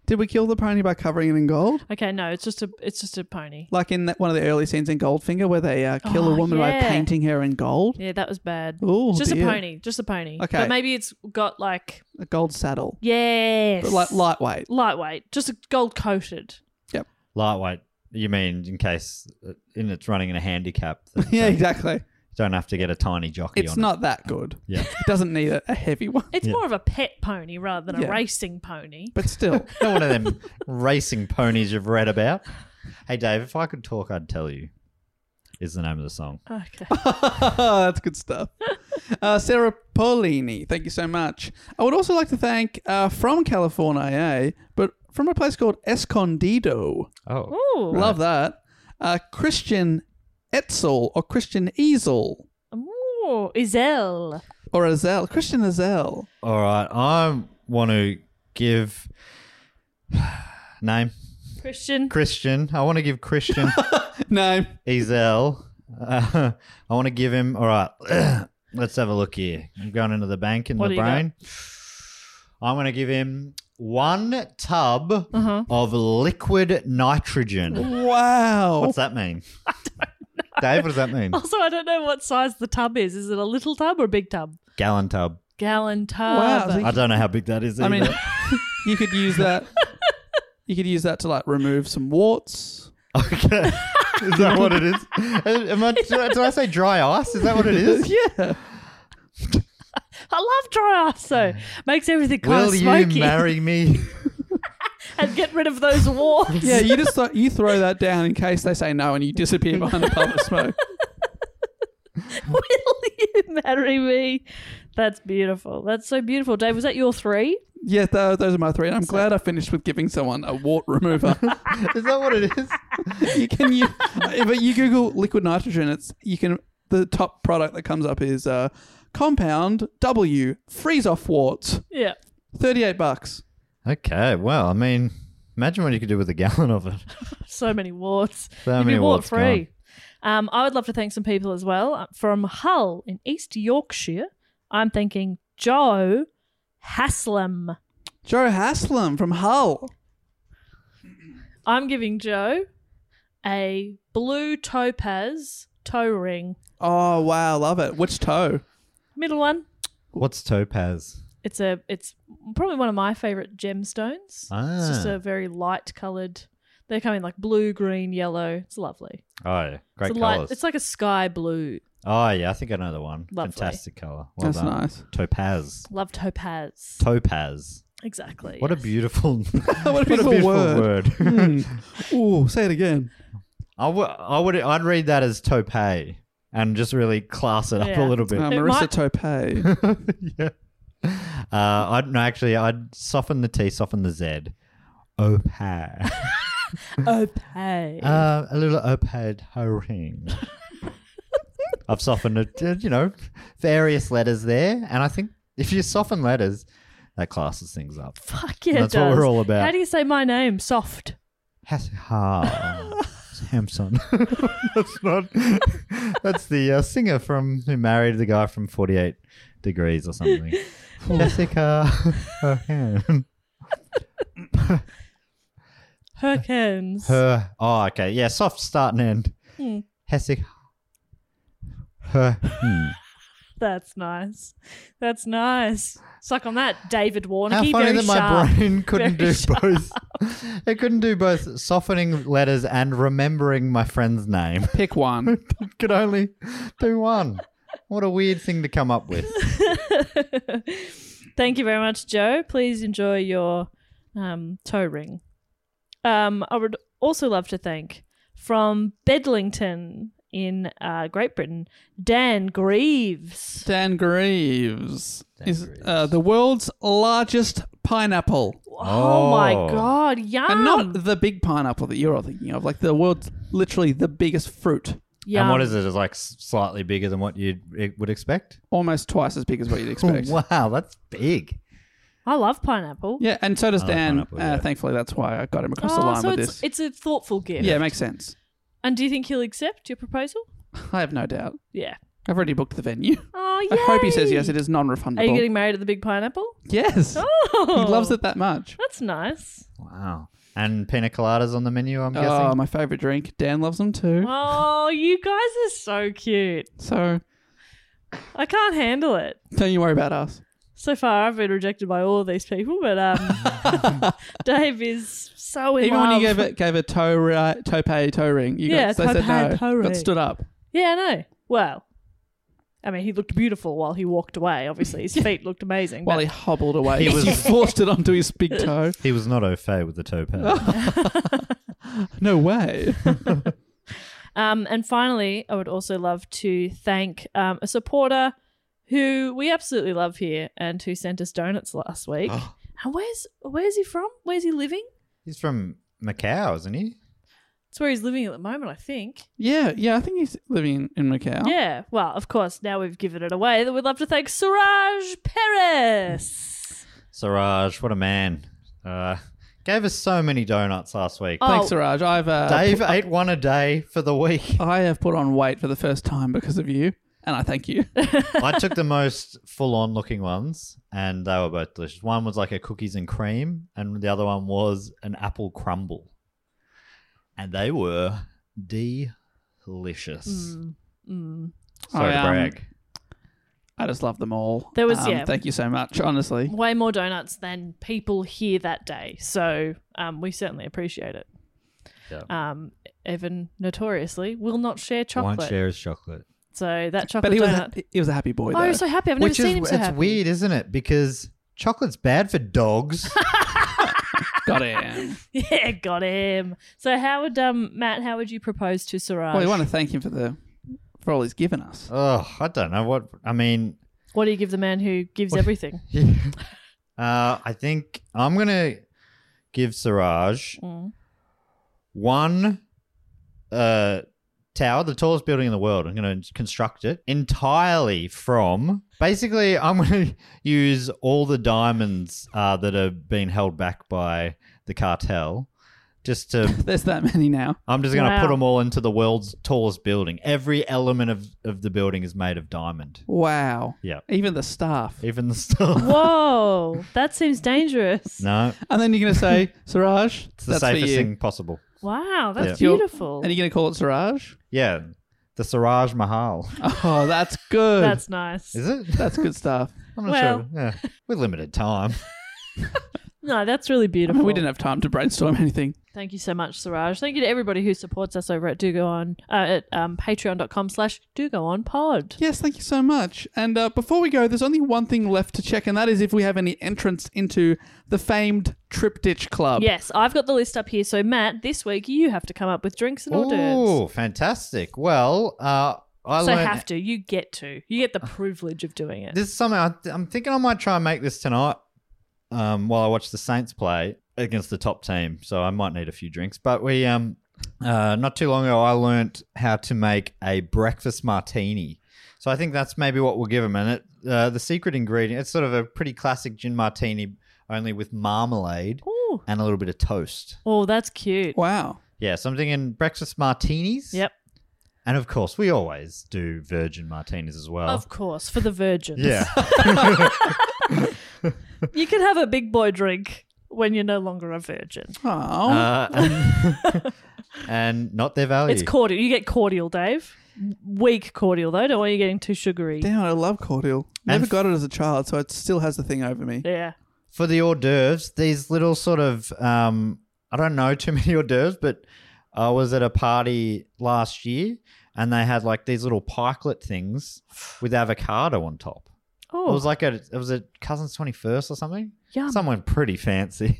Speaker 2: did we kill the pony by covering it in gold?
Speaker 1: Okay, no, it's just a it's just a pony.
Speaker 2: Like in that, one of the early scenes in Goldfinger, where they uh, kill a
Speaker 1: Oh,
Speaker 2: woman by
Speaker 1: yeah.
Speaker 2: painting her in gold,
Speaker 1: Yeah, that was bad.
Speaker 2: Oh,
Speaker 1: just
Speaker 2: dear.
Speaker 1: a pony, just a pony.
Speaker 2: Okay.
Speaker 1: but maybe it's got like
Speaker 2: a gold saddle,
Speaker 1: yes,
Speaker 2: but like lightweight.
Speaker 1: lightweight, just a gold coated.
Speaker 3: Lightweight. You mean in case uh, in it's running in a handicap? that
Speaker 2: Yeah,
Speaker 3: you
Speaker 2: exactly.
Speaker 3: Don't have to get a tiny jockey.
Speaker 2: It's
Speaker 3: on
Speaker 2: not that good.
Speaker 3: It. Yeah.
Speaker 2: It doesn't need a, a heavy one,
Speaker 1: It's more of a pet pony rather than
Speaker 2: Yeah.
Speaker 1: a racing pony.
Speaker 2: but still.
Speaker 3: Not one of them racing ponies you've read about. Hey Dave, if I could talk, I'd tell you. Is the name of the song.
Speaker 1: Okay.
Speaker 2: That's good stuff. Uh, Sarah Paulini, thank you so much. I would also like to thank uh, from California, but from a place called Escondido.
Speaker 3: Oh.
Speaker 1: Ooh.
Speaker 2: Love that. Uh, Christian Etzel or Christian Ezel
Speaker 1: Ooh, Isel.
Speaker 2: or Azel. Christian Azel.
Speaker 3: All right. I want to give name
Speaker 1: Christian.
Speaker 3: Christian. I want to give Christian
Speaker 2: No.
Speaker 3: Ezel. Uh, I want to give him. All right. Let's have a look here. I'm going into the bank in
Speaker 1: What do
Speaker 3: the
Speaker 1: you got?
Speaker 3: brain. I'm going to give him one tub
Speaker 1: Uh-huh.
Speaker 3: of liquid nitrogen.
Speaker 2: Wow.
Speaker 3: What's
Speaker 1: Oh.
Speaker 3: that mean? I don't know. Dave, what does that mean?
Speaker 1: Also, I don't know what size the tub is. Is it a little tub or a big tub?
Speaker 3: Gallon tub.
Speaker 1: Gallon
Speaker 2: Wow,
Speaker 1: tub.
Speaker 2: so you-
Speaker 3: I don't know how big that is.
Speaker 2: I mean,
Speaker 3: either.
Speaker 2: you could use that. You could use that to like remove some warts.
Speaker 3: okay. Is that what it is? Am I, did, I, did I say dry ice? Is that what it is?
Speaker 2: Yeah.
Speaker 1: I love dry ice though. Makes everything kind
Speaker 3: Will
Speaker 1: of
Speaker 3: you
Speaker 1: smoky
Speaker 3: marry me?
Speaker 1: and get rid of those warts.
Speaker 2: Yeah, you just th- you throw that down in case they say no and you disappear behind a puff of smoke.
Speaker 1: Will you marry me? That's beautiful. That's so beautiful. Dave, was that your three?
Speaker 2: Yeah, tho- those are my three. And I'm glad I finished with giving someone a wart remover.
Speaker 3: Is that what it is?
Speaker 2: you can you, but you Google liquid nitrogen. It's you can the top product that comes up is uh, compound W freeze off warts.
Speaker 1: Yeah.
Speaker 2: Thirty eight bucks.
Speaker 3: Okay, well, I mean, Imagine what you could do with a gallon of it.
Speaker 1: so many warts.
Speaker 3: So
Speaker 1: You'd
Speaker 3: many
Speaker 1: be
Speaker 3: warts
Speaker 1: free. Um, I would love to thank some people as well Uh, from Hull in East Yorkshire. I'm thanking Joe Haslam.
Speaker 2: Joe Haslam from Hull.
Speaker 1: I'm giving Joe a blue topaz toe ring.
Speaker 2: Oh wow, love it. Which toe?
Speaker 1: Middle one.
Speaker 3: What's topaz?
Speaker 1: It's a. It's probably one of my favorite gemstones. It's just
Speaker 3: Ah.
Speaker 1: a very light coloured. They come in like blue, green, yellow. It's lovely.
Speaker 3: Oh, yeah. great
Speaker 1: it's a
Speaker 3: colors.
Speaker 1: Light, it's like a sky blue.
Speaker 3: oh yeah, I think I know the one.
Speaker 1: Lovely.
Speaker 3: Fantastic color. Well
Speaker 2: That's
Speaker 3: done.
Speaker 2: nice.
Speaker 3: Topaz.
Speaker 1: Love topaz.
Speaker 3: Topaz.
Speaker 1: Exactly.
Speaker 3: What a
Speaker 1: yes.
Speaker 3: beautiful,
Speaker 2: What a beautiful word. Hmm. Ooh, say it again.
Speaker 3: I would, I would, I'd read that as topay and just really class it up
Speaker 1: Yeah.
Speaker 3: a little bit.
Speaker 2: Uh,
Speaker 1: It
Speaker 2: Marissa
Speaker 1: might-
Speaker 2: Topay.
Speaker 3: yeah. Uh, I'd no, actually, I'd soften the T, soften the Z. Opay.
Speaker 1: Opay.
Speaker 3: uh, a little opay ring. I've softened it, uh, you know, various letters there, and I think if you soften letters, that classes things up.
Speaker 1: Fuck yeah, it
Speaker 3: that's what we're
Speaker 1: does.
Speaker 3: all about.
Speaker 1: How do you say my name? Soft.
Speaker 3: Has- ha. Samson. that's not. That's the uh, singer from who married the guy from Forty Eight Degrees or something. Jessica. Her,
Speaker 1: Hurricanes.
Speaker 3: her. Oh, okay. Yeah, soft start and end. Jessica. Her. hmm.
Speaker 1: That's nice. That's nice. Suck on that, David Warnock.
Speaker 3: How funny
Speaker 1: Very
Speaker 3: that my
Speaker 1: sharp.
Speaker 3: brain couldn't
Speaker 1: Very
Speaker 3: do both. It couldn't do both softening letters and remembering my friend's name.
Speaker 2: Pick one.
Speaker 3: It could only do one. What a weird thing to come up with.
Speaker 1: Thank you very much, Joe. Please enjoy your um, toe ring. Um, I would also love to thank from Bedlington in uh, Great Britain, Dan Greaves.
Speaker 2: Dan Greaves is Uh, the world's largest pineapple,
Speaker 1: Oh, my God, yum!
Speaker 2: and not the big pineapple that you're all thinking of. Like the world's literally the biggest fruit,
Speaker 1: yum.
Speaker 3: And what is it? It's like s- slightly bigger than what you would expect.
Speaker 2: almost twice as big as what you'd expect.
Speaker 3: Wow, that's big.
Speaker 1: I love pineapple.
Speaker 2: yeah, and so does
Speaker 3: like
Speaker 2: Dan.
Speaker 3: pineapple, yeah.
Speaker 2: uh, thankfully, that's why I got him across the
Speaker 1: Oh,
Speaker 2: line
Speaker 1: so
Speaker 2: with
Speaker 1: it's
Speaker 2: this.
Speaker 1: it's a thoughtful gift.
Speaker 2: yeah, it makes sense.
Speaker 1: And do you think he'll accept your proposal?
Speaker 2: I have no doubt.
Speaker 1: Yeah.
Speaker 2: I've already booked the venue.
Speaker 1: Oh
Speaker 2: I
Speaker 1: yeah.
Speaker 2: hope he says yes. It is non-refundable.
Speaker 1: Are you getting married at the Big Pineapple?
Speaker 2: yes.
Speaker 1: Oh,
Speaker 2: He loves it that much.
Speaker 1: That's nice.
Speaker 3: Wow. And pina coladas on the menu, I'm
Speaker 2: Oh,
Speaker 1: um,
Speaker 3: guessing.
Speaker 2: my favorite drink. Dan loves them too.
Speaker 1: Oh, you guys are so cute.
Speaker 2: So
Speaker 1: I can't handle it.
Speaker 2: don't you worry about us.
Speaker 1: So far, I've been rejected by all of these people, but um, Dave is so in
Speaker 2: Even
Speaker 1: love.
Speaker 2: when you gave it gave a toe ri- toe pay toe ring, you
Speaker 1: Yeah,
Speaker 2: guys they
Speaker 1: toe
Speaker 2: said
Speaker 1: pay,
Speaker 2: no.
Speaker 1: toe ring.
Speaker 2: Got stood up.
Speaker 1: yeah, I know. Well, I mean, he looked beautiful while he walked away. Obviously, his feet looked amazing.
Speaker 2: While
Speaker 1: but-
Speaker 2: he hobbled away,
Speaker 3: He
Speaker 2: he
Speaker 3: was-
Speaker 2: forced it onto his big toe.
Speaker 3: He was not au fait with the topaz.
Speaker 2: No way.
Speaker 1: Um, and finally, I would also love to thank um, a supporter who we absolutely love here and who sent us donuts last week.
Speaker 2: Oh.
Speaker 1: and where's where's he from? Where's he living?
Speaker 3: He's from Macau, isn't he?
Speaker 1: It's where he's living at the moment, I think.
Speaker 2: yeah, yeah. I think he's living in Macau.
Speaker 1: Yeah. Well, of course, now we've given it away that we'd love to thank Suraj Perez.
Speaker 3: Siraj, what a man. Uh, gave us so many donuts last week.
Speaker 1: Oh.
Speaker 2: Thanks, Siraj. I've uh,
Speaker 3: Dave ate one a day for the week.
Speaker 2: I have put on weight for the first time because of you, and I thank you.
Speaker 3: I took the most full on looking ones, and they were both delicious. One was like a cookies and cream, and the other one was an apple crumble. And they were delicious.
Speaker 1: Mm,
Speaker 3: Sorry
Speaker 2: I,
Speaker 3: to
Speaker 2: um,
Speaker 3: brag.
Speaker 2: I just love them all. Um,
Speaker 1: There was- yeah.
Speaker 2: Thank you so much. Honestly,
Speaker 1: Way more donuts than people here that day. So um, we certainly appreciate it. Um, Evan notoriously will not share chocolate.
Speaker 3: Won't share his chocolate.
Speaker 1: So that chocolate
Speaker 2: but he was
Speaker 1: donut.
Speaker 2: a, he was a happy boy.
Speaker 1: Oh,
Speaker 2: though.
Speaker 1: I'm so happy. I've never
Speaker 3: Which
Speaker 1: seen
Speaker 3: is
Speaker 1: him so
Speaker 3: it's
Speaker 1: happy.
Speaker 3: weird, isn't it? Because chocolate's bad for dogs.
Speaker 2: got him.
Speaker 1: Yeah, got him. So how would um Matt? How would you propose to Siraj?
Speaker 2: Well, we want to thank him for the for all he's given us.
Speaker 3: oh, I don't know what I mean.
Speaker 1: what do you give the man who gives everything?
Speaker 3: Uh, I think I'm gonna give Siraj
Speaker 2: Mm.
Speaker 3: one uh, tower, the tallest building in the world. I'm gonna construct it entirely from. Basically, I'm gonna use all the diamonds uh, that have been held back by the cartel. Just to
Speaker 2: There's that many now.
Speaker 3: I'm just going to 'em
Speaker 1: Wow.
Speaker 3: put them all into the world's tallest building. Every element of, of the building is made of diamond.
Speaker 2: Wow.
Speaker 3: Yeah.
Speaker 2: Even the staff.
Speaker 3: Even the stuff.
Speaker 1: Whoa, that seems dangerous.
Speaker 3: No,
Speaker 2: And then you're going to say, Siraj,
Speaker 3: it's the
Speaker 2: that's for
Speaker 3: safest
Speaker 2: you.
Speaker 3: thing possible.
Speaker 1: Wow, that's
Speaker 2: You're-
Speaker 1: beautiful.
Speaker 2: And you're going to call it Siraj?
Speaker 3: Yeah. The Siraj Mahal.
Speaker 2: Oh, that's good. that's,
Speaker 1: That's nice.
Speaker 3: Is it?
Speaker 2: good stuff.
Speaker 3: I'm not
Speaker 1: Well-
Speaker 3: sure. Yeah. With limited time.
Speaker 1: No, that's really
Speaker 2: I
Speaker 1: beautiful.
Speaker 2: mean, we didn't have time to brainstorm anything.
Speaker 1: Thank you so much, Siraj. Thank you to everybody who supports us over at Do Go On uh, at um, patreon.com slash Do Go On Pod.
Speaker 2: Yes, thank you so much. And uh, before we go, there's only one thing left to check, and that is if we have any entrance into the famed Triptych Club.
Speaker 1: Yes, I've got the list up here. So Matt, this week you have to come up with drinks and orders.
Speaker 3: Oh, fantastic. Well, uh, I
Speaker 1: So
Speaker 3: learned-
Speaker 1: have to. You get to. You get the privilege of doing it.
Speaker 3: This is something I th- I'm thinking I might try and make this tonight um, while I watch the Saints play against the top team. So I might need a few drinks. But we, um, uh, not too long ago, I learnt how to make a breakfast martini. So I think that's maybe what we'll give them. And it, uh, the secret ingredient, it's sort of a pretty classic gin martini, only with marmalade
Speaker 1: Ooh.
Speaker 3: and a little bit of toast.
Speaker 1: Oh, that's cute.
Speaker 2: Wow.
Speaker 3: Yeah, so I'm thinking breakfast martinis.
Speaker 1: Yep.
Speaker 3: And of course, we always do virgin martinis as well.
Speaker 1: Of course, for the virgins.
Speaker 3: Oh. yeah.
Speaker 1: you can have a big boy drink when you're no longer a virgin.
Speaker 2: Oh,
Speaker 3: Uh, and, and not their value.
Speaker 1: It's cordial. You get cordial, Dave. Weak cordial though. Don't want you getting too sugary.
Speaker 2: damn, I love cordial. Never
Speaker 3: f-
Speaker 2: got it as a child, so it still has the thing over me.
Speaker 1: Yeah.
Speaker 3: For the hors d'oeuvres, these little sort of, um, I don't know too many hors d'oeuvres, but I was at a party last year and they had like these little pikelet things with avocado on top. It
Speaker 1: Oh,
Speaker 3: was like a, it was a cousin's 21st or something.
Speaker 1: Yum.
Speaker 3: Someone pretty fancy.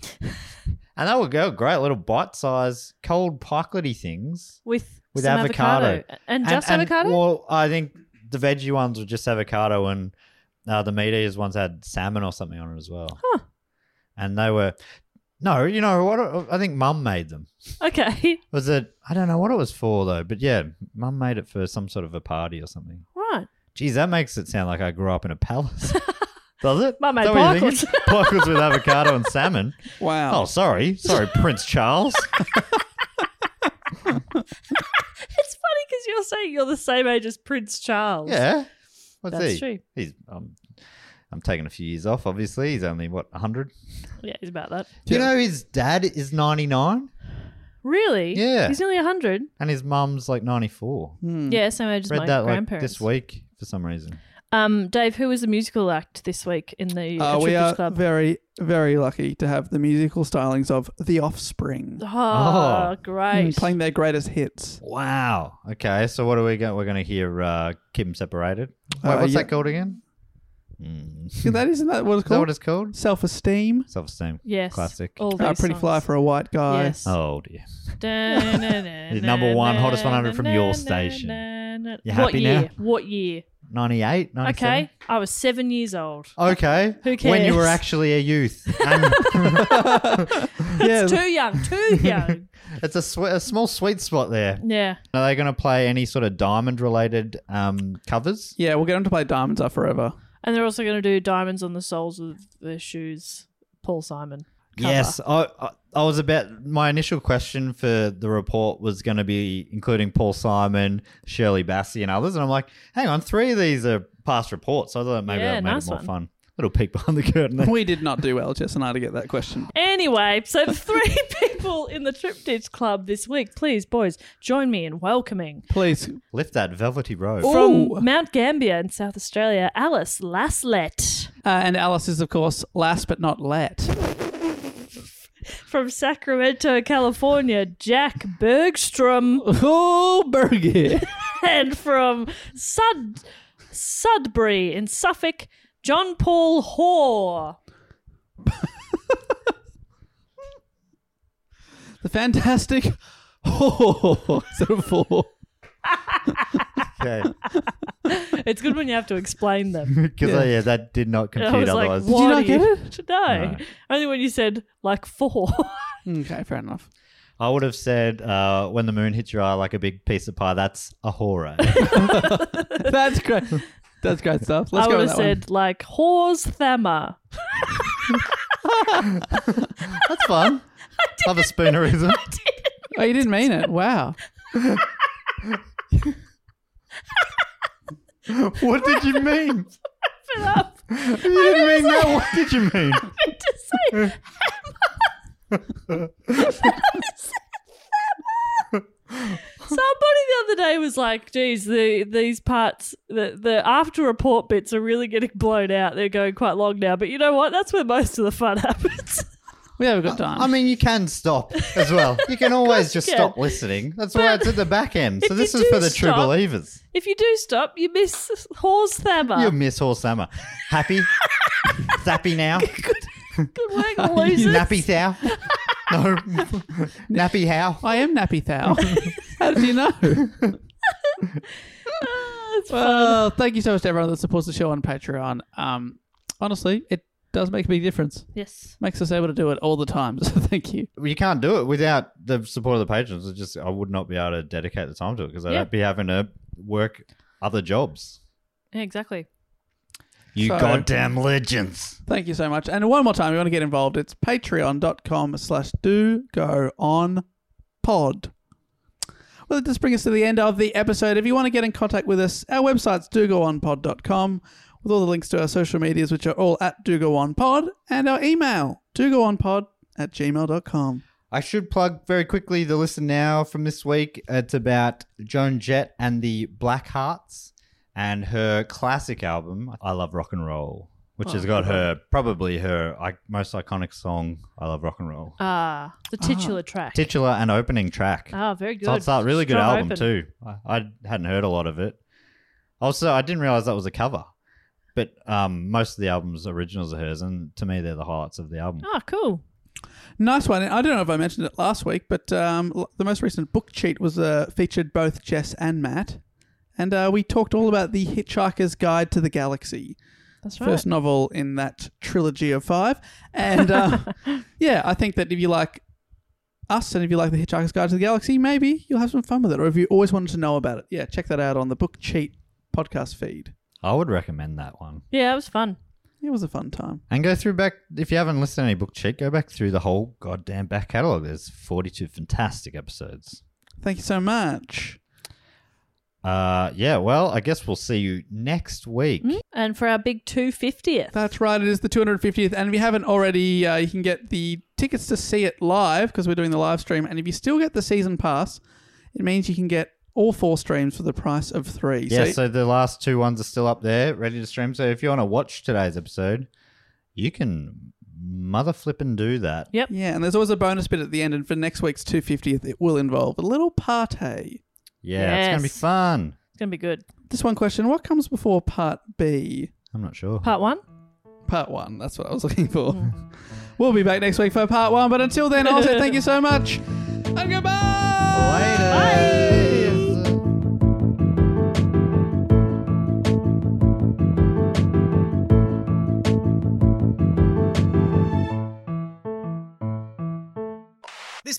Speaker 3: and they were go great little bite sized cold pikelety things.
Speaker 1: with
Speaker 3: with
Speaker 1: some
Speaker 3: avocado.
Speaker 1: and just avocado.
Speaker 3: Well, I think the veggie ones were just avocado, and uh, the meat eaters ones had salmon or something on it as well.
Speaker 1: Huh.
Speaker 3: And they were no, you know what? I think Mum made them.
Speaker 1: okay,
Speaker 3: Was it? I don't know what it was for though. But yeah, Mum made it for some sort of a party or something.
Speaker 1: right.
Speaker 3: Geez, that makes it sound like I grew up in a palace. Does it?
Speaker 1: Mum
Speaker 3: Is that
Speaker 1: made
Speaker 3: what you're thinking? Pickles with avocado and salmon.
Speaker 2: Wow.
Speaker 3: Oh, sorry, sorry, Prince Charles.
Speaker 1: It's funny because you're saying you're the same age as Prince Charles.
Speaker 3: Yeah. What's
Speaker 1: That's
Speaker 3: he?
Speaker 1: true.
Speaker 3: He's um, I'm taking a few years off. Obviously, he's only what 100.
Speaker 1: yeah, he's about that.
Speaker 3: Do you know his dad is 99
Speaker 1: Really?
Speaker 3: Yeah.
Speaker 1: he's nearly hundred.
Speaker 3: and his mum's like 94?
Speaker 2: Hmm.
Speaker 1: Yeah, same age as my
Speaker 3: Read that like
Speaker 1: grandparents.
Speaker 3: this week for some reason.
Speaker 1: Um, Dave, who was the musical act this week in the
Speaker 2: Uh,
Speaker 1: uh,
Speaker 2: we
Speaker 1: Triplets
Speaker 2: are
Speaker 1: Club?
Speaker 2: very, very lucky to have the musical stylings of The Offspring
Speaker 1: oh,
Speaker 3: Oh.
Speaker 1: great!
Speaker 2: Mm, playing their greatest hits.
Speaker 3: Wow. Okay, so what are we going? We're going to hear uh, Kim separated. Wait,
Speaker 2: Uh,
Speaker 3: what's
Speaker 2: yeah.
Speaker 3: that called again? Mm. Is
Speaker 2: Yeah, that isn't that what it's
Speaker 3: that
Speaker 2: called?
Speaker 3: what it's called?
Speaker 2: Self esteem.
Speaker 3: Self esteem.
Speaker 1: yes, Oh.
Speaker 3: Classic.
Speaker 1: All
Speaker 2: Uh,
Speaker 1: these
Speaker 2: pretty
Speaker 1: songs.
Speaker 2: fly for a white guy.
Speaker 1: Yes.
Speaker 3: Oh dear.
Speaker 1: the
Speaker 3: number one hottest 100 from your station. You
Speaker 1: what
Speaker 3: happy
Speaker 1: year?
Speaker 3: now?
Speaker 1: What year?
Speaker 3: 98, 97?
Speaker 1: Okay, I was seven years old.
Speaker 3: Okay.
Speaker 1: Who
Speaker 3: When you were
Speaker 1: cares?
Speaker 3: actually a youth. And
Speaker 2: Yeah,
Speaker 1: Too young. Too young.
Speaker 3: it's a, sw- a small sweet spot there.
Speaker 1: yeah.
Speaker 3: Are they going to play any sort of diamond related um, covers?
Speaker 2: yeah, we'll get them to play Diamonds Are Forever.
Speaker 1: And they're also going to do diamonds on the soles of their shoes. Paul Simon. cover.
Speaker 3: Yes, I, I I was about my initial question for the report was going to be including Paul Simon, Shirley Bassey, and others, and I'm like, hang on, three of these are past reports, so I thought maybe
Speaker 1: Yeah,
Speaker 3: that made
Speaker 1: nice
Speaker 3: it more
Speaker 1: one.
Speaker 3: fun. Little peek behind the curtain. There.
Speaker 2: We did not do well, Jess and I, to get that question.
Speaker 1: Anyway, so the three people in the Triptych Club this week, please, boys, join me in welcoming
Speaker 2: Please.
Speaker 3: Lift that velvety robe.
Speaker 2: Ooh.
Speaker 1: from Mount Gambier in South Australia, Alice Laslett.
Speaker 2: Uh, and Alice is, of course, last but not let.
Speaker 1: From Sacramento, California, Jack Bergstrom.
Speaker 2: Oh, Bergie.
Speaker 1: and from Sud Sudbury in Suffolk, John Paul Hoare.
Speaker 2: the fantastic. Oh, is that a four?
Speaker 3: Okay,
Speaker 1: It's good when you have to explain them.
Speaker 3: because uh, yeah. that did not
Speaker 1: And I
Speaker 3: compute.
Speaker 1: was like,
Speaker 3: Otherwise,
Speaker 1: what?
Speaker 2: not
Speaker 1: do you- No.
Speaker 3: No.
Speaker 1: Only when you said like four.
Speaker 2: Okay, fair enough.
Speaker 3: I would have said uh, when the moon hits your eye like a big piece of pie. That's a horror.
Speaker 2: That's great. That's great stuff. Let's
Speaker 1: I
Speaker 2: go
Speaker 1: would
Speaker 2: with
Speaker 1: have
Speaker 2: that
Speaker 1: said like Hoare's Thammer.
Speaker 3: That's fun. Love a spoonerism.
Speaker 2: Oh, you didn't mean it. Wow.
Speaker 3: what did you mean?
Speaker 1: It up.
Speaker 3: You didn't mean that. What did you mean?
Speaker 1: I just say, Somebody the other day was like, geez, the, these parts, the, the after report bits are really getting blown out. They're going quite long now. But you know what? That's where most of the fun happens.
Speaker 2: We haven't got time.
Speaker 3: I mean, you can stop as well. You can always just
Speaker 1: you can.
Speaker 3: stop listening. That's why it's at the back end. So
Speaker 1: if
Speaker 3: this
Speaker 1: you
Speaker 3: is for
Speaker 1: do
Speaker 3: the true
Speaker 1: stop-
Speaker 3: believers.
Speaker 1: if you do stop, you miss Horse Thammer.
Speaker 3: You miss Horse Hammer. Happy? Zappy now?
Speaker 1: Good work, losers.
Speaker 3: Nappy Thou? No. Nappy How?
Speaker 2: I am Nappy Thou. How did you know?
Speaker 1: Ah,
Speaker 2: well, thank you so much to everyone that supports the show on Patreon. Um, honestly, it does make a big difference.
Speaker 1: Yes.
Speaker 2: Makes us able to do it all the time. So thank you.
Speaker 3: You can't do it without the support of the patrons. It's just I would not be able to dedicate the time to it because I'd
Speaker 1: Yeah.
Speaker 3: be having to work other jobs.
Speaker 1: Yeah, exactly.
Speaker 3: You
Speaker 2: So-
Speaker 3: goddamn legends.
Speaker 2: Thank you so much. And one more time, if you want to get involved, it's patreon.com slash do go on pod. Well, that does bring us to the end of the episode. If you want to get in contact with us, our website's dogoonpod.com with all the links to our social medias, which are all at dogoonpod, and our email, dogoonpod at gmail.com.
Speaker 3: I should plug very quickly the listen now from this week. It's about Joan Jett and the Black Hearts and her classic album, I Love Rock and Roll, which
Speaker 1: Oh,
Speaker 3: has got her, probably her I, most iconic song, I Love Rock and Roll.
Speaker 1: Ah, the titular track.
Speaker 3: Titular and opening track.
Speaker 1: Ah, very good.
Speaker 3: So it's a really good
Speaker 1: Strong
Speaker 3: album
Speaker 1: open.
Speaker 3: too. I, I hadn't heard a lot of it. Also, I didn't realize that was a cover, but um, most of the album's originals are hers, and to me, they're the highlights of the album.
Speaker 1: Ah, cool.
Speaker 2: Nice one. And I don't know if I mentioned it last week, but um, l- the most recent book cheat was uh, featured both Jess and Matt. And uh, we talked all about The Hitchhiker's Guide to the Galaxy.
Speaker 1: That's right.
Speaker 2: first novel in that trilogy of five. And uh, yeah, I think that if you like us and if you like The Hitchhiker's Guide to the Galaxy, maybe you'll have some fun with it. Or if you always wanted to know about it, yeah, check that out on the Book Cheat podcast feed.
Speaker 3: I would recommend that one.
Speaker 1: Yeah, it was fun.
Speaker 2: It was a fun time.
Speaker 3: And go through back if you haven't listened to any book cheat, go back through the whole goddamn back catalogue. There's 42 fantastic episodes.
Speaker 2: Thank you so much.
Speaker 3: Uh, yeah. Well, I guess we'll see you next week.
Speaker 1: And for our big 250th.
Speaker 2: That's right. It is the 250th. And if you haven't already, uh, you can get the tickets to see it live because we're doing the live stream. And if you still get the season pass, it means you can get all four streams for the price of three.
Speaker 3: Yeah. So the last two ones are still up there, ready to stream. So if you want to watch today's episode, you can mother flip and do that.
Speaker 1: Yep.
Speaker 2: Yeah, and there's always a bonus bit at the end, and for next week's 250th, it will involve a little party.
Speaker 3: Yeah, it's gonna be
Speaker 1: Yes.
Speaker 3: fun.
Speaker 1: It's going to be good.
Speaker 2: Just one question What comes before part B?
Speaker 3: I'm not sure.
Speaker 1: Part one.
Speaker 2: Part one, that's what I was looking for. we'll be back next week for part one, but until then, I'll say thank you so much, and goodbye!
Speaker 3: Later.
Speaker 4: This